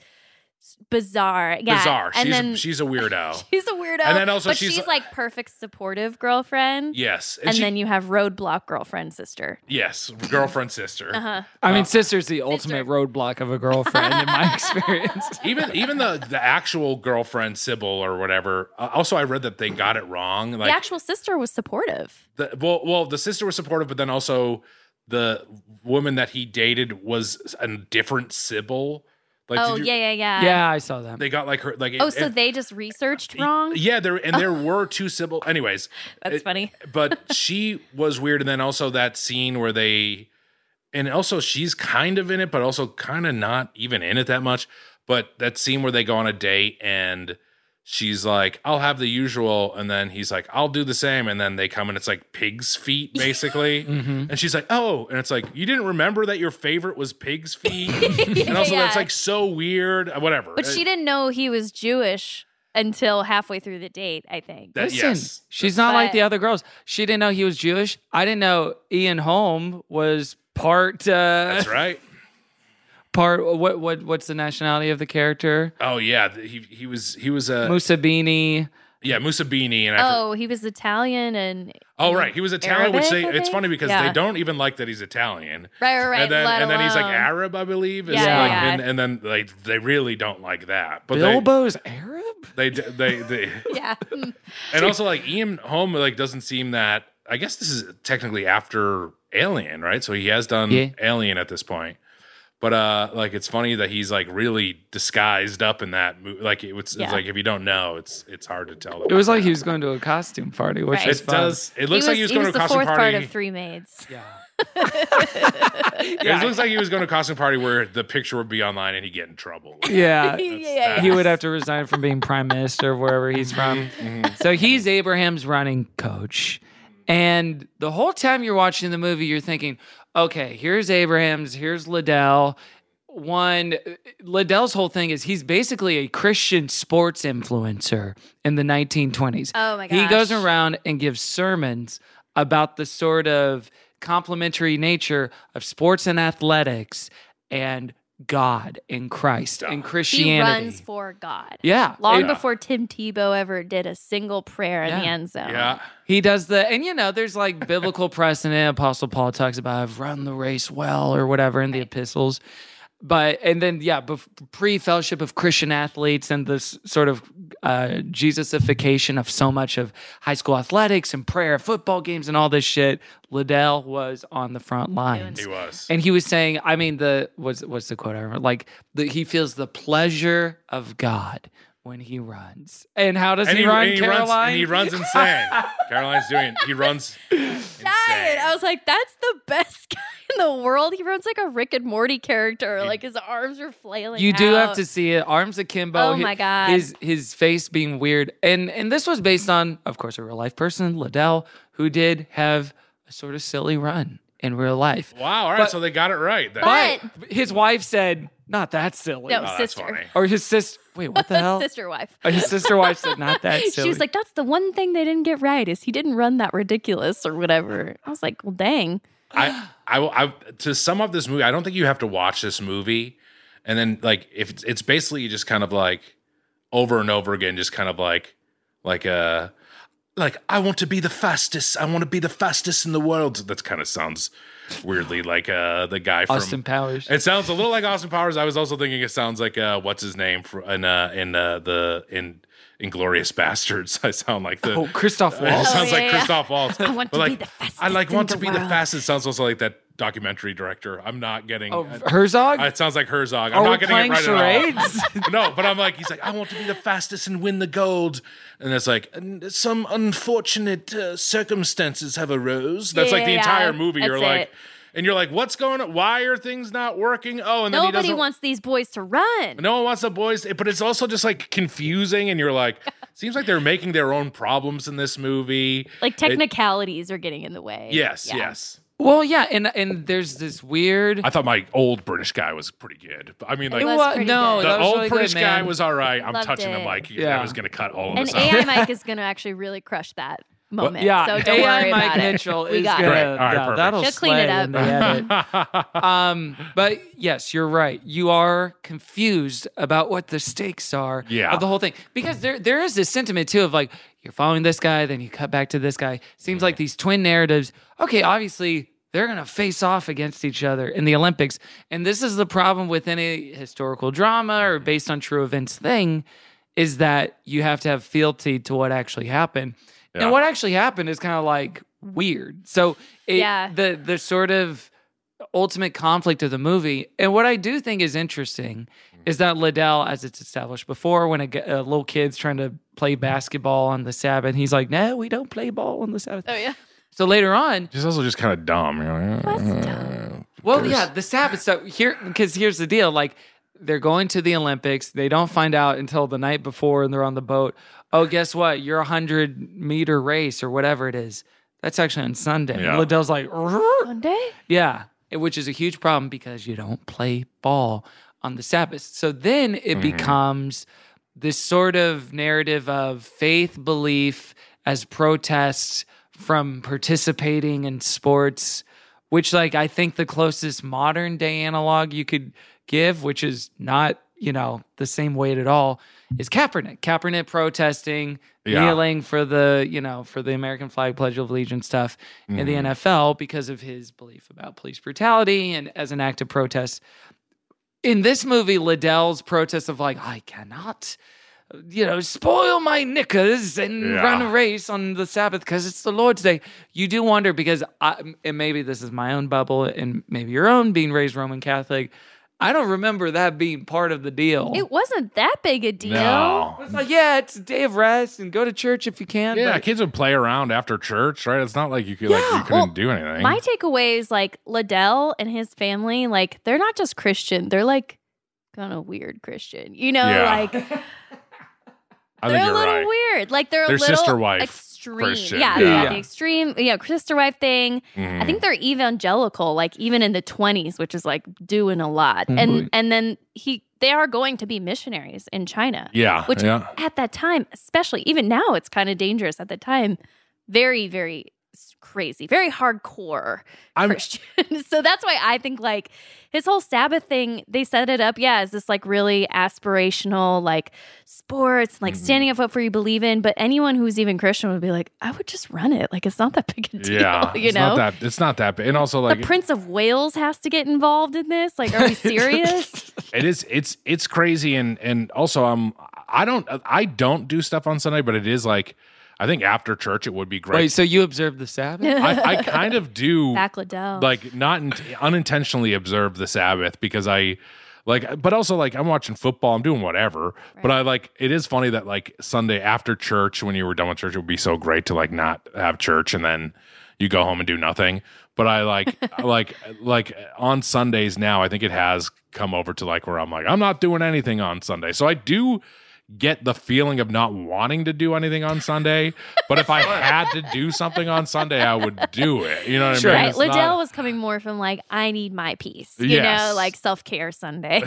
S5: s- bizarre. Yeah.
S3: Bizarre.
S5: And
S3: she's
S5: then
S3: she's a weirdo.
S5: she's a weirdo.
S3: And then also
S5: but
S3: she's-
S5: she's, like perfect supportive girlfriend.
S3: Yes,
S5: And, then you have roadblock girlfriend sister.
S3: yes, girlfriend sister.
S5: Uh-huh.
S8: I mean, sister's the ultimate roadblock of a girlfriend in my experience.
S3: even even the the actual girlfriend Sybil or whatever. uh, also, I read that they got it wrong.
S5: the
S3: Like
S5: actual sister was supportive.
S3: the, well, well, the sister was supportive, but then also the woman that he dated was a different Sybil. Like,
S5: oh
S3: did you-
S5: yeah, yeah, yeah.
S8: I saw that.
S3: They got like her like.
S5: oh,
S3: it-
S5: so
S3: it-
S5: they just researched wrong.
S3: Yeah, there and there were two Sybil. Anyways,
S5: That's funny.
S3: but she was weird, and then also that scene where they, and also she's kind of in it, but also kind of not even in it that much. But that scene where they go on a date and she's like, "I'll have the usual," and then he's like, "I'll do the same," and then they come and it's like pig's feet basically,
S5: Mm-hmm.
S3: and she's like, "Oh," and it's like, "You didn't remember that your favorite was pig's feet," and also
S5: Yeah.
S3: that's like so weird, uh, whatever.
S5: But she
S3: Uh,
S5: didn't know he was Jewish until halfway through the date, I think.
S3: That-
S8: Listen,
S3: Uh, yes.
S8: she's not like
S5: But-
S8: the other girls. She didn't know he was Jewish. I didn't know Ian Holm was part. Uh, That's
S3: right.
S8: Part what what what's the nationality of the character?
S3: Oh yeah, th- he he was he was a
S8: Musabini.
S3: Yeah, Musabini and I for-
S5: Oh, he was Italian and
S3: Oh right, he was Italian, which they
S5: Arabic, I
S3: it's funny
S5: think?
S3: because
S5: Yeah.
S3: they don't even like that he's Italian.
S5: Right, right, right,
S3: And then,
S5: let
S3: and then he's like
S5: alone.
S3: Arab, I believe. Is
S5: Yeah,
S3: like,
S5: yeah.
S3: And, and then like they really don't like that. But
S8: Bilbo's Arab.
S3: they they they, they
S5: yeah.
S3: and also like Ian Holm like doesn't seem that. I guess this is technically after Alien, right? So he has done
S8: Yeah.
S3: Alien at this point. But uh, like it's funny that he's like really disguised up in that movie. Like it was,
S8: Yeah.
S3: it's like if you don't know, it's it's hard to tell.
S8: It was like he was going to a costume party, which
S3: Right.
S8: is
S3: It
S8: fun.
S3: does- it looks like he was going to a
S5: the
S3: costume
S5: fourth
S3: party.
S5: part of Three Maids.
S8: Yeah.
S3: It looks like he was going to a costume party where the picture would be online and he'd get in trouble.
S8: Yeah.
S5: Yeah,
S8: He would have to resign from being prime minister of wherever he's from. So he's Abraham's running coach. And the whole time you're watching the movie, you're thinking, okay, here's Abraham's, here's Liddell. One, Liddell's whole thing is he's basically a Christian sports influencer in the 1920s.
S10: Oh my
S8: He
S10: gosh.
S8: goes around and gives sermons about the sort of complementary nature of sports and athletics and God and Christ and
S5: He
S8: Christianity.
S5: runs for God.
S8: Yeah.
S5: Long
S8: Yeah.
S5: before Tim Tebow ever did a single prayer in the
S8: Yeah.
S5: end zone.
S8: He does the, and you know, there's like biblical precedent. Apostle Paul talks about I've run the race well or whatever in the epistles. But, and then, yeah, pre fellowship of Christian athletes and this sort of uh, Jesusification of so much of high school athletics and prayer, football games, and all this shit. Liddell was on the front lines.
S3: He was.
S8: And he was saying, I mean, the what's what's the quote I remember? Like the, he feels the pleasure of God when he runs. And how does
S3: And
S8: he,
S3: he-
S8: run,
S3: and he runs-
S8: Caroline?
S3: and he runs insane. Caroline's doing. He runs.
S5: Died. I was like, that's the best guy in the world. He runs like a Rick and Morty character. Like his arms are flailing.
S8: you do have
S5: out.
S8: to see it, arms akimbo.
S5: Oh
S8: hi-
S5: my God.
S8: his his face being weird, and and this was based on, of course, a real life person, Liddell, who did have a sort of silly run in real life.
S3: Wow. All right. so they got it right. then.
S8: But his wife said, "Not that silly."
S5: No, Oh, that's sister. funny.
S8: Or his sister. Wait, what the hell?
S5: Sister wife.
S8: Uh, His sister wife said, "Not that silly."
S5: She was like, that's the one thing they didn't get right is he didn't run that ridiculous or whatever. I was like, well, dang.
S3: I, I, I, to sum up this movie, I don't think you have to watch this movie, and then like if it's, it's basically just kind of like over and over again, just kind of like like uh like I want to be the fastest. I want to be the fastest in the world. That kind of sounds weirdly like uh the guy from
S8: Austin Powers.
S3: It sounds a little like Austin Powers. I was also thinking it sounds like uh what's his name for in uh in uh, the in Inglorious Bastards. I sound like the
S8: Oh, Christoph
S3: It
S8: Waltz.
S3: sounds
S8: Oh,
S3: like
S8: yeah, yeah.
S3: Christoph Waltz.
S8: I want
S3: But,
S8: to be
S3: like,
S8: the
S3: I like
S8: fastest
S3: want to
S8: in the
S3: be the
S8: world.
S3: fastest. Sounds also like that documentary director. I'm not getting
S8: Oh, Herzog?
S3: Uh, It sounds like Herzog.
S8: Are
S3: I'm
S8: we
S3: not getting
S8: playing
S3: it right at all.
S8: charades?
S3: no, but I'm like, he's like, I want to be the fastest and win the gold. And it's like, "N- some unfortunate uh, circumstances have arose. That's like the
S5: Yeah,
S3: entire movie. You're
S5: that's
S3: like,
S5: it.
S3: and you're like, what's going on? Why are things not working? Oh, and then he
S5: Nobody
S3: doesn't.
S5: wants these boys to run.
S3: no one wants the boys, but it's also just like confusing. And you're like, seems like they're making their own problems in this movie.
S5: Like
S3: It-
S5: technicalities are getting in the way.
S3: yes,
S5: Yeah.
S3: yes.
S8: Well, yeah, and and there's this weird.
S3: I thought my old British guy was pretty good. But I mean, like,
S8: It was pretty No, good. Oh, that
S3: the
S8: was
S3: old
S8: really good,
S3: British guy
S8: man.
S3: was all right. I'm
S5: Loved
S3: touching
S5: it.
S3: the mic. Yeah.
S8: Yeah.
S3: I was going to cut all of
S5: And
S3: this out.
S5: AI Mike is going to actually really crush that moment.
S8: Yeah,
S5: so don't
S8: AI
S5: worry
S8: Mike
S5: about
S8: Mitchell
S5: it. We
S8: is
S5: got
S8: gonna,
S3: Great. All right,
S8: yeah,
S3: perfect.
S8: that'll
S5: She'll clean it
S8: slay in the edit. um, but yes, you're right. You are confused about what the stakes are
S3: Yeah.
S8: of the whole thing because there there is this sentiment too of like you're following this guy, then you cut back to this guy. Seems like these twin narratives. Okay, obviously. They're gonna face off against each other in the Olympics, and this is the problem with any historical drama or based on true events thing, is that you have to have fealty to what actually happened.
S3: Yeah.
S8: And what actually happened is kind of like weird. So it,
S5: Yeah.
S8: the the sort of ultimate conflict of the movie, and what I do think is interesting is that Liddell, as it's established before, when a, g- a little kid's trying to play basketball on the Sabbath, he's like, "No, we don't play ball on the Sabbath."
S5: Oh yeah.
S8: So later on,
S3: She's also just kind of dumb. You're like, "Uh,
S8: well,
S3: There's-
S8: yeah, the Sabbath stuff here because here's the deal: like they're going to the Olympics. They don't find out until the night before, and they're on the boat. Oh, guess what? Your hundred meter race or whatever it is. That's actually on Sunday.
S3: Yeah.
S8: Liddell's like, "Rrr."
S5: Sunday?
S8: yeah, which is a huge problem because you don't play ball on the Sabbath. So then it
S3: Mm-hmm.
S8: becomes this sort of narrative of faith belief as protest from participating in sports, which, like, I think the closest modern day analog you could give, which is not, you know, the same weight at all, is Kaepernick. Kaepernick protesting,
S3: Yeah.
S8: kneeling for the, you know, for the American flag, Pledge of Allegiance stuff in the NFL because of his belief about police brutality and as an act of protest. In this movie, Liddell's protest of like, I cannot, you know, spoil my knickers and
S3: Yeah.
S8: run a race on the Sabbath because it's the Lord's Day. You do wonder because, I, and maybe this is my own bubble and maybe your own being raised Roman Catholic. I don't remember that being part of the deal.
S5: It wasn't that big a deal.
S3: No.
S8: it's like, yeah, it's a day of rest and go to church if you can.
S3: Yeah,
S8: but-
S3: kids would play around after church, right? It's not like you could, like, you couldn't do anything.
S5: My takeaway is like Liddell and his family, like they're not just Christian, they're like kind of weird Christian. You know,
S3: Yeah.
S5: like
S3: I
S5: they're
S3: think
S5: a
S3: you're
S5: little
S3: right.
S5: weird. Like they're a
S3: They're
S5: little
S3: sister wife
S5: extreme.
S3: Christian.
S5: Yeah,
S3: Yeah.
S5: yeah, the extreme, yeah, sister wife thing. I
S3: Mhm.
S5: think they're evangelical, like even in the twenties, which is like doing a lot.
S3: Mhm.
S5: And and then he they are going to be missionaries in China.
S3: Yeah,
S5: Which
S3: yeah.
S5: at that time, especially even now, it's kind of dangerous. At the time, very, very s- crazy, very hardcore Christian. so that's why I think like his whole Sabbath thing, they set it up, yeah, as this like really aspirational, like sports, like
S3: Mm-hmm.
S5: standing up for what you believe in. But anyone who's even Christian would be like, I would just run it. Like it's not that big a deal.
S3: Yeah,
S5: you
S3: it's
S5: know?
S3: not that. It's not that big, and also like
S5: the Prince of Wales has to get involved in this. Like, are we serious?
S3: it is it's it's crazy and and also i'm i don't i don't do stuff on sunday but it is like i think after church it would be great
S8: Wait, so you observed the Sabbath?
S3: I, I kind of do
S5: Back Liddell.
S3: like not in, unintentionally observe the sabbath because i Like, but also like I'm watching football, I'm doing whatever. But I like it is funny that like Sunday after church, when you were done with church, it would be so great to like not have church and then you go home and do nothing. But I like like like on Sundays now, I think it has come over to like where I'm like, I'm not doing anything on Sunday. So I do get the feeling of not wanting to do anything on Sunday. But if I had to do something on Sunday, I would do it. You know what I mean?
S5: Right.
S3: It's
S5: Liddell
S3: not-
S5: was coming more from like, I need my peace. You know,
S8: Yes.
S5: like self care Sunday.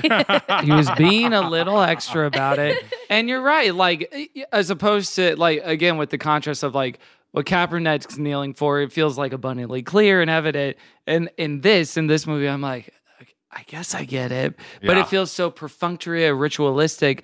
S8: he was being a little extra about it. And you're right. Like, e, as opposed to, like, again, with the contrast of, like, what Kaepernick's kneeling for, it feels like abundantly clear and evident. And in this, in this movie, I'm like, I guess I get it. But
S10: Yeah.
S8: it feels so perfunctory or ritualistic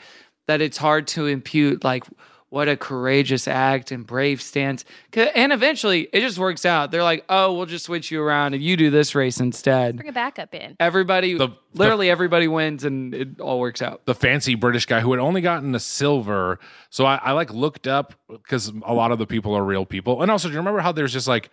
S8: that it's hard to impute, like, what a courageous act and brave stance. 'Cause- And eventually it just works out. They're like, oh, we'll just switch you around and you do this race instead.
S5: Bring a backup in.
S8: Everybody, literally everybody wins and it all works out.
S3: the fancy British guy who had only gotten a silver. So I, I like looked up because a lot of the people are real people. And also, do you remember how there's just like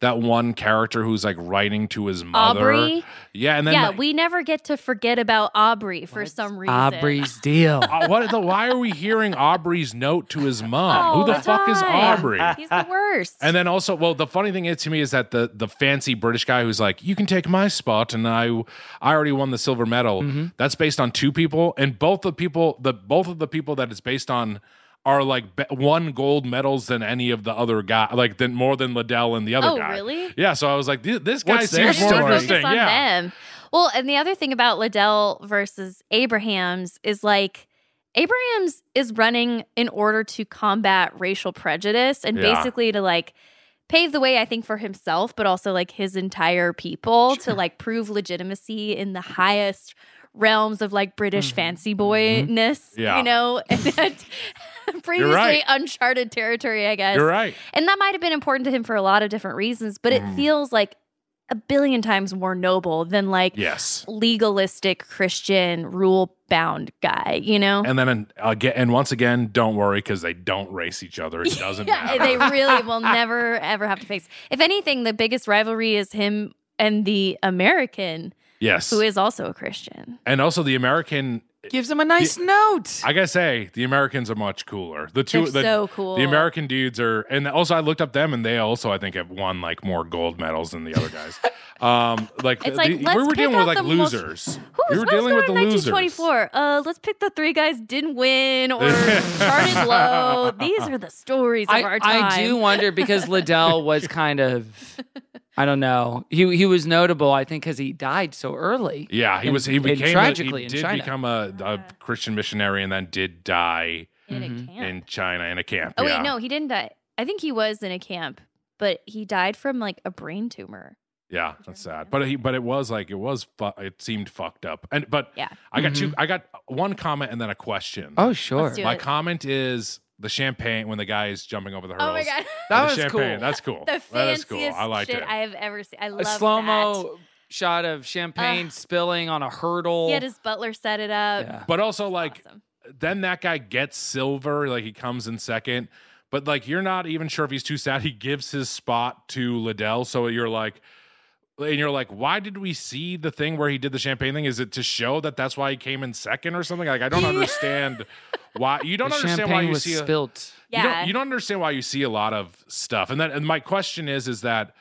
S3: that one character who's like writing to his mother?
S5: Aubrey?
S3: Yeah, and then
S5: yeah,
S3: like,
S5: we never get to forget about Aubrey for some reason.
S8: deal.
S3: Uh, what the, why are we hearing Aubrey's note to his mom?
S5: All
S3: Who the, fuck is
S5: time.
S3: Aubrey?
S5: He's the worst.
S3: And then also, well, the funny thing is to me is that the the fancy British guy who's like, "You can take my spot," and I I already won the silver medal.
S5: Mm-hmm.
S3: That's based on two people, and both the people the both of the people that it's based on are like be- one gold medals than any of the other guy, like than more than Liddell and the other
S5: Oh,
S3: guy.
S5: really?
S3: Yeah. So I was like, "Th- this guy
S8: What's their
S3: seems more
S8: story?
S3: interesting.
S5: focus on
S3: Yeah.
S5: them. Well, and the other thing about Liddell versus Abrahams is like Abrahams is running in order to combat racial prejudice and
S11: Yeah.
S5: basically to like pave the way, I think, for himself, but also like his entire people to like prove legitimacy in the highest realms of like British fancy boyness,
S11: Mm-hmm. Yeah.
S5: you know, and that previously
S11: right.
S5: uncharted territory, I guess.
S11: You're right.
S5: And that might have been important to him for a lot of different reasons, but it
S11: Mm.
S5: feels like a billion times more noble than like
S3: Yes.
S5: legalistic Christian rule bound guy, you know?
S3: And then uh, again, and once again, don't worry because they don't race each other. It doesn't
S5: Yeah,
S3: matter.
S5: they really will never ever have to face. If anything, the biggest rivalry is him and the American,
S3: Yes.
S5: who is also a Christian.
S3: and also, the American
S8: Gives him a nice note.
S3: I gotta say, the Americans are much cooler. The 2
S5: They're
S3: the,
S5: so cool.
S3: The American dudes are, and also I looked up them, and they also I think have won like more gold medals than the other guys. um, like,
S5: It's
S3: the-
S5: like,
S3: the-
S5: let's
S3: we were
S5: pick
S3: dealing
S5: out
S3: with like
S5: the most-
S3: losers.
S5: Who
S3: we
S5: was
S3: were
S5: what was
S3: dealing with the
S5: going on in
S3: losers.
S5: 1924? Uh, let's pick the three guys didn't win or started low. These are the stories of
S8: I,
S5: our time.
S8: I do wonder because Liddell was kind of, I don't know, he he was notable. I think because he died so early.
S3: Yeah, he
S8: And-
S3: was. He
S8: and
S3: became. a-
S8: tragically
S3: he
S8: in
S3: did
S8: China.
S3: become a, a Christian missionary, and then did die in, China in a camp.
S5: Oh
S3: yeah.
S5: wait, no, he didn't die. I think he was in a camp, but he died from like a brain tumor.
S3: Yeah, that's sad. But he, but it was like it was. Fu- it seemed fucked up. And but
S5: Yeah.
S3: I got
S8: Mm-hmm.
S3: two. I got one comment and then a question.
S8: Oh, sure. Let's do
S3: My
S8: it.
S3: comment is the champagne when the guy is jumping over the hurdles.
S5: Oh my God.
S8: That
S3: The
S8: was
S3: champagne,
S8: cool.
S3: That's cool.
S5: The
S3: that
S5: fanciest
S3: is cool. I liked
S5: shit
S3: it.
S5: I have ever seen. I
S8: a
S5: love
S8: slow
S5: that.
S8: mo shot of champagne spilling on a hurdle.
S5: He had his uh, butler set it up.
S3: But also like then that guy gets silver, like he comes in second. But like you're not even sure if he's too sad. He gives his spot to Liddell. So you're like and you're like, why did we see the thing where he did the champagne thing? Is it to show that that's why he came in second or something? Like I don't understand why you don't
S8: The
S3: understand why
S8: champagne
S3: you
S8: was
S3: see a-
S8: spilt.
S3: you
S8: Yeah.
S3: don't, you don't understand why you see a lot of stuff. And then and my question is is that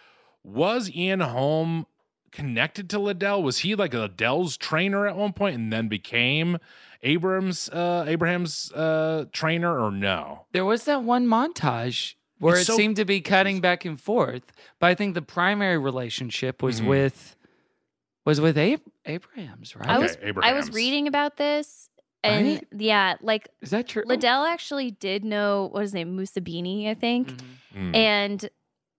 S3: was Ian Holm connected to Liddell? Was he like Liddell's trainer at one point and then became Abrams uh Abraham's uh trainer or no?
S8: There was that one montage where
S3: It's
S8: it
S3: so-
S8: seemed to be cutting back and forth, but I think the primary relationship was
S3: Mhm.
S8: with was with Ab- Abrams, right?
S5: I was I was reading about this, and
S8: Right?
S5: yeah, like
S8: Is that true?
S5: Liddell actually did know what is his name Musabini, I think,
S8: Mm-hmm.
S3: Mm.
S5: and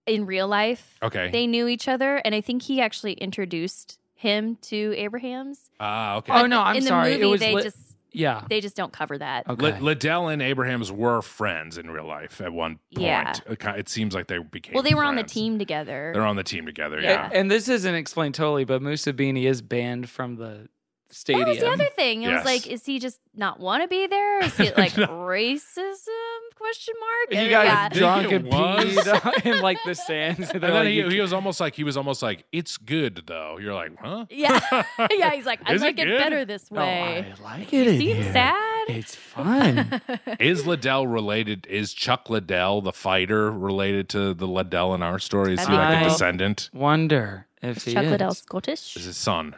S5: in real life,
S3: Okay.
S5: they knew each other, and I think he actually introduced him to Abraham's.
S3: Ah, okay.
S8: Oh no, I'm
S5: in the
S8: sorry.
S5: Movie,
S8: it was
S5: they
S8: Lid-
S5: just
S8: yeah.
S5: they just don't cover that.
S3: Li- Liddell and Abrahams were friends in real life at one point.
S5: Yeah.
S3: It ki- It seems like they became
S5: Well, they were on the
S3: friends.
S5: team together.
S3: They're on the team together.
S8: A-
S3: Yeah.
S8: And, this isn't explained totally, but Musabini is banned from the stadium.
S5: That was the other thing. It
S3: Yes.
S5: was like, is he just not want to be there? Is it like racism question mark?
S8: He
S5: And
S8: got drunk
S3: It
S8: and
S3: was.
S8: peed in like the sands.
S3: And
S8: They're
S3: then
S8: like,
S3: he,
S8: "You
S3: he was almost like he was almost like it's good though. You're like, huh?
S5: yeah, yeah. He's like, I
S3: Is it
S5: like it,
S3: good?
S5: better this
S3: No,
S5: way.
S8: Oh,
S3: I like
S5: You
S3: it in
S5: seem
S3: here.
S5: sad.
S8: It's fun.
S3: is Liddell related? Is Chuck Liddell the fighter related to the Liddell in our story? Is he
S8: That'd be
S3: like a
S8: cool.
S3: descendant?
S8: Wonder if he
S5: Chuck
S8: is.
S5: Liddell Scottish.
S3: Is his son?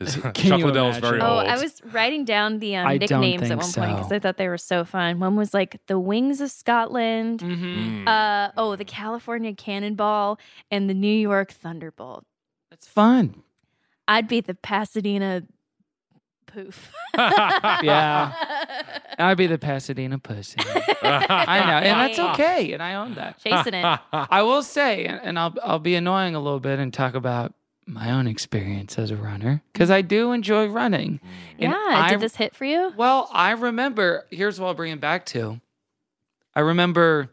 S3: Is Chuck
S8: Can you
S3: Liddell is very
S8: imagine?
S5: Oh,
S3: old.
S5: I was writing down the um,
S3: I don't
S5: nicknames at
S3: think
S5: one point because
S3: so.
S5: I thought they were so fun. One was like the Wings of Scotland,
S8: Mm-hmm.
S3: Mhm.
S5: uh, oh, the California Cannonball, and the New York Thunderbolt.
S8: It's fun.
S5: I'd be the Pasadena poof.
S8: yeah. I'd be the Pasadena pussy. I know, and that's okay, and I own that.
S5: Chasing it.
S8: I will say, and and I'll I'll be annoying a little bit and talk about my own experience as a runner because I do enjoy running. And
S5: Yeah,
S8: I-
S5: did this hit for you?
S8: Well, I remember. Here's what I'll bring it back to. I remember.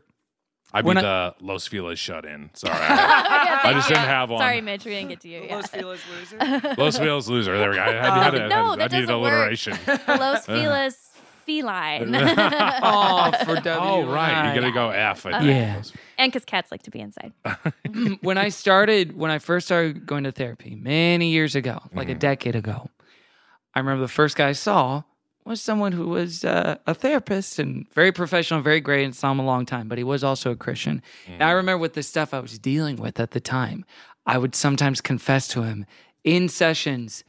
S3: I mean,
S8: when I-
S3: the Los Feliz shut in. Sorry. I, I just didn't have one.
S5: Sorry, Mitch, we didn't get to you. Los
S8: Feliz loser.
S3: Los Feliz loser. There we go. I, had- I, had a-
S5: Oh, no,
S3: I
S5: that
S3: needed
S5: doesn't
S3: alliteration.
S5: work. Los Feliz feline.
S8: oh, for W.
S3: Oh, right. You got to go F. I think.
S8: Yeah.
S5: And because cats like to be inside.
S8: when I started, when I first started going to therapy many years ago, like a decade ago, I remember the first guy I saw was someone who was uh, a therapist and very professional, very great, and saw him a long time, but he was also a Christian. And I remember with the stuff I was dealing with at the time, I would sometimes confess to him in sessions,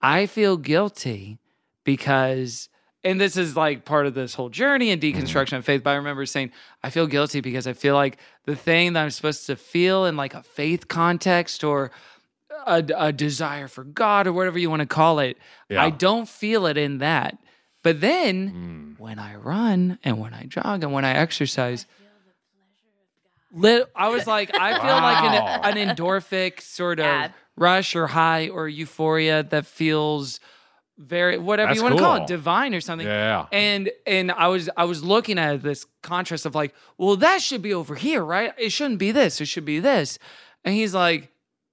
S8: I feel guilty because. And this is like part of this whole journey
S3: Mm-hmm.
S8: and deconstruction of faith. But I remember saying, I feel guilty because I feel like the thing that I'm supposed to feel in like a faith context or a, a desire for God or whatever you want to call it.
S3: Yeah.
S8: I don't feel it in that. But then
S3: Mm.
S8: when I run and when I jog and when I exercise, lit, I was like, I feel
S3: Wow.
S8: like an, an endorphic sort of rush or high or euphoria that feels very whatever
S3: That's
S8: you want to call
S3: cool.
S8: it divine or something
S3: Yeah.
S8: and and i was i was looking at this contrast of like well that should be over here right it shouldn't be this it should be this and he's like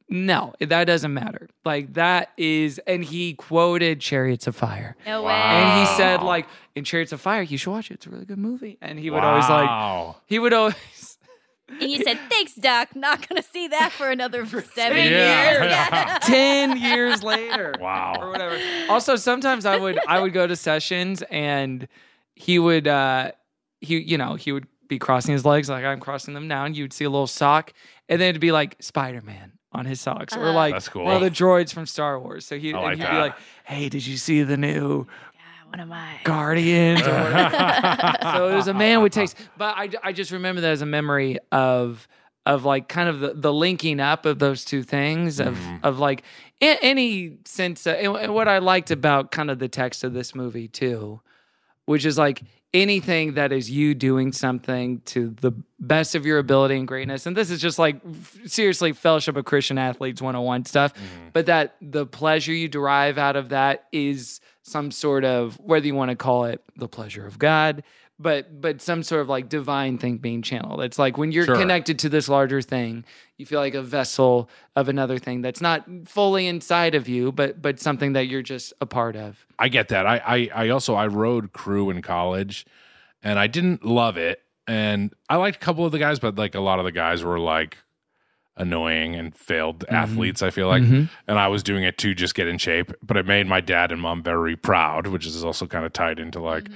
S8: no that doesn't matter like that is and he quoted chariots of fire
S5: No way.
S8: and he said like in chariots of fire you should watch it it's a really good movie and he would always
S3: Wow.
S8: like he would always
S5: And you said, thanks, Doc. Not going to see that for another seven
S8: Yeah.
S5: years.
S8: Yeah. 10 years later
S3: Wow.
S8: or whatever also sometimes i would i would go to sessions and he would uh he you know he would be crossing his legs like i'm crossing them now and you'd see a little sock and then it'd be like spider-man on his socks or
S3: Uh-huh.
S8: like
S3: That's cool.
S8: one of the droids from star wars so he,
S3: I
S8: and
S3: like
S8: he'd be
S3: that.
S8: like hey did you see the new
S5: One of my
S8: Guardians. Or whatever. so it was a man with taste. But I, I just remember that as a memory of of like kind of the, the linking up of those two things of of like a- any sense of, and and what I liked about kind of the text of this movie too, which is like anything that is you doing something to the best of your ability and greatness and this is just like f- seriously fellowship of christian athletes 101 stuff but that the pleasure you derive out of that is some sort of whether you want to call it the pleasure of god but but some sort of like divine thing being channeled it's like when you're
S3: Sure.
S8: connected to this larger thing you feel like a vessel of another thing that's not fully inside of you but but something that you're just a part of
S3: I get that. I, I I also I rode crew in college, and I didn't love it. And I liked a couple of the guys, but like a lot of the guys were like annoying and failed athletes. I feel like,
S8: Mhm.
S3: and I was doing it to just get in shape. But it made my dad and mom very proud, which is also kind of tied into like.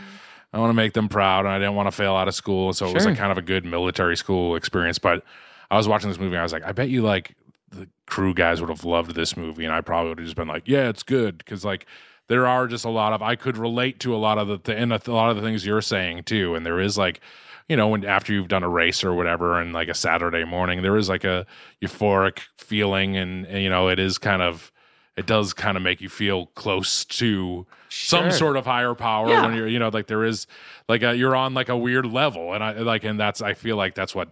S3: I want to make them proud, and I didn't want to fail out of school, so it was
S8: Sure.
S3: like kind of a good military school experience. But I was watching this movie, and I was like, I bet you like the crew guys would have loved this movie, and I probably would have just been like, yeah, it's good, because like there are just a lot of I could relate to a lot of the th- and a, th- a lot of the things you're saying too, and there is like. You know, when after you've done a race or whatever, and like a Saturday morning, there is like a euphoric feeling, and, and, you know, it is kind of, it does kind of make you feel close to some
S8: Sure.
S3: sort of higher power
S8: Yeah.
S3: when you're you know like there is like a, you're on like a weird level and i like and that's i feel like that's what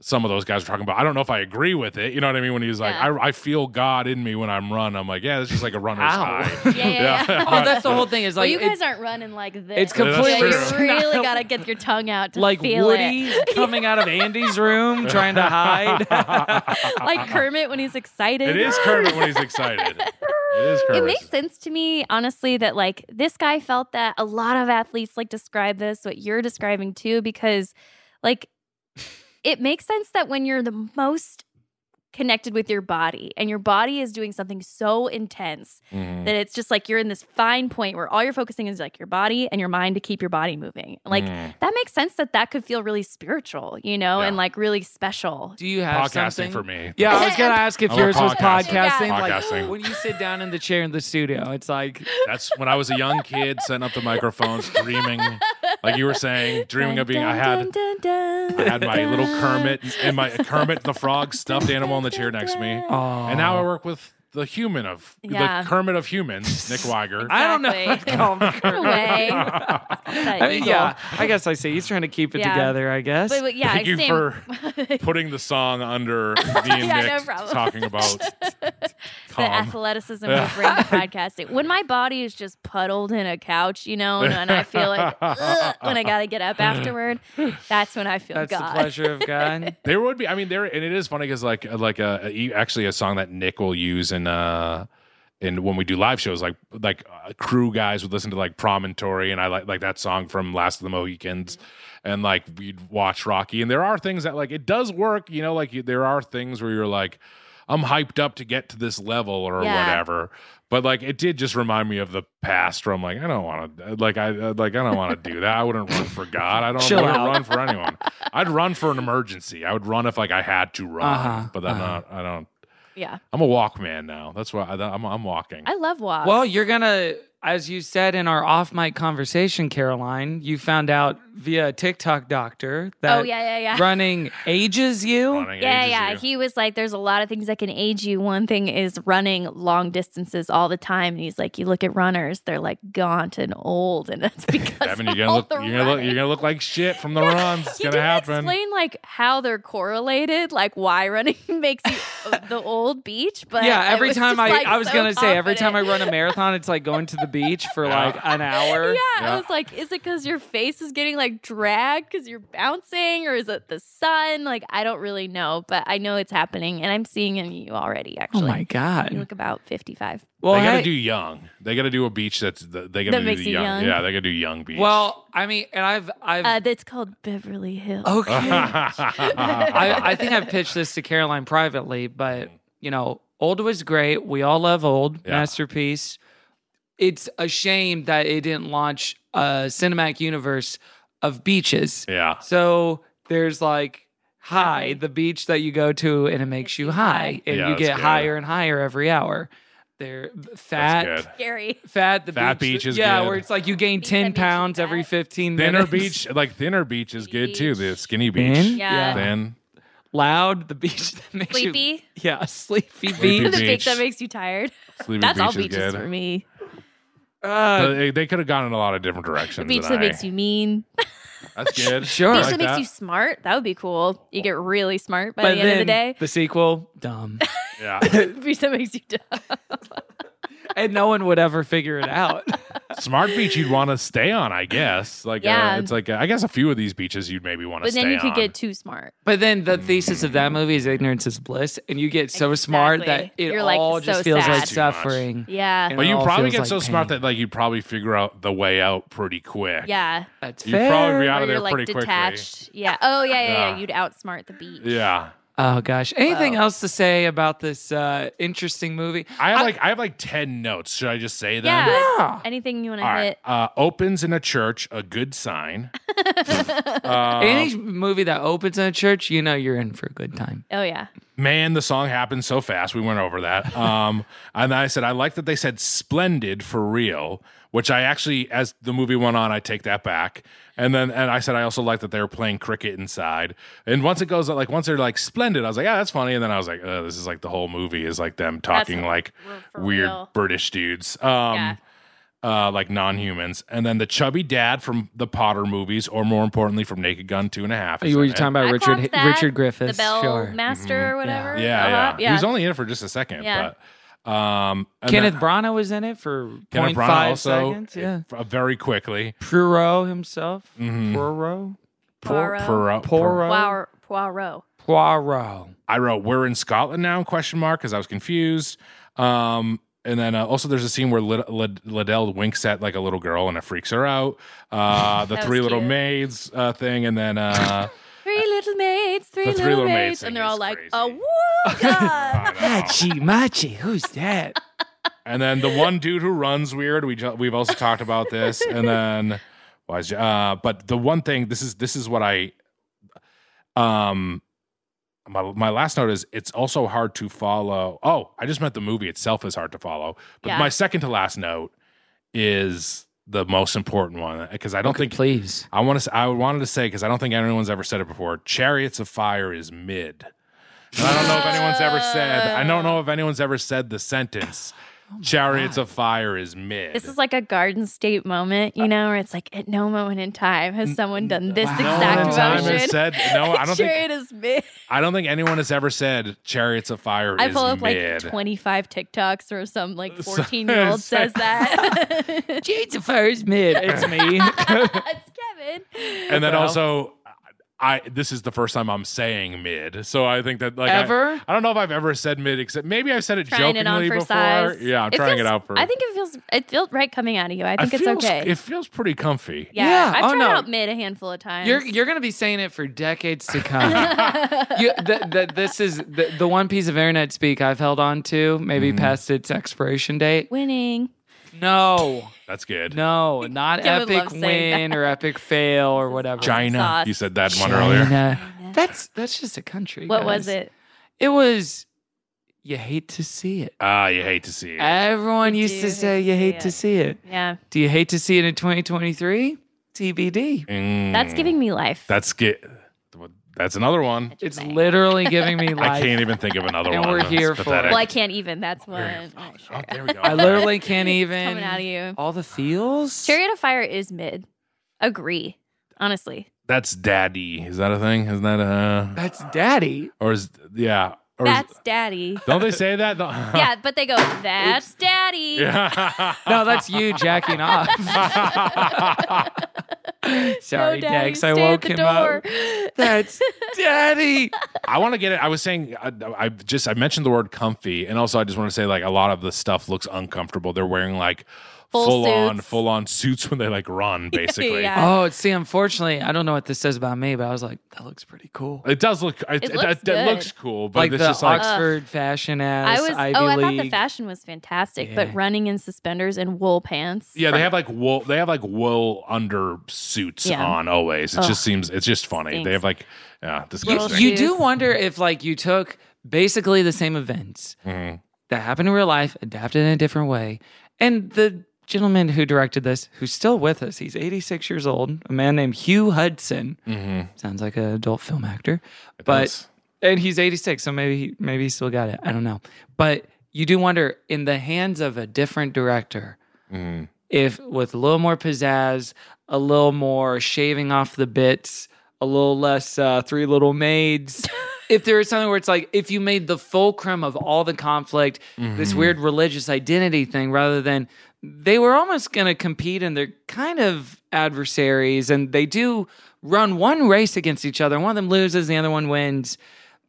S3: some of those guys are talking about i don't know if i agree with it you know what i mean when he's like I, I feel god in me when i'm run i'm like yeah it's just like a runner's
S8: Ow.
S3: high
S5: Yeah, yeah, yeah.
S8: oh that's the whole thing is
S5: well,
S8: like
S5: you
S8: it-
S5: guys aren't running like this.
S8: it's completely-
S5: Yeah,
S8: That's
S5: you
S8: true.
S5: really got to get your tongue out to
S8: like
S5: feel
S8: Woody
S5: it.
S8: coming out of Andy's room trying to hide.
S5: Like Kermit when he's excited.
S3: it is kermit when he's excited It is
S5: It
S3: curve
S5: makes sense to me, honestly, that like this guy felt that a lot of athletes like describe this, what you're describing too, because like it makes sense that when you're the most connected with your body and your body is doing something so intense
S3: Mhm.
S5: that it's just like you're in this fine point where all you're focusing is like your body and your mind to keep your body moving. Like
S3: Mm.
S5: that makes sense that that could feel really spiritual, you know, and like really special.
S8: Do you have
S3: Podcasting
S8: something?
S3: for me.
S8: Yeah, I was gonna ask if
S3: I'm a
S8: yours was
S3: podcaster.
S8: podcasting.
S3: Podcasting.
S8: Like when you sit down in the chair in the studio, it's like
S3: That's when I was a young kid setting up the microphones, dreaming, like you were saying, dreaming of being. I had I had my little Kermit and my Kermit the Frog stuffed animal in the chair next to me,
S5: Oh.
S3: and now I work with the human of
S5: Yeah.
S3: the Kermit of humans, Nick Weiger.
S8: I don't know.
S5: Exactly.
S8: Oh,
S5: No way.
S8: I mean, yeah, I guess I see. He's trying to keep it
S5: Yeah.
S8: together. I guess.
S5: But, but yeah,
S3: Thank you
S5: same-
S3: for putting the song under me and
S5: Yeah, no
S3: Nick
S5: problem.
S3: talking about
S5: the
S3: Tom.
S5: athleticism we
S3: Yeah.
S5: bring to podcasting. When my body is just puddled in a couch, you know, and, and I feel like "Ugh," when I gotta get up afterward, that's when I feel
S8: That's
S5: God.
S8: the pleasure of God.
S3: There would be. I mean, there, and it is funny because like like uh, e- actually a song that Nick will use in uh in when we do live shows, like like uh, crew guys would listen to like Promontory, and I like like that song from Last of the Mohicans. And like we'd watch Rocky, and there are things that like it does work, you know. Like you, there are things where you're like, I'm hyped up to get to this level or
S5: Yeah.
S3: whatever. But like it did just remind me of the past where I'm like, I don't want to, like I uh, like I don't want to do that. I wouldn't run for God. I don't
S8: Chill
S3: want to
S8: out.
S3: run for anyone. I'd run for an emergency. I would run if like I had to run,
S8: Uh-huh,
S3: but I'm
S8: uh-huh.
S3: not. I don't.
S5: Yeah.
S3: I'm a walk man now. That's why I, I'm, I'm walking.
S5: I love walks.
S8: Well, you're gonna, as you said in our off mic conversation, Caroline, you found out via TikTok doctor that
S5: Oh, yeah, yeah, yeah.
S8: running ages you.
S3: Running
S5: yeah,
S3: ages
S5: yeah.
S3: you.
S5: He was like, there's a lot of things that can age you. One thing is running long distances all the time. And he's like, you look at runners, they're like gaunt and old. And that's because
S3: Devin,
S5: of
S3: you're gonna
S5: all
S3: look.
S5: the
S3: You're gonna look.
S5: running.
S3: You're gonna look like shit from the runs. It's
S5: He
S3: gonna
S5: didn't
S3: happen.
S5: Explain like how they're correlated, like why running makes you uh, the old beach. But
S8: yeah,
S5: it
S8: every
S5: was
S8: time
S5: just,
S8: I,
S5: like,
S8: I was
S5: so
S8: gonna say every time I
S5: confident.
S8: run a marathon, it's like going to the beach for
S3: Yeah.
S8: like an hour.
S5: Yeah, I was like, is it because your face is getting like dragged because you're bouncing, or is it the sun? Like, I don't really know, but I know it's happening, and I'm seeing it in you already. Actually,
S8: Oh my
S5: you
S8: god.
S5: look about 55.
S8: Well,
S3: they gotta
S8: hey-
S3: do young. They gotta do a beach that's. th- They
S5: That
S3: gotta do
S5: makes
S3: the
S5: you
S3: young.
S5: young.
S3: Yeah, they gotta do young beach.
S8: well, I mean, and I've I've
S5: Uh, that's called Beverly Hills.
S8: Oh, okay. I,
S3: I,
S8: I think I've pitched this to Caroline privately, but you know, old was great. We all love old
S3: Yeah.
S8: masterpiece. It's a shame that it didn't launch a cinematic universe of beaches.
S3: yeah.
S8: So there's like high, the beach that you go to, and it makes you high, and
S3: Yeah,
S8: you
S3: that's
S8: get
S3: good.
S8: higher and higher every hour. There,
S3: That's
S8: fat,
S3: good.
S5: Scary.
S8: fat, the
S3: Fat
S8: beach,
S3: beach is
S8: yeah,
S3: good.
S8: where it's like you gain
S5: Beach, that
S8: ten
S5: beach is
S8: pounds
S5: fat.
S8: every fifteen
S3: Thinner
S8: minutes.
S3: beach, like thinner beach is good too. The skinny beach.
S8: Thin?
S5: Yeah.
S3: Thin.
S8: loud, the beach that makes you
S5: Sleepy.
S8: yeah, sleepy
S3: Sleepy
S5: the
S8: beach.
S5: beach
S3: beach.
S5: that makes you tired.
S3: Sleepy
S5: That's
S3: beach
S5: all
S3: is
S5: beaches
S3: good.
S5: for me.
S3: So
S8: Uh,
S3: they they could have gone in a lot of different
S5: The
S3: directions.
S5: beach
S3: and
S5: that
S3: I-
S5: makes you mean.
S3: That's good.
S8: Sure.
S3: I
S5: beach
S8: like
S5: that makes you smart. That would be cool. You get really smart by
S8: but
S5: the end of the
S8: then
S5: day.
S8: the sequel, dumb,
S3: Yeah.
S5: beach that makes you dumb.
S8: and no one would ever figure it out.
S3: Smart beach you'd want to stay on, I guess. Like,
S5: Yeah.
S3: uh, it's like, uh, I guess a few of these beaches you'd maybe want to
S5: But
S3: stay
S5: then you could
S3: on.
S5: get too smart.
S8: But then the thesis of that movie is ignorance is bliss, and you get so smart that
S5: Exactly.
S8: it
S5: You're, like,
S8: all just
S5: so
S8: feels
S5: sad.
S8: like
S3: Too much.
S8: suffering.
S5: Yeah.
S8: And
S3: but
S8: it
S3: you
S8: all
S3: probably
S8: feels
S3: get
S8: like
S3: so smart
S8: pain.
S3: that like you'd probably figure out the way out pretty quick.
S5: yeah.
S8: That's
S3: You'd probably be
S8: fair.
S3: out
S5: Or
S3: of
S5: you're
S3: there
S5: like
S3: pretty
S5: detached. Yeah. Oh yeah, yeah, yeah,
S3: Yeah.
S5: You'd outsmart the beach.
S3: quickly. Yeah.
S8: Oh gosh. Anything
S5: Well.
S8: else to say about this uh, interesting movie?
S3: I have like I have like ten notes. Should I just say them?
S5: Yeah.
S8: Yeah.
S5: Anything you want
S3: All
S5: to
S3: right.
S5: hit?
S3: Uh, opens in a church, a good sign. Uh,
S8: Any movie that opens in a church, you know you're in for a good time.
S5: Oh yeah.
S3: man, the song happened so fast. We went over that. Um, and I said, I like that they said splendid for real, which I actually, as the movie went on, I take that back. And then, and I said, I also like that they were playing cricket inside. And once it goes, like, once they're like splendid, I was like, yeah, that's funny. And then I was like, Ugh, this is like the whole movie is like them talking like
S5: for
S3: weird
S5: real.
S3: British dudes. Um,
S5: Yeah.
S3: uh, like non-humans, and then the chubby dad from the Potter movies, or more importantly, from Naked Gun Two and a Half. is
S8: You were
S3: in
S8: you
S3: it.
S8: talking about
S5: I
S8: Uh, Richard
S5: clocked that,
S8: Richard Griffiths?
S5: The bell
S8: sure.
S5: master or whatever.
S3: Mm-hmm. Yeah,
S5: Uh-huh.
S3: yeah,
S5: yeah.
S3: He was only in it for just a second,
S5: Yeah.
S3: but um, and
S8: Kenneth
S3: then-
S8: Branagh was in it for 0.5
S3: Kenneth Branagh also
S8: seconds. Yeah.
S3: uh, very quickly.
S8: Poirot himself.
S3: Mhm.
S8: Poirot.
S5: Poirot.
S3: Poirot.
S8: Poirot.
S5: Poirot. Poirot.
S8: Poirot.
S3: I wrote, "We're in Scotland now?" Question mark because I was confused. Um, And then uh, also there's a scene where Lid- Lid- Liddell winks at like a little girl and it freaks her out. Uh, the
S5: That was
S3: three little
S5: cute.
S3: maids uh, thing, and then uh,
S5: Three little maids, three,
S3: The
S5: little, maids, and they're all like, "Oh, whoa, God!"
S8: Machi, Machi, who's that?
S3: and then the one dude who runs weird. We ju- we've also talked about this, and then why is uh, but the one thing this is this is what I um my my last note is it's also hard to follow. Oh, I just meant the movie itself is hard to follow. But
S11: Yeah.
S3: my second to last note is the most important one because I don't think please I want to I wanted to say because I don't think anyone's ever said it before. Chariots of Fire is mid. And I don't know if anyone's ever said. I don't know if anyone's ever said the sentence. Chariots of Fire is mid.
S5: Oh This is like a Garden State moment,
S3: Uh,
S5: you know, where it's like, at no moment in time has someone done this exact
S3: in time has
S5: motion.
S3: said- no, I don't think-
S5: Chariot is mid.
S3: I don't think anyone has ever said Chariots of Fire
S5: I
S3: is
S5: pull up
S3: mid.
S5: like 25 TikToks or some like 14 year old
S3: so-
S5: says that.
S8: It's a first mid. It's me.
S5: Kevin.
S3: and then also I this is the first time I'm saying mid. So I think that like I-
S5: Ever?
S3: I, don't know if I've ever said mid except maybe I've said it
S5: Trying
S3: jokingly
S5: it on for
S3: before.
S5: size.
S3: Yeah, I'm trying
S5: feels-
S3: it out for
S5: I think it feels it felt right coming out of you. I
S3: I
S5: think it's
S3: feels-
S5: okay.
S3: It feels pretty comfy.
S5: yeah,
S8: Yeah,
S5: I've
S8: oh,
S5: tried
S8: no.
S5: out mid a handful of times.
S8: You're you're gonna be saying it for decades to come. you, the, the, this is the, the one piece of internet speak I've held on to, maybe
S3: Mm-hmm.
S8: past its expiration date.
S5: winning.
S8: No,
S3: that's good.
S8: No, not
S5: Kevin
S8: epic
S5: loves saying
S8: win or epic fail or whatever.
S3: China. You said that one
S8: China.
S3: earlier.
S8: That's that's just a country.
S5: What was
S8: guys.
S5: it?
S8: It was. You hate to see it.
S3: Ah, you hate to see it.
S8: Everyone
S5: You
S8: used
S5: do
S8: to say you
S5: hate to see
S8: hate
S5: it.
S8: to see it.
S5: Yeah.
S8: Do you hate to see it in 2023? TBD.
S5: That's
S3: Hmm.
S5: giving me life.
S3: Mm. That's get that's another one.
S8: It's literally giving me life.
S3: I can't even think of another
S8: And
S3: one.
S8: we're
S3: That's
S8: here for it.
S3: pathetic.
S5: Well, I can't even. That's one. Oh,
S3: there we go.
S8: I literally can't even.
S5: coming out of you.
S8: All the feels.
S5: Chariot of Fire is mid. Agree. Honestly.
S3: That's daddy. Is that a thing? Isn't that a
S8: That's daddy.
S3: Or is yeah. Or is-
S5: That's daddy.
S3: don't they say that?
S5: yeah, but they go, that's daddy.
S3: Yeah.
S8: no, that's you jacking off. Sorry,
S5: No, Daddy,
S8: Dex. I
S5: stay at
S8: woke
S5: the
S8: him up.
S5: door.
S8: That's daddy.
S3: I want to get it. I was saying, I, I just I mentioned the word comfy, and also I just want to say like a lot of the stuff looks uncomfortable. They're wearing like
S5: Full
S3: full on
S5: suits.
S3: full on suits when they like run, basically.
S5: yeah.
S8: Oh, see, unfortunately, I don't know what this says about me, but I was like, that looks pretty cool.
S3: It does look.
S5: It
S3: It, it,
S5: looks
S3: it, it looks
S5: good.
S3: cool, but
S8: Like
S3: it's
S8: the
S3: just like
S8: Oxford fashion ass
S5: I was
S8: Ivy
S5: oh, I thought the
S8: League.
S5: fashion was fantastic,
S8: Yeah.
S5: but running in suspenders and wool pants.
S3: yeah, they have like wool. They have like wool under suits
S5: Yeah.
S3: on always. It
S5: Ugh.
S3: just seems. It's just funny.
S5: Stinks.
S3: They have like yeah,
S8: you,
S3: disgusting.
S8: you do wonder if like you took basically the same events
S3: Mhm.
S8: that happened in real life, adapted in a different way, and the gentleman who directed this, who's still with us, he's 86 years old, a man named Hugh Hudson. Sounds like an adult film actor, but
S3: does.
S8: and he's 86, so maybe he, maybe he still got it. I don't know, but you do wonder in the hands of a different director
S3: Mhm.
S8: if with a little more pizzazz, a little more shaving off the bits, a little less uh, Three Little Maids. if there is something where it's like, if you made the fulcrum of all the conflict, this
S3: Mhm.
S8: weird religious identity thing, rather than they were almost going to compete and they're kind of adversaries and they do run one race against each other. One of them loses, the other one wins.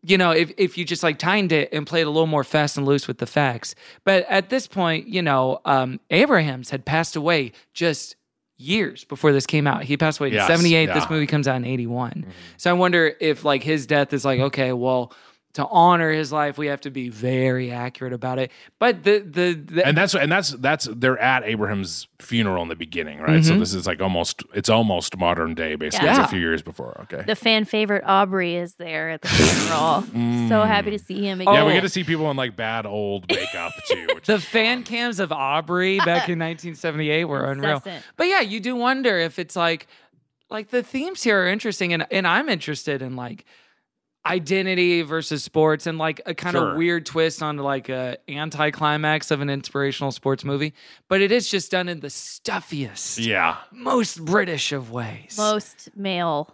S8: You know, if, if you just like timed it and played a little more fast and loose with the facts. But at this point, you know, um, Abrahams had passed away just years before this came out. He passed away in
S3: Yes,
S8: 78.
S3: yeah. Mm-hmm.
S8: This movie comes out in 81. So I wonder if like his death is like, okay, well, to honor his life, we have to be very accurate about it. But the the, the
S3: and that's and that's that's they're at Abraham's funeral in the beginning, right? So
S8: Mhm.
S3: this is like almost it's almost modern day, basically. It's
S5: Yeah.
S3: a few years before. Okay.
S5: The fan favorite Aubrey is there at the funeral. So happy to see
S8: Oh.
S5: him again.
S3: Yeah, we get to see people in like bad old makeup too. Which
S8: the fan cams of Aubrey back in 1978 were unreal.
S5: Incessant.
S8: But yeah, you do wonder if it's like like the themes here are interesting and and I'm interested in like identity versus sports and like a kind
S3: Sure.
S8: of weird twist on like a anticlimax of an inspirational sports movie, but it is just done in the stuffiest,
S3: yeah,
S8: most British of ways.
S5: Most male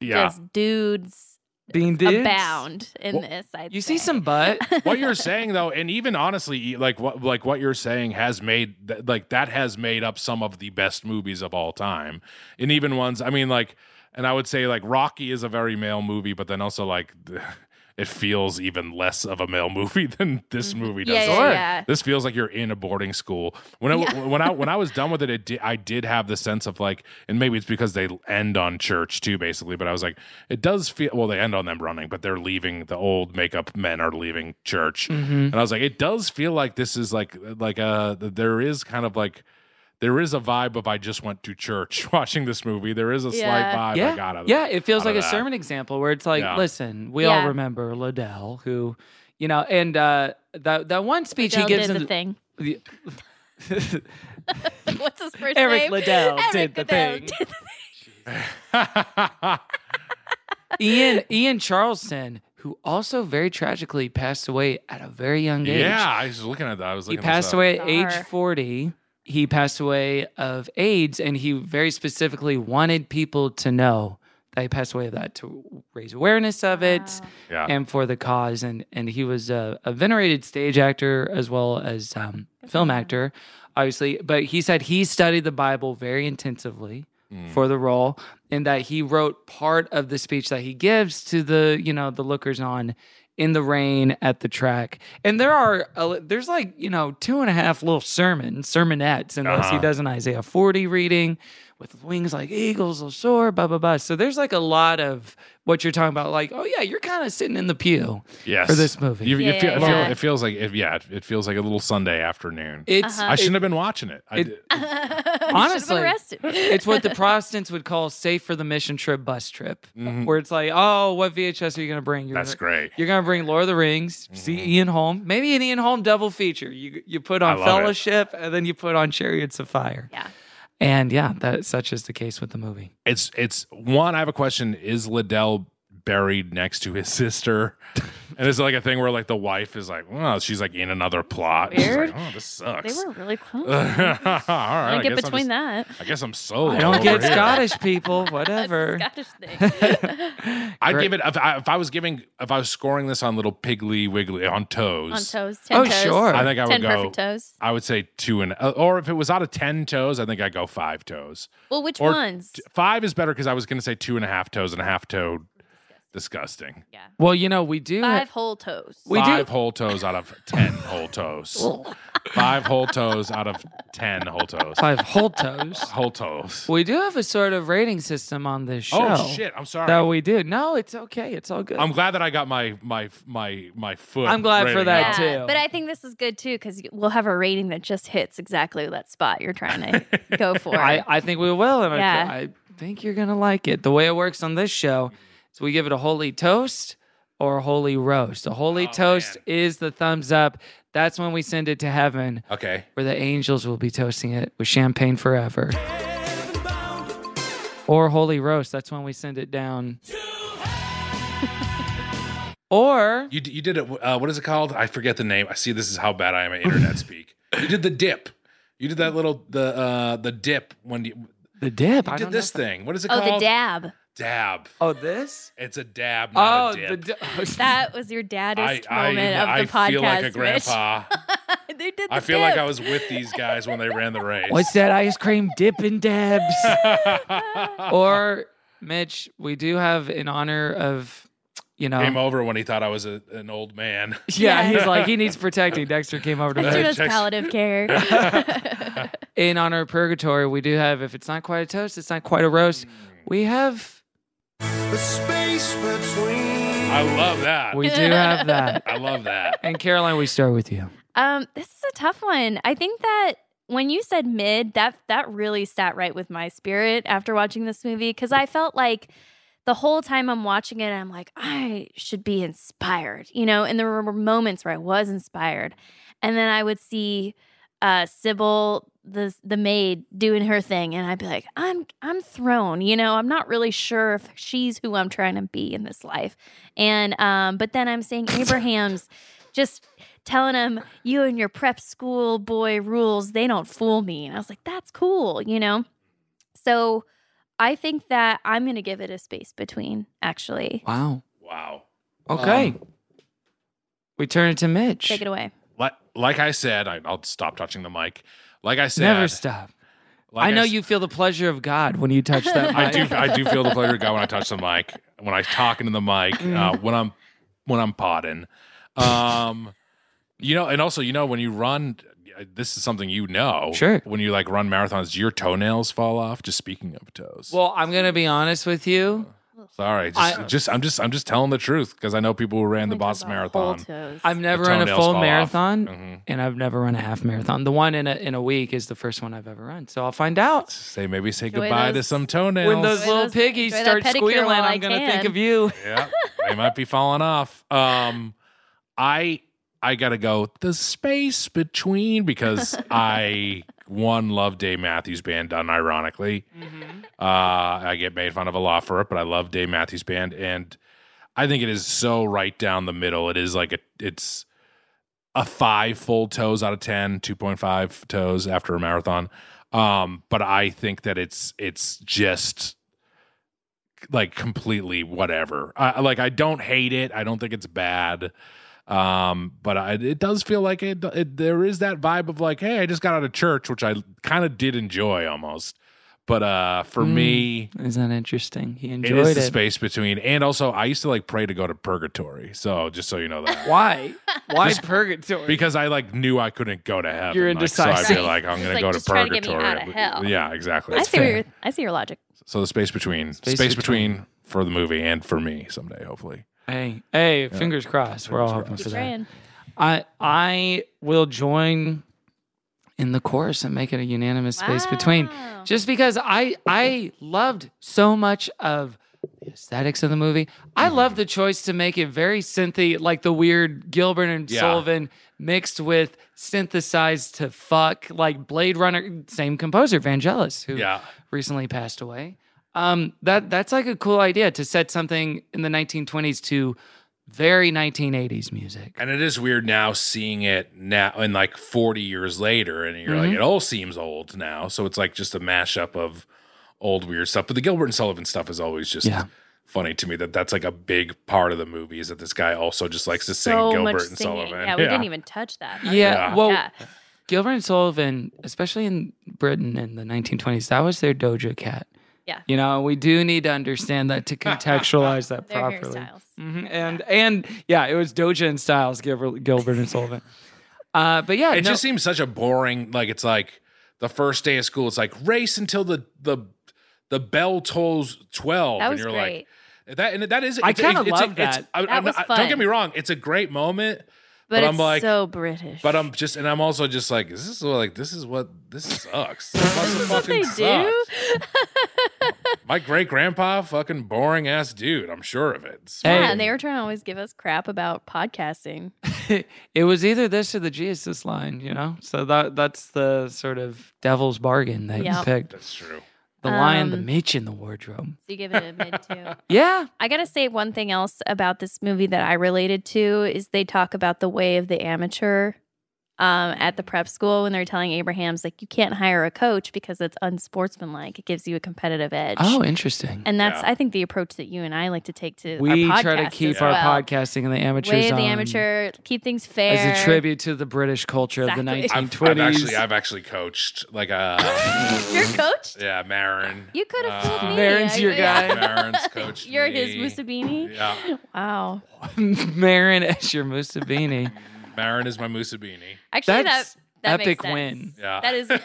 S3: yeah.
S5: just dudes
S8: Being dudes.
S5: abound in this. I'd
S8: You see some butt.
S3: what you're saying though, and even honestly, e, like what like what you're saying has made th- like that has made up some of the best movies of all time, and even ones I mean like, and I would say like Rocky is a very male movie, but then also like. it feels even less of a male movie than this movie does.
S5: Yeah, yeah, Sure. yeah.
S3: This feels like you're in a boarding school. When I
S5: Yeah.
S3: when I when I was done with it, it di- I did have the sense of like, and maybe it's because they end on church too, basically. But I was like, it does feel well. They end on them running, but they're leaving. The old makeup men are leaving church,
S5: Mm-hmm.
S11: Mhm.
S3: and I was like, it does feel like this is like like uh there is kind of like. There is a vibe of I just went to church watching this movie. There is a slight vibe
S8: yeah.
S3: I got out of
S8: Yeah, it feels
S3: out of
S8: like a
S3: that.
S8: sermon example where it's like,
S3: Yeah.
S8: listen, we
S5: Yeah.
S8: all remember Liddell, who, you know, and uh, that that one speech
S5: Liddell
S8: he gives
S5: did
S8: in
S5: the thing.
S8: the-
S5: What's his first
S8: Eric
S5: name?
S8: Liddell did
S5: Eric
S8: the
S5: Liddell
S8: thing.
S5: did the-
S8: Ian Ian Charleston, who also very tragically passed away at a very young age.
S3: Yeah, I was looking at that. I was
S8: he
S3: looking. this
S8: passed
S3: up.
S8: away at
S5: Bizarre.
S8: age 40 he passed away of aids and he very specifically wanted people to know that he passed away of that to raise awareness of it
S3: Yeah.
S8: and for the cause and and he was a, a venerated stage actor as well as um, film actor obviously but he said he studied the bible very intensively
S3: Mm.
S8: for the role and that he wrote part of the speech that he gives to the you know the lookers on in the rain at the track and there are a li- there's like you know two and a half little sermons sermonettes unless
S3: Uh-huh.
S8: he does an isaiah 40 reading with wings like eagles will soar blah blah blah so there's like a lot of what you're talking about like oh yeah you're kind of sitting in the pew
S3: Yes.
S8: for this movie
S3: You, you
S5: Yeah,
S3: feel,
S5: yeah,
S3: it, feel-
S5: yeah.
S3: it feels like it, yeah, it feels like a little Sunday afternoon.
S8: It's- Uh-huh.
S3: I shouldn't have been watching it. I
S8: It-
S3: did-
S8: honestly
S5: arrested.
S8: it's what the protestants would call safe for the mission trip bus trip
S3: Mhm.
S8: where it's like oh what vhs are you going to bring you're
S3: that's
S8: gonna-
S3: great.
S8: You're gonna bring Lord of the Rings, see Ian Holm, maybe an Ian Holm double feature. You you put
S3: Mm-hmm.
S8: on
S3: I love it.
S8: Fellowship and then you put on Chariots of Fire.
S5: Yeah.
S8: And yeah, that such is the case with the movie.
S3: It's it's one. I have a question. Is Liddell buried next to his sister? and it's like a thing where like the wife is like, well, she's like in another plot. And She's like,
S5: Weird.
S3: oh, this sucks.
S5: They were really close.
S3: All right,
S5: I
S3: I
S5: don't get
S3: guess I'm
S5: between
S3: just-
S5: that.
S3: I guess I'm solo.
S8: I don't get
S3: over here.
S8: Scottish people, whatever.
S5: Scottish thing.
S3: I'd
S8: Great.
S3: give it if I, if I was giving if I was scoring this on little Piggly Wiggly on toes.
S5: On toes. 10
S8: Oh,
S5: toes.
S8: sure.
S3: I think I would
S5: Ten
S3: go.
S5: perfect toes.
S3: I would say two and, uh, or if it was out of ten toes, I think I go five toes.
S5: Well, which
S3: Or
S5: ones?
S3: t- five is better because I was going to say two and a half toes and a half toe. Disgusting.
S5: yeah.
S8: Well, you know, we do
S5: Five whole toes.
S8: We do-
S3: five whole toes out of ten whole toes. five whole toes out of ten whole toes.
S8: five whole toes.
S3: Whole toes.
S8: We do have a sort of rating system on this show.
S3: Oh shit! I'm sorry.
S8: That we do. No, it's okay. It's all good.
S3: I'm glad that I got my my my my foot.
S8: I'm glad for
S3: rating
S8: that,
S3: up.
S8: too.
S5: Yeah, but I think this is good too because we'll have a rating that just hits exactly that spot you're trying to go for.
S8: I, I think we will. And I-
S5: Yeah.
S8: I, think you're going to like it. The way it works on this show is we give it a holy toast or a holy roast. A
S3: Oh,
S8: holy toast is the thumbs up. That's when we send it to heaven,
S3: Okay.
S8: where the angels will be toasting it with champagne forever. Or holy roast. That's when we send it down. or
S3: You d- you did it. Uh, what is it called? I forget the name. I see. This is how bad I am at internet speak. You did the dip. You did that little the uh the dip when you, you
S8: the dip. I
S3: did
S8: don't
S3: this thing. What is it
S5: oh,
S3: called?
S5: the dab.
S3: Dab.
S8: Know. Oh, this?
S3: It's a dab,
S8: oh,
S3: not a dip.
S8: the dip.
S5: That was your daddest
S3: I,
S5: moment
S3: I, I
S5: of the podcast.
S3: feel like a
S5: Rich.
S3: grandpa.
S5: they did the
S3: I feel like
S5: dip.
S3: I was with these guys when they ran the race.
S8: What's that ice cream dip and dabs? or Mitch, we do have in honor of, you know,
S3: Came over when he thought I was a, an old man.
S8: yeah,
S5: Yeah.
S8: he's like he needs protecting. Dexter came over to
S5: That's
S8: me.
S5: does
S3: Text-
S5: palliative care.
S8: In honor of purgatory, we do have if it's not quite a toast, it's not quite a
S3: Mm.
S8: roast. We have
S2: The space between.
S3: I love that.
S8: we do have that.
S3: I love that.
S8: And Caroline, we start with you.
S5: Um, this is a tough one. I think that when you said mid, that that really sat right with my spirit after watching this movie because I felt like the whole time I'm watching it, I'm like, I should be inspired, you know. And there were moments where I was inspired, and then I would see uh, Sybil, the the maid, doing her thing, and I'd be like, I'm I'm thrown, you know. I'm not really sure if she's who I'm trying to be in this life, and um, but then I'm seeing Abraham's just telling him you and your prep school boy rules they don't fool me and i was like that's cool you know so i think that i'm gonna give it a space between actually
S8: Wow.
S3: Wow.
S8: Okay.
S3: Um,
S8: we turn it to Mitch.
S5: take it away
S3: Like, like I said, I, I'll stop touching the mic. Like I said,
S8: Never stop.
S3: like
S8: I know
S3: s-
S8: you feel the pleasure of God when you touch that.
S3: I do.
S8: mic. Mm.
S3: I do feel the pleasure of God when I touch the mic, when I talk into the mic, uh, when I'm when I'm podding. Um, you know, and also you know when you run, uh, this is something you know.
S8: Sure.
S3: When you like run marathons, do your toenails fall off? Just speaking of toes.
S8: Well, uh, I'm gonna be honest with you.
S3: Sorry, just, just I'm just I'm just telling the truth because I know people who ran the Boston Marathon.
S8: I've never
S3: The
S8: run a
S3: toenails
S8: full
S3: fall off. Mm-hmm.
S8: marathon, and I've never run a half marathon. The one in a in a week is the first one I've ever run, so I'll find out.
S3: Say maybe say goodbye to some toenails
S8: When those little piggies
S10: enjoy
S8: start
S10: that pedicure
S8: squealing,
S10: while I
S8: I'm gonna think
S10: can.
S8: of you.
S3: yeah, they might be falling off. Um, I I gotta go the space between because I one love Dave Matthews Band. Unironically, uh, I get made fun of a lot for it, but I love Dave Matthews Band, and I think it is so right down the middle. It is like a it's a five full toes out of 10 2.5 toes after a marathon um but i think that it's it's just like completely whatever. I, like I don't hate it. I don't think it's bad. Um, but I, it does feel like it, it. There is that vibe of like, hey, I just got out of church, which I kind of did enjoy almost. But uh, for
S8: Mm,
S3: me,
S8: Isn't that interesting? He
S3: it
S8: enjoyed
S3: is
S8: it.
S3: the space between. And also, I used to like pray to go to purgatory. So just so you know that.
S8: Why? Why
S3: Just
S8: purgatory?
S3: Because I like knew I couldn't go to heaven.
S8: You're
S3: like, so I
S8: indecisive.
S3: feel like I'm
S8: Right. Just,
S3: gonna go
S8: like,
S3: to
S8: just trying
S3: purgatory.
S8: to get me out of hell.
S3: Yeah, exactly.
S5: I see your I see your logic.
S3: So the space between, space,
S8: Space
S3: between. for the movie and for me someday, hopefully.
S8: Hey, hey,
S3: Yeah.
S8: fingers crossed. We're all hoping
S3: crossed.
S8: for
S3: Keep
S8: that.
S5: praying.
S8: I I will join in the chorus and make it a unanimous space between. Just because I I loved so much of the aesthetics of the movie. I
S3: Mm-hmm.
S8: love the choice to make it very synthy, like the weird Gilbert and
S3: Yeah.
S8: Sullivan mixed with synthesized to fuck, like Blade Runner, same composer, Vangelis, who
S3: Yeah.
S8: recently passed away. Um, that that's like a cool idea to set something in the 1920s to very 1980s music.
S3: And it is weird now seeing it now and like 40 years later, and you're like,
S5: Mm-hmm.
S8: Mhm.
S3: it all seems old now. So it's like just a mashup of old weird stuff. But the Gilbert and Sullivan stuff is always just
S8: Yeah.
S3: funny to me that that's like a big part of the movie is that this guy also just likes to sing
S5: so
S3: Gilbert
S5: much
S3: and
S5: singing.
S3: Sullivan.
S5: Yeah, we didn't even touch that.
S8: Yeah,
S3: Yeah.
S8: well,
S5: Yeah.
S8: Gilbert and Sullivan, especially in Britain in the 1920s, that was their Doja Cat.
S5: Yeah.
S8: you know, we do need to understand that to contextualize that properly. Mhm, And and yeah, it was Doja and Styles, Gilbert, Gilbert and Sullivan. Uh, but yeah,
S3: It
S8: no-
S3: just seems such a boring. Like it's like the first day of school. It's like race until the the the bell tolls twelve,
S5: That
S3: and
S5: was
S3: you're
S5: great.
S3: like that. And that is.
S8: I
S3: it's-
S8: kinda
S3: it's- it's-
S8: love
S3: it's-
S8: that.
S3: I-
S5: That
S3: I'm
S5: was
S3: not-
S5: fun.
S3: Don't get me wrong. It's a great moment.
S5: but, it's
S3: I'm like,
S5: so British.
S3: but I'm just, and I'm also just like, this is like, this is what this sucks. This
S5: That's
S3: fucking
S5: what they
S3: sucks.
S5: do.
S3: My great grandpa, fucking boring ass dude. I'm sure of it. It's
S5: Yeah,
S3: fucking-
S5: and they were trying to always give us crap about podcasting.
S8: it was either this or the Jesus line, you know. So that that's the sort of devil's bargain that
S5: Yeah.
S8: you picked.
S3: That's true.
S8: The lion, the
S5: Um,
S8: mitch, and the wardrobe.
S5: So you give it a mid two.
S8: Yeah.
S5: I gotta say one thing else about this movie that I related to is they talk about the way of the amateur um, at the prep school when they're telling Abraham's like you can't hire a coach because it's unsportsmanlike. It gives you a competitive edge.
S8: Oh, interesting.
S5: and that's
S3: Yeah.
S5: I think the approach that you and I like to take to
S8: we
S5: our podcast
S8: try to keep
S5: as
S8: our
S5: well.
S8: podcasting and the amateurs
S5: way of
S8: on
S5: the amateur, keep things fair.
S8: as a tribute to the British culture
S5: Exactly.
S8: of the
S5: I've- I've
S8: 1920s.
S3: I've actually, I've actually coached like a
S5: Your coach?
S3: yeah, Marin.
S5: You could have fooled
S3: Uh,
S5: me.
S8: Marin's
S5: I-
S8: your
S5: yeah.
S8: guy.
S3: Marin's coached
S5: You're his
S3: me.
S5: Musabini.
S3: Yeah.
S5: Wow.
S8: Marin as your Mussolini.
S3: Marin is my Musabini.
S5: Actually,
S8: That's
S5: that that
S8: epic
S5: makes sense.
S8: win.
S3: Yeah.
S5: That is no,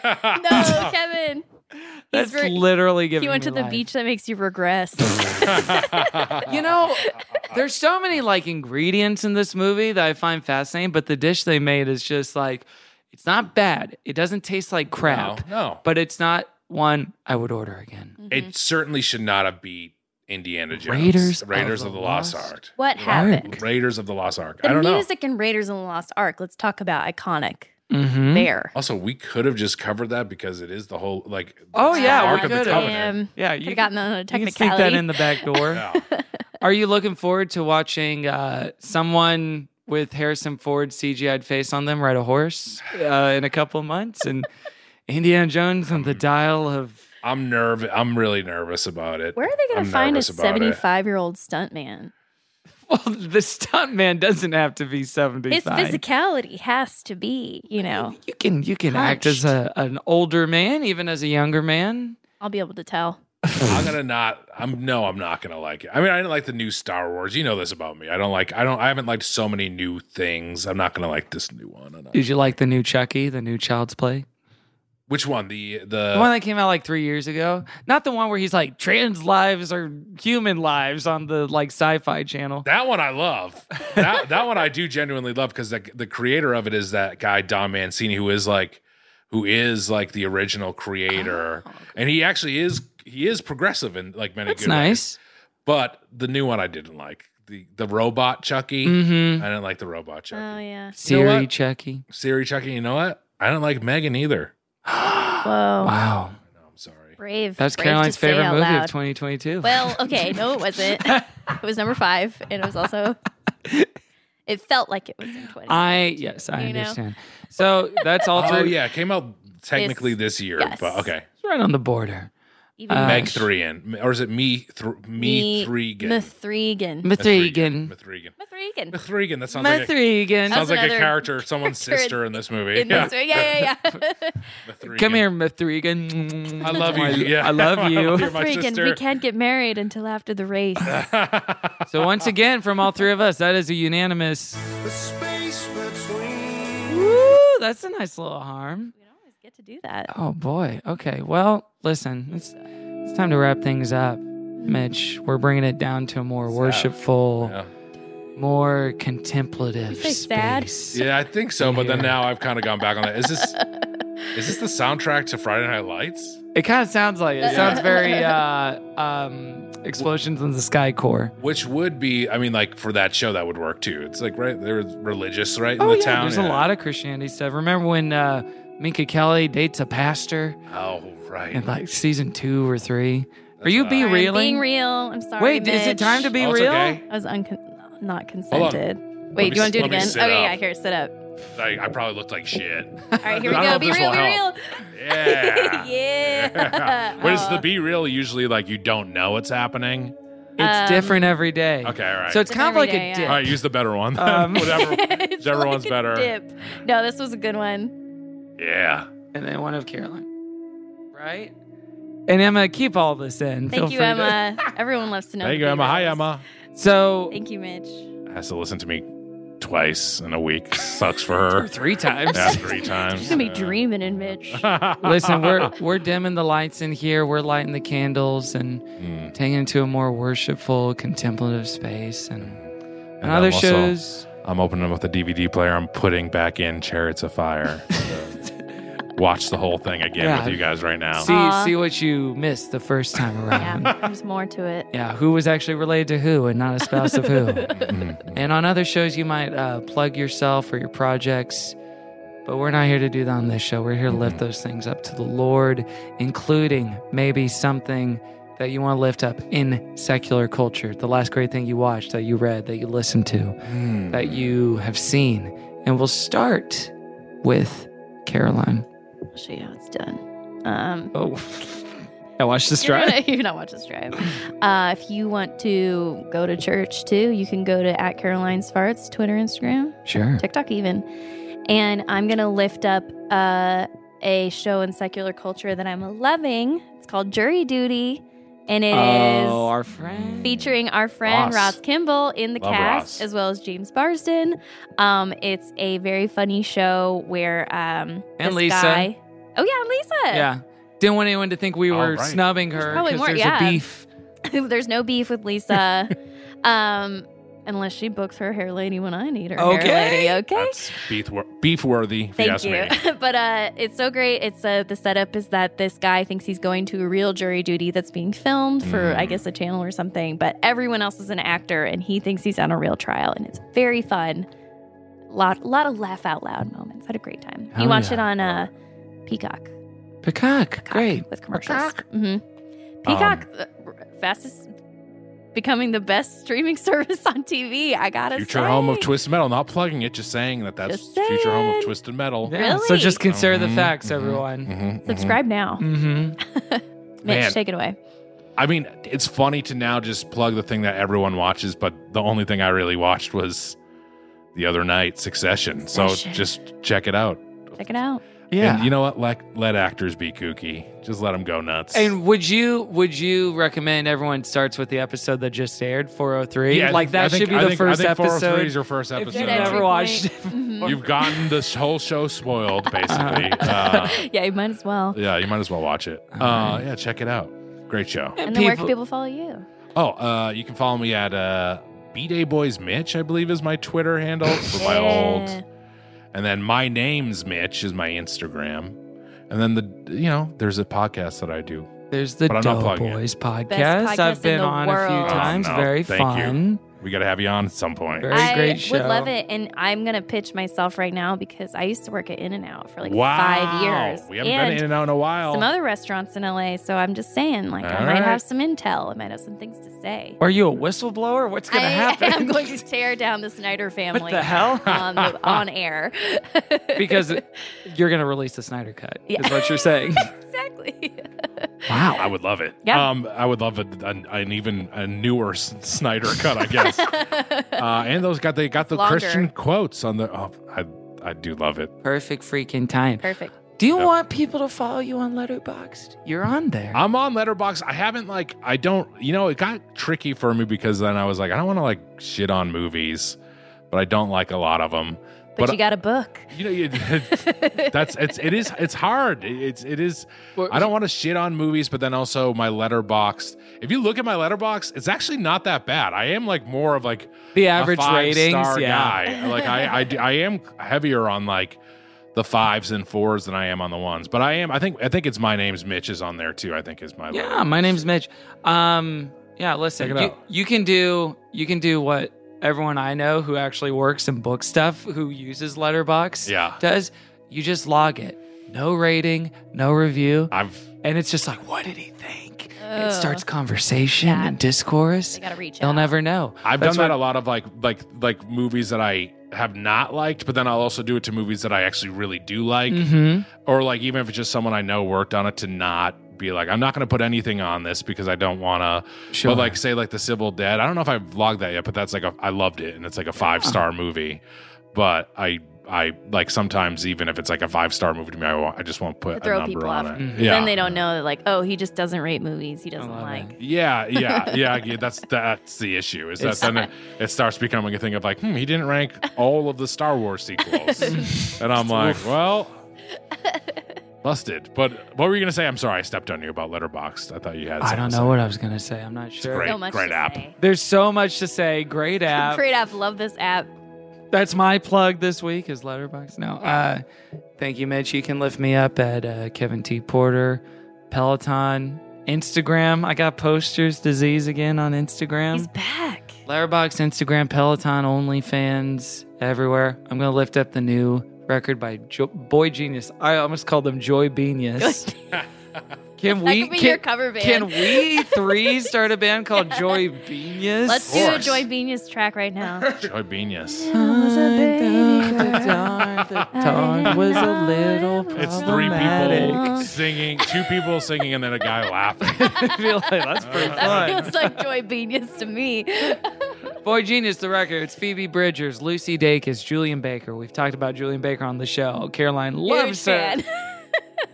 S5: Kevin. He's
S8: That's
S5: re-
S8: literally giving
S5: He went
S8: me
S5: to the
S8: life.
S5: beach. That makes you regress.
S8: You know, there's so many like ingredients in this movie that I find fascinating, but the dish they made is just like it's not bad. It doesn't taste like crap.
S3: No, no.
S8: But it's not one I would order again.
S5: Mm-hmm.
S3: It certainly should not have beat Indiana Jones.
S8: Raiders of
S3: Raiders
S8: the
S3: of the Lost,
S8: Lost
S3: Ark.
S5: What happened?
S3: Raiders of the Lost Ark.
S5: The
S3: I don't know.
S5: music in Raiders in the Lost Ark. Let's talk about iconic.
S8: Hmm? Mm-hmm.
S5: There.
S3: Also, we could have just covered that because it is the whole like.
S8: Oh yeah,
S3: Ark
S8: we
S3: of the
S8: could
S3: Covenant.
S8: have. Yeah, you
S5: Could have gotten on a
S8: You can sneak that
S5: technicality.
S8: in the back door. Are you looking forward to watching uh, someone with Harrison Ford's CGI'd face on them ride a horse uh, in a couple of months and Indiana Jones on the dial of?
S3: I'm nervous. I'm really nervous about it.
S5: Where are they going
S3: I'm
S5: to find a
S3: nervous about it.
S5: seventy-five-year-old stuntman?
S8: Well, the stuntman doesn't have to be
S5: His
S8: seventy-five.
S5: physicality has to be. You know,
S8: you can you can act as a, an older man, even as a younger man.
S5: I'll be able to tell.
S3: I'm gonna not. I'm no. I'm not gonna like it. I mean, I didn't like the new Star Wars. You know this about me. I don't like. I don't. I haven't liked so many new things. I'm not gonna like this new one. I'm not-
S8: Did you like the new Chucky, the new Child's Play?
S3: Which one? The the,
S8: the one that came out like three years ago. Not the one where he's like trans lives or human lives on the like sci-fi channel.
S3: That one I love. That that one I do genuinely love because the the creator of it is that guy Don Mancini, who is like, who is like the original creator, and he actually is he is progressive in like many.
S8: That's
S3: good ways.
S8: nice.
S3: But the new one I didn't like the the robot Chucky.
S8: Mhm.
S3: I didn't like the robot Chucky.
S5: Oh yeah.
S3: You know
S8: Siri
S3: what?
S8: Chucky.
S3: Siri Chucky. You know what? I didn't like Megan either.
S5: Whoa.
S8: Wow.
S5: Brave.
S8: That's
S5: brave
S8: Caroline's
S5: to say
S8: favorite
S5: out
S8: movie
S5: loud.
S8: of 2022.
S5: Well, okay, no, it wasn't. it was number five, and it was also. It felt like it was in twenty.
S8: I yes, I
S5: You know?
S8: understand. So that's all
S3: Oh
S8: three.
S3: yeah, it came out technically this, year, but okay.
S8: It's right on the border.
S5: Even
S8: Uh,
S3: Meg three in, or is it me? Thr me three again.
S5: Mithrigan.
S8: Mithrigan.
S3: Mithrigan.
S5: Mithrigan.
S3: Mithrigan. That sounds
S8: Mithrigan.
S3: like a, sounds
S5: That's
S3: like a
S5: another
S3: character, someone's sister in this movie.
S5: In this way. Yeah, yeah, yeah.
S3: Mithrigan.
S8: Come here, Mithrigan.
S3: I love you.
S8: I,
S3: Yeah.
S8: I love
S3: You're
S8: you.
S3: my
S5: Mithrigan. We
S3: sister.
S5: can't get married until after the race.
S8: so once again, from all three of us, that is a unanimous.
S2: Space between.
S8: Woo, that's a nice little harm.
S5: get to do that.
S8: Oh boy. Okay. Well, listen, it's it's time to wrap things up, Mitch. We're bringing it down to a more worshipful, more contemplative.
S5: Say sad.
S3: Yeah, I think so. But then now I've kind of gone back on that. Is this is this the soundtrack to Friday Night Lights?
S8: It kind of sounds like it. It sounds very uh, um, explosions in the sky core.
S3: Which would be, I mean, like for that show, that would work too. It's like right, they're religious, right? In
S8: Oh
S3: the
S8: yeah,
S3: town,
S8: there's
S3: yeah.
S8: a lot of Christianity stuff. Remember when uh, Minka Kelly dates a pastor
S3: Oh right.
S8: in like season two or three? Are you be
S5: Sorry, I'm
S8: real?
S5: Being real. I'm sorry.
S8: Wait, is it
S5: Mitch.
S8: time to be Oh, it's real? okay.
S5: I was uncon- not
S3: Hold on.
S5: consented.
S3: Let
S5: Wait,
S3: me
S5: do you want to do
S3: s-
S5: it
S3: let me
S5: again?
S3: sit
S5: Okay,
S3: up.
S5: yeah, here, sit up.
S3: Like, I probably looked like shit.
S5: All right, here we
S3: I don't know
S5: go.
S3: if
S5: Be
S3: this
S5: real,
S3: will
S5: be real.
S3: help. Yeah.
S5: yeah. Uh,
S3: What is the be real usually like? You don't know what's happening.
S8: It's
S5: Um,
S8: different every day.
S3: Okay, all right.
S8: So it's kind of
S5: Every
S8: like
S5: day,
S8: a
S5: yeah.
S8: dip.
S3: all right. Use the better one. then.
S8: Um,
S3: Whatever.
S5: It's
S3: Whichever one's
S5: a
S3: better.
S5: Dip. No, this was a good one.
S3: Yeah.
S8: and then one of Caroline. Right? And Emma, keep all this in.
S5: Thank
S8: Feel free
S5: you,
S8: to-
S5: Emma. Everyone loves to know.
S3: Thank
S5: the
S3: you,
S5: be
S3: Emma. Hi,
S5: reals.
S3: Emma.
S8: So
S5: Thank you, Mitch.
S3: Has to listen to me twice in a week. Sucks for her.
S8: three times.
S3: Yeah, three times.
S5: She's gonna be dreaming in Mitch.
S8: Listen, we're we're dimming the lights in here. We're lighting the candles and taking it to a more worshipful, contemplative space. And, and,
S3: And
S8: other
S3: I'm also-
S8: shows,
S3: I'm opening up the DVD player. I'm putting back in Chariots of Fire. So watch the whole thing again
S8: Yeah.
S3: with you guys right now.
S8: see
S5: Aw.
S8: see what you missed the first time around.
S5: Yeah, there's more to it.
S8: Yeah, who was actually related to who and not a spouse of who. and on other shows, you might uh, plug yourself or your projects, but we're not here to do that on this show. We're here to lift those things up to the Lord, including maybe something that you want to lift up in secular culture. The last great thing you watched, that you read, that you listened to, that you have seen. And we'll start with Caroline.
S5: I'll show you how it's done. Um,
S8: Oh, I watched this
S5: You're,
S8: drive.
S5: gonna- you're not watching this drive. Uh, if you want to go to church too, you can go to at Caroline Svarts, Twitter, Instagram,
S8: Sure.
S5: TikTok, even. And I'm gonna lift up uh, a show in secular culture that I'm loving. It's called Jury Duty, and it is
S8: oh, our friend.
S5: featuring our friend
S8: Ross.
S5: Ross, Kimball in the
S8: Love
S5: cast,
S8: Ross.
S5: as well as James Marsden. Um, it's a very funny show where um,
S8: And
S5: this
S8: Lisa.
S5: guy- oh yeah, and Lisa.
S8: Yeah. Didn't want anyone to think we were
S3: All right.
S8: snubbing her
S5: probably
S8: because
S5: more,
S8: there's
S5: yeah.
S8: a beef.
S5: There's no beef with Lisa, um, unless she books her hair lady when I need her hair
S3: Okay.
S5: lady. Okay.
S3: That's beef, wor- beef worthy. If you
S5: Thank
S3: ask
S5: you.
S3: me.
S5: but uh, it's so great. It's uh, the setup is that this guy thinks he's going to a real jury duty that's being filmed for, I guess, a channel or something. But everyone else is an actor, and he thinks he's on a real trial, and it's very fun. Lot, lot of laugh out loud moments. Had a great time.
S8: Hell
S5: you watch
S8: yeah.
S5: it on uh, Peacock
S8: Peacock, Um, great.
S5: with commercials. hmm Peacock, uh, fastest, becoming the best streaming service on TV. I gotta
S3: Future
S5: say.
S3: home of twisted metal. Not plugging it, just saying that that's
S5: Just
S3: future home
S5: saying.
S3: of twisted metal.
S8: Yeah, So
S5: Really?
S8: just consider the
S3: Mhm,
S8: facts,
S3: mhm,
S8: everyone.
S3: mhm,
S5: Subscribe now.
S8: Mm-hmm.
S5: Mitch,
S3: Man.
S5: take it away.
S3: I mean, it's funny to now just plug the thing that everyone watches, but the only thing I really watched was the other night, Succession. So
S5: Succession.
S3: just check it out.
S5: Check it out.
S8: Yeah.
S3: And you know what? Let let actors be kooky. Just let them go nuts.
S8: And would you would you recommend everyone starts with the episode that just aired, 403?
S3: Yeah, I
S8: like
S3: think-
S8: that
S3: I think-
S8: should be
S3: I
S8: the
S3: think- I
S8: first
S3: think 403
S8: episode.
S3: is your first
S8: If
S3: episode.
S8: you've
S3: Good
S8: never
S3: entry
S8: watched it
S3: You've gotten this whole show spoiled, basically. uh,
S5: yeah, you might as well.
S3: yeah, you might as well watch it. Uh,
S5: right.
S3: Yeah, check it out. Great show.
S5: And then where can people follow you?
S3: Oh, uh, you can follow me at uh, B Day Boys Mitch, I believe is my Twitter handle for my
S5: Yeah.
S3: old. And then my name's Mitch is my Instagram. And then the you know there's a podcast that I do.
S8: There's the
S3: But I'm not
S8: Dough
S3: plugging it.
S8: Boys
S5: Best
S8: podcast.
S5: podcast
S8: I've
S5: in
S8: been
S5: the
S8: on a
S5: world.
S8: few
S3: Oh,
S8: times.
S3: no,
S8: Very
S3: thank you.
S8: fun.
S3: We got to have you on at some point.
S8: Very
S5: I
S8: great
S5: would
S8: show.
S5: love it, and I'm gonna pitch myself right now because I used to work at In and Out for like
S3: Wow.
S5: five years.
S3: We haven't been
S5: and
S3: in and out in a while.
S5: Some other restaurants in LA, so I'm just saying, like, I
S8: All
S5: might
S8: right.
S5: have some intel. I might have some things to say.
S8: Are you a whistleblower? What's going to happen?
S5: I am going to tear down the Snyder family.
S8: the hell?
S5: On, the, on air.
S8: because you're going to release the Snyder Cut,
S5: Yeah.
S8: is what you're saying.
S5: exactly.
S3: Wow, I would love it.
S5: Yeah.
S3: Um, I would love a, an, an even a newer S- Snyder cut, I guess. uh, and those got they got the
S8: Longer.
S3: Christian quotes on the. Oh, I I do love it.
S8: Perfect freaking time.
S5: Perfect.
S8: Do you
S3: Yep.
S8: want people to follow you on Letterboxd? You're on there.
S3: I'm on Letterbox. I haven't like I don't you know it got tricky for me because then I was like I don't want to like shit on movies, but I don't like a lot of them.
S5: But, you got a book.
S3: you know you, that's it's it is it's hard. It- It's it is. I don't want to shit on movies, but then also my Letterboxd. If you look at my Letterbox, it's actually not that bad. I am like more of like
S8: The
S3: a
S8: average
S3: five-star
S8: ratings, yeah.
S3: guy. Like I, I do- I am heavier on like the fives and fours than I am on the ones. But I am I think I think it's my name's Mitch is on there too. I think is my
S8: Yeah, my name's Mitch. Um, yeah, listen,
S3: Check it
S8: you,
S3: out.
S8: you can do you can do what everyone I know who actually works in book stuff who uses Letterbox
S3: Yeah.
S8: does. You just log it, no rating, no review,
S3: I've
S8: and it's just like, what did he think?
S5: Ugh.
S8: It starts conversation
S5: Yeah.
S8: and discourse.
S5: They gotta reach
S8: They'll
S5: out.
S8: never know.
S3: I've
S8: That's
S3: done that
S8: what-
S3: a lot of like like like movies that I have not liked, but then I'll also do it to movies that I actually really do like,
S8: Mhm.
S3: or like even if it's just someone I know worked on it to not be like I'm not going to put anything on this because I don't want to.
S8: Sure.
S3: But like say like the Civil Dead, I don't know if I've vlogged that yet, but that's like a I loved it and it's like a five star movie, but I. I like sometimes even if it's like a five star movie to me, I, won't, I just won't put a
S5: Throw
S3: number
S5: people
S3: on
S5: off. Mm-hmm.
S3: it. Yeah,
S5: Then they don't know that, like, oh, he just doesn't rate movies. He doesn't
S8: Oh,
S5: like.
S3: yeah, yeah, yeah, yeah. That's that's the issue. Is that
S8: It's-
S3: then it, it starts becoming a thing of like, hmm, he didn't rank all of the Star Wars sequels, and I'm like,
S8: Oof.
S3: well, busted. But what were you gonna say? I'm sorry, I stepped on you about Letterboxd. I thought you had.
S8: I don't
S3: something to
S8: know
S3: say.
S8: what I was gonna say. I'm not sure.
S3: Great,
S5: So much
S3: great
S5: to
S3: app.
S5: say.
S8: There's so much to say. Great app.
S5: Great app. Love this app.
S8: That's my plug this week is Letterbox. No, uh, thank you, Mitch. You can lift me up at uh, Kevin T. Porter, Peloton, Instagram. I got posters disease again on
S5: He's
S8: Instagram.
S5: back.
S8: Letterbox, Instagram, Peloton, OnlyFans, everywhere. I'm gonna lift up the new record by jo- Boy Genius. I almost called them Joy Genius. Can
S5: That
S8: we
S5: could be
S8: can,
S5: your cover band.
S8: can we three start a band called Joy Genius?
S5: Let's do a
S3: course.
S5: Joy Benius track right now.
S3: Joy Benius.
S8: Darn was a little
S3: It's three people
S8: problematic.
S3: singing, two people singing, and then a guy laughing.
S8: I feel like that's pretty fun.
S5: Feels like Joy Benius to me.
S8: Boy Genius, the record. It's Phoebe Bridgers, Lucy Dacus, Julian Baker. We've talked about Julian Baker on the show. Caroline
S5: Huge
S8: loves her.
S5: fan.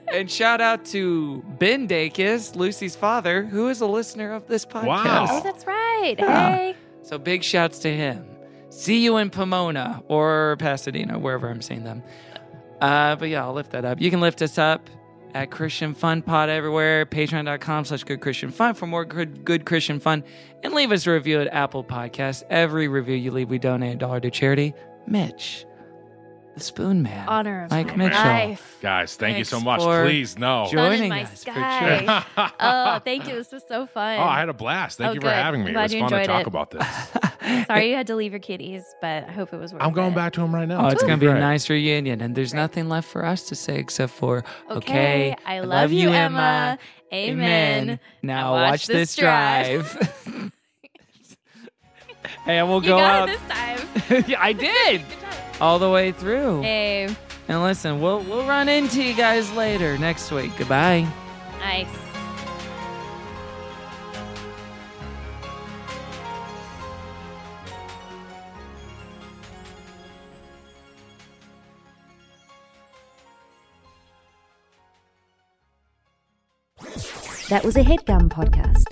S8: And shout out to Ben Dacus, Lucy's father, who is a listener of this podcast.
S5: Oh,
S3: Wow.
S5: that's right.
S8: Yeah.
S5: Hey.
S8: So big shouts to him. See you in Pomona or Pasadena, wherever I'm seeing them. Uh, but yeah, I'll lift that up. You can lift us up at Christian Fun Pod everywhere, patreon.com slash good Christian fun for more good, good Christian fun. And leave us a review at Apple Podcasts. Every review you leave, we donate a dollar to charity. Mitch, the Spoon Man.
S5: Honor of
S8: Mike
S5: my
S8: Mitchell.
S5: life.
S3: Guys, thank
S8: Thanks
S3: you so much.
S8: for
S3: Please, no.
S8: joining
S5: Sun in my
S8: us for
S5: sky.
S8: sure.
S5: oh, thank you. This was so fun.
S3: Oh, I had a blast. Thank
S5: Oh,
S3: you for
S5: good.
S3: having me.
S5: I'm
S3: It
S5: glad
S3: was
S5: you
S3: fun to
S5: enjoyed
S3: talk
S5: it.
S3: about this.
S5: Sorry you had to leave your kitties, but I hope it was worth
S3: I'm going
S5: it.
S3: back to him right now.
S8: Oh, it's
S3: gonna
S8: going to be a
S3: great.
S8: nice reunion, and there's nothing left for us to say except for, okay,
S5: Okay, I love, you, Emma. Amen.
S8: Now
S5: watch
S8: watch, this
S5: this drive.
S8: drive. and we'll
S5: You
S8: go out.
S5: got it this time.
S8: Yeah, I did all the way through.
S5: Hey,
S8: And listen, we'll we'll run into you guys later next week. Goodbye.
S5: nice.
S12: That was a headgum podcast.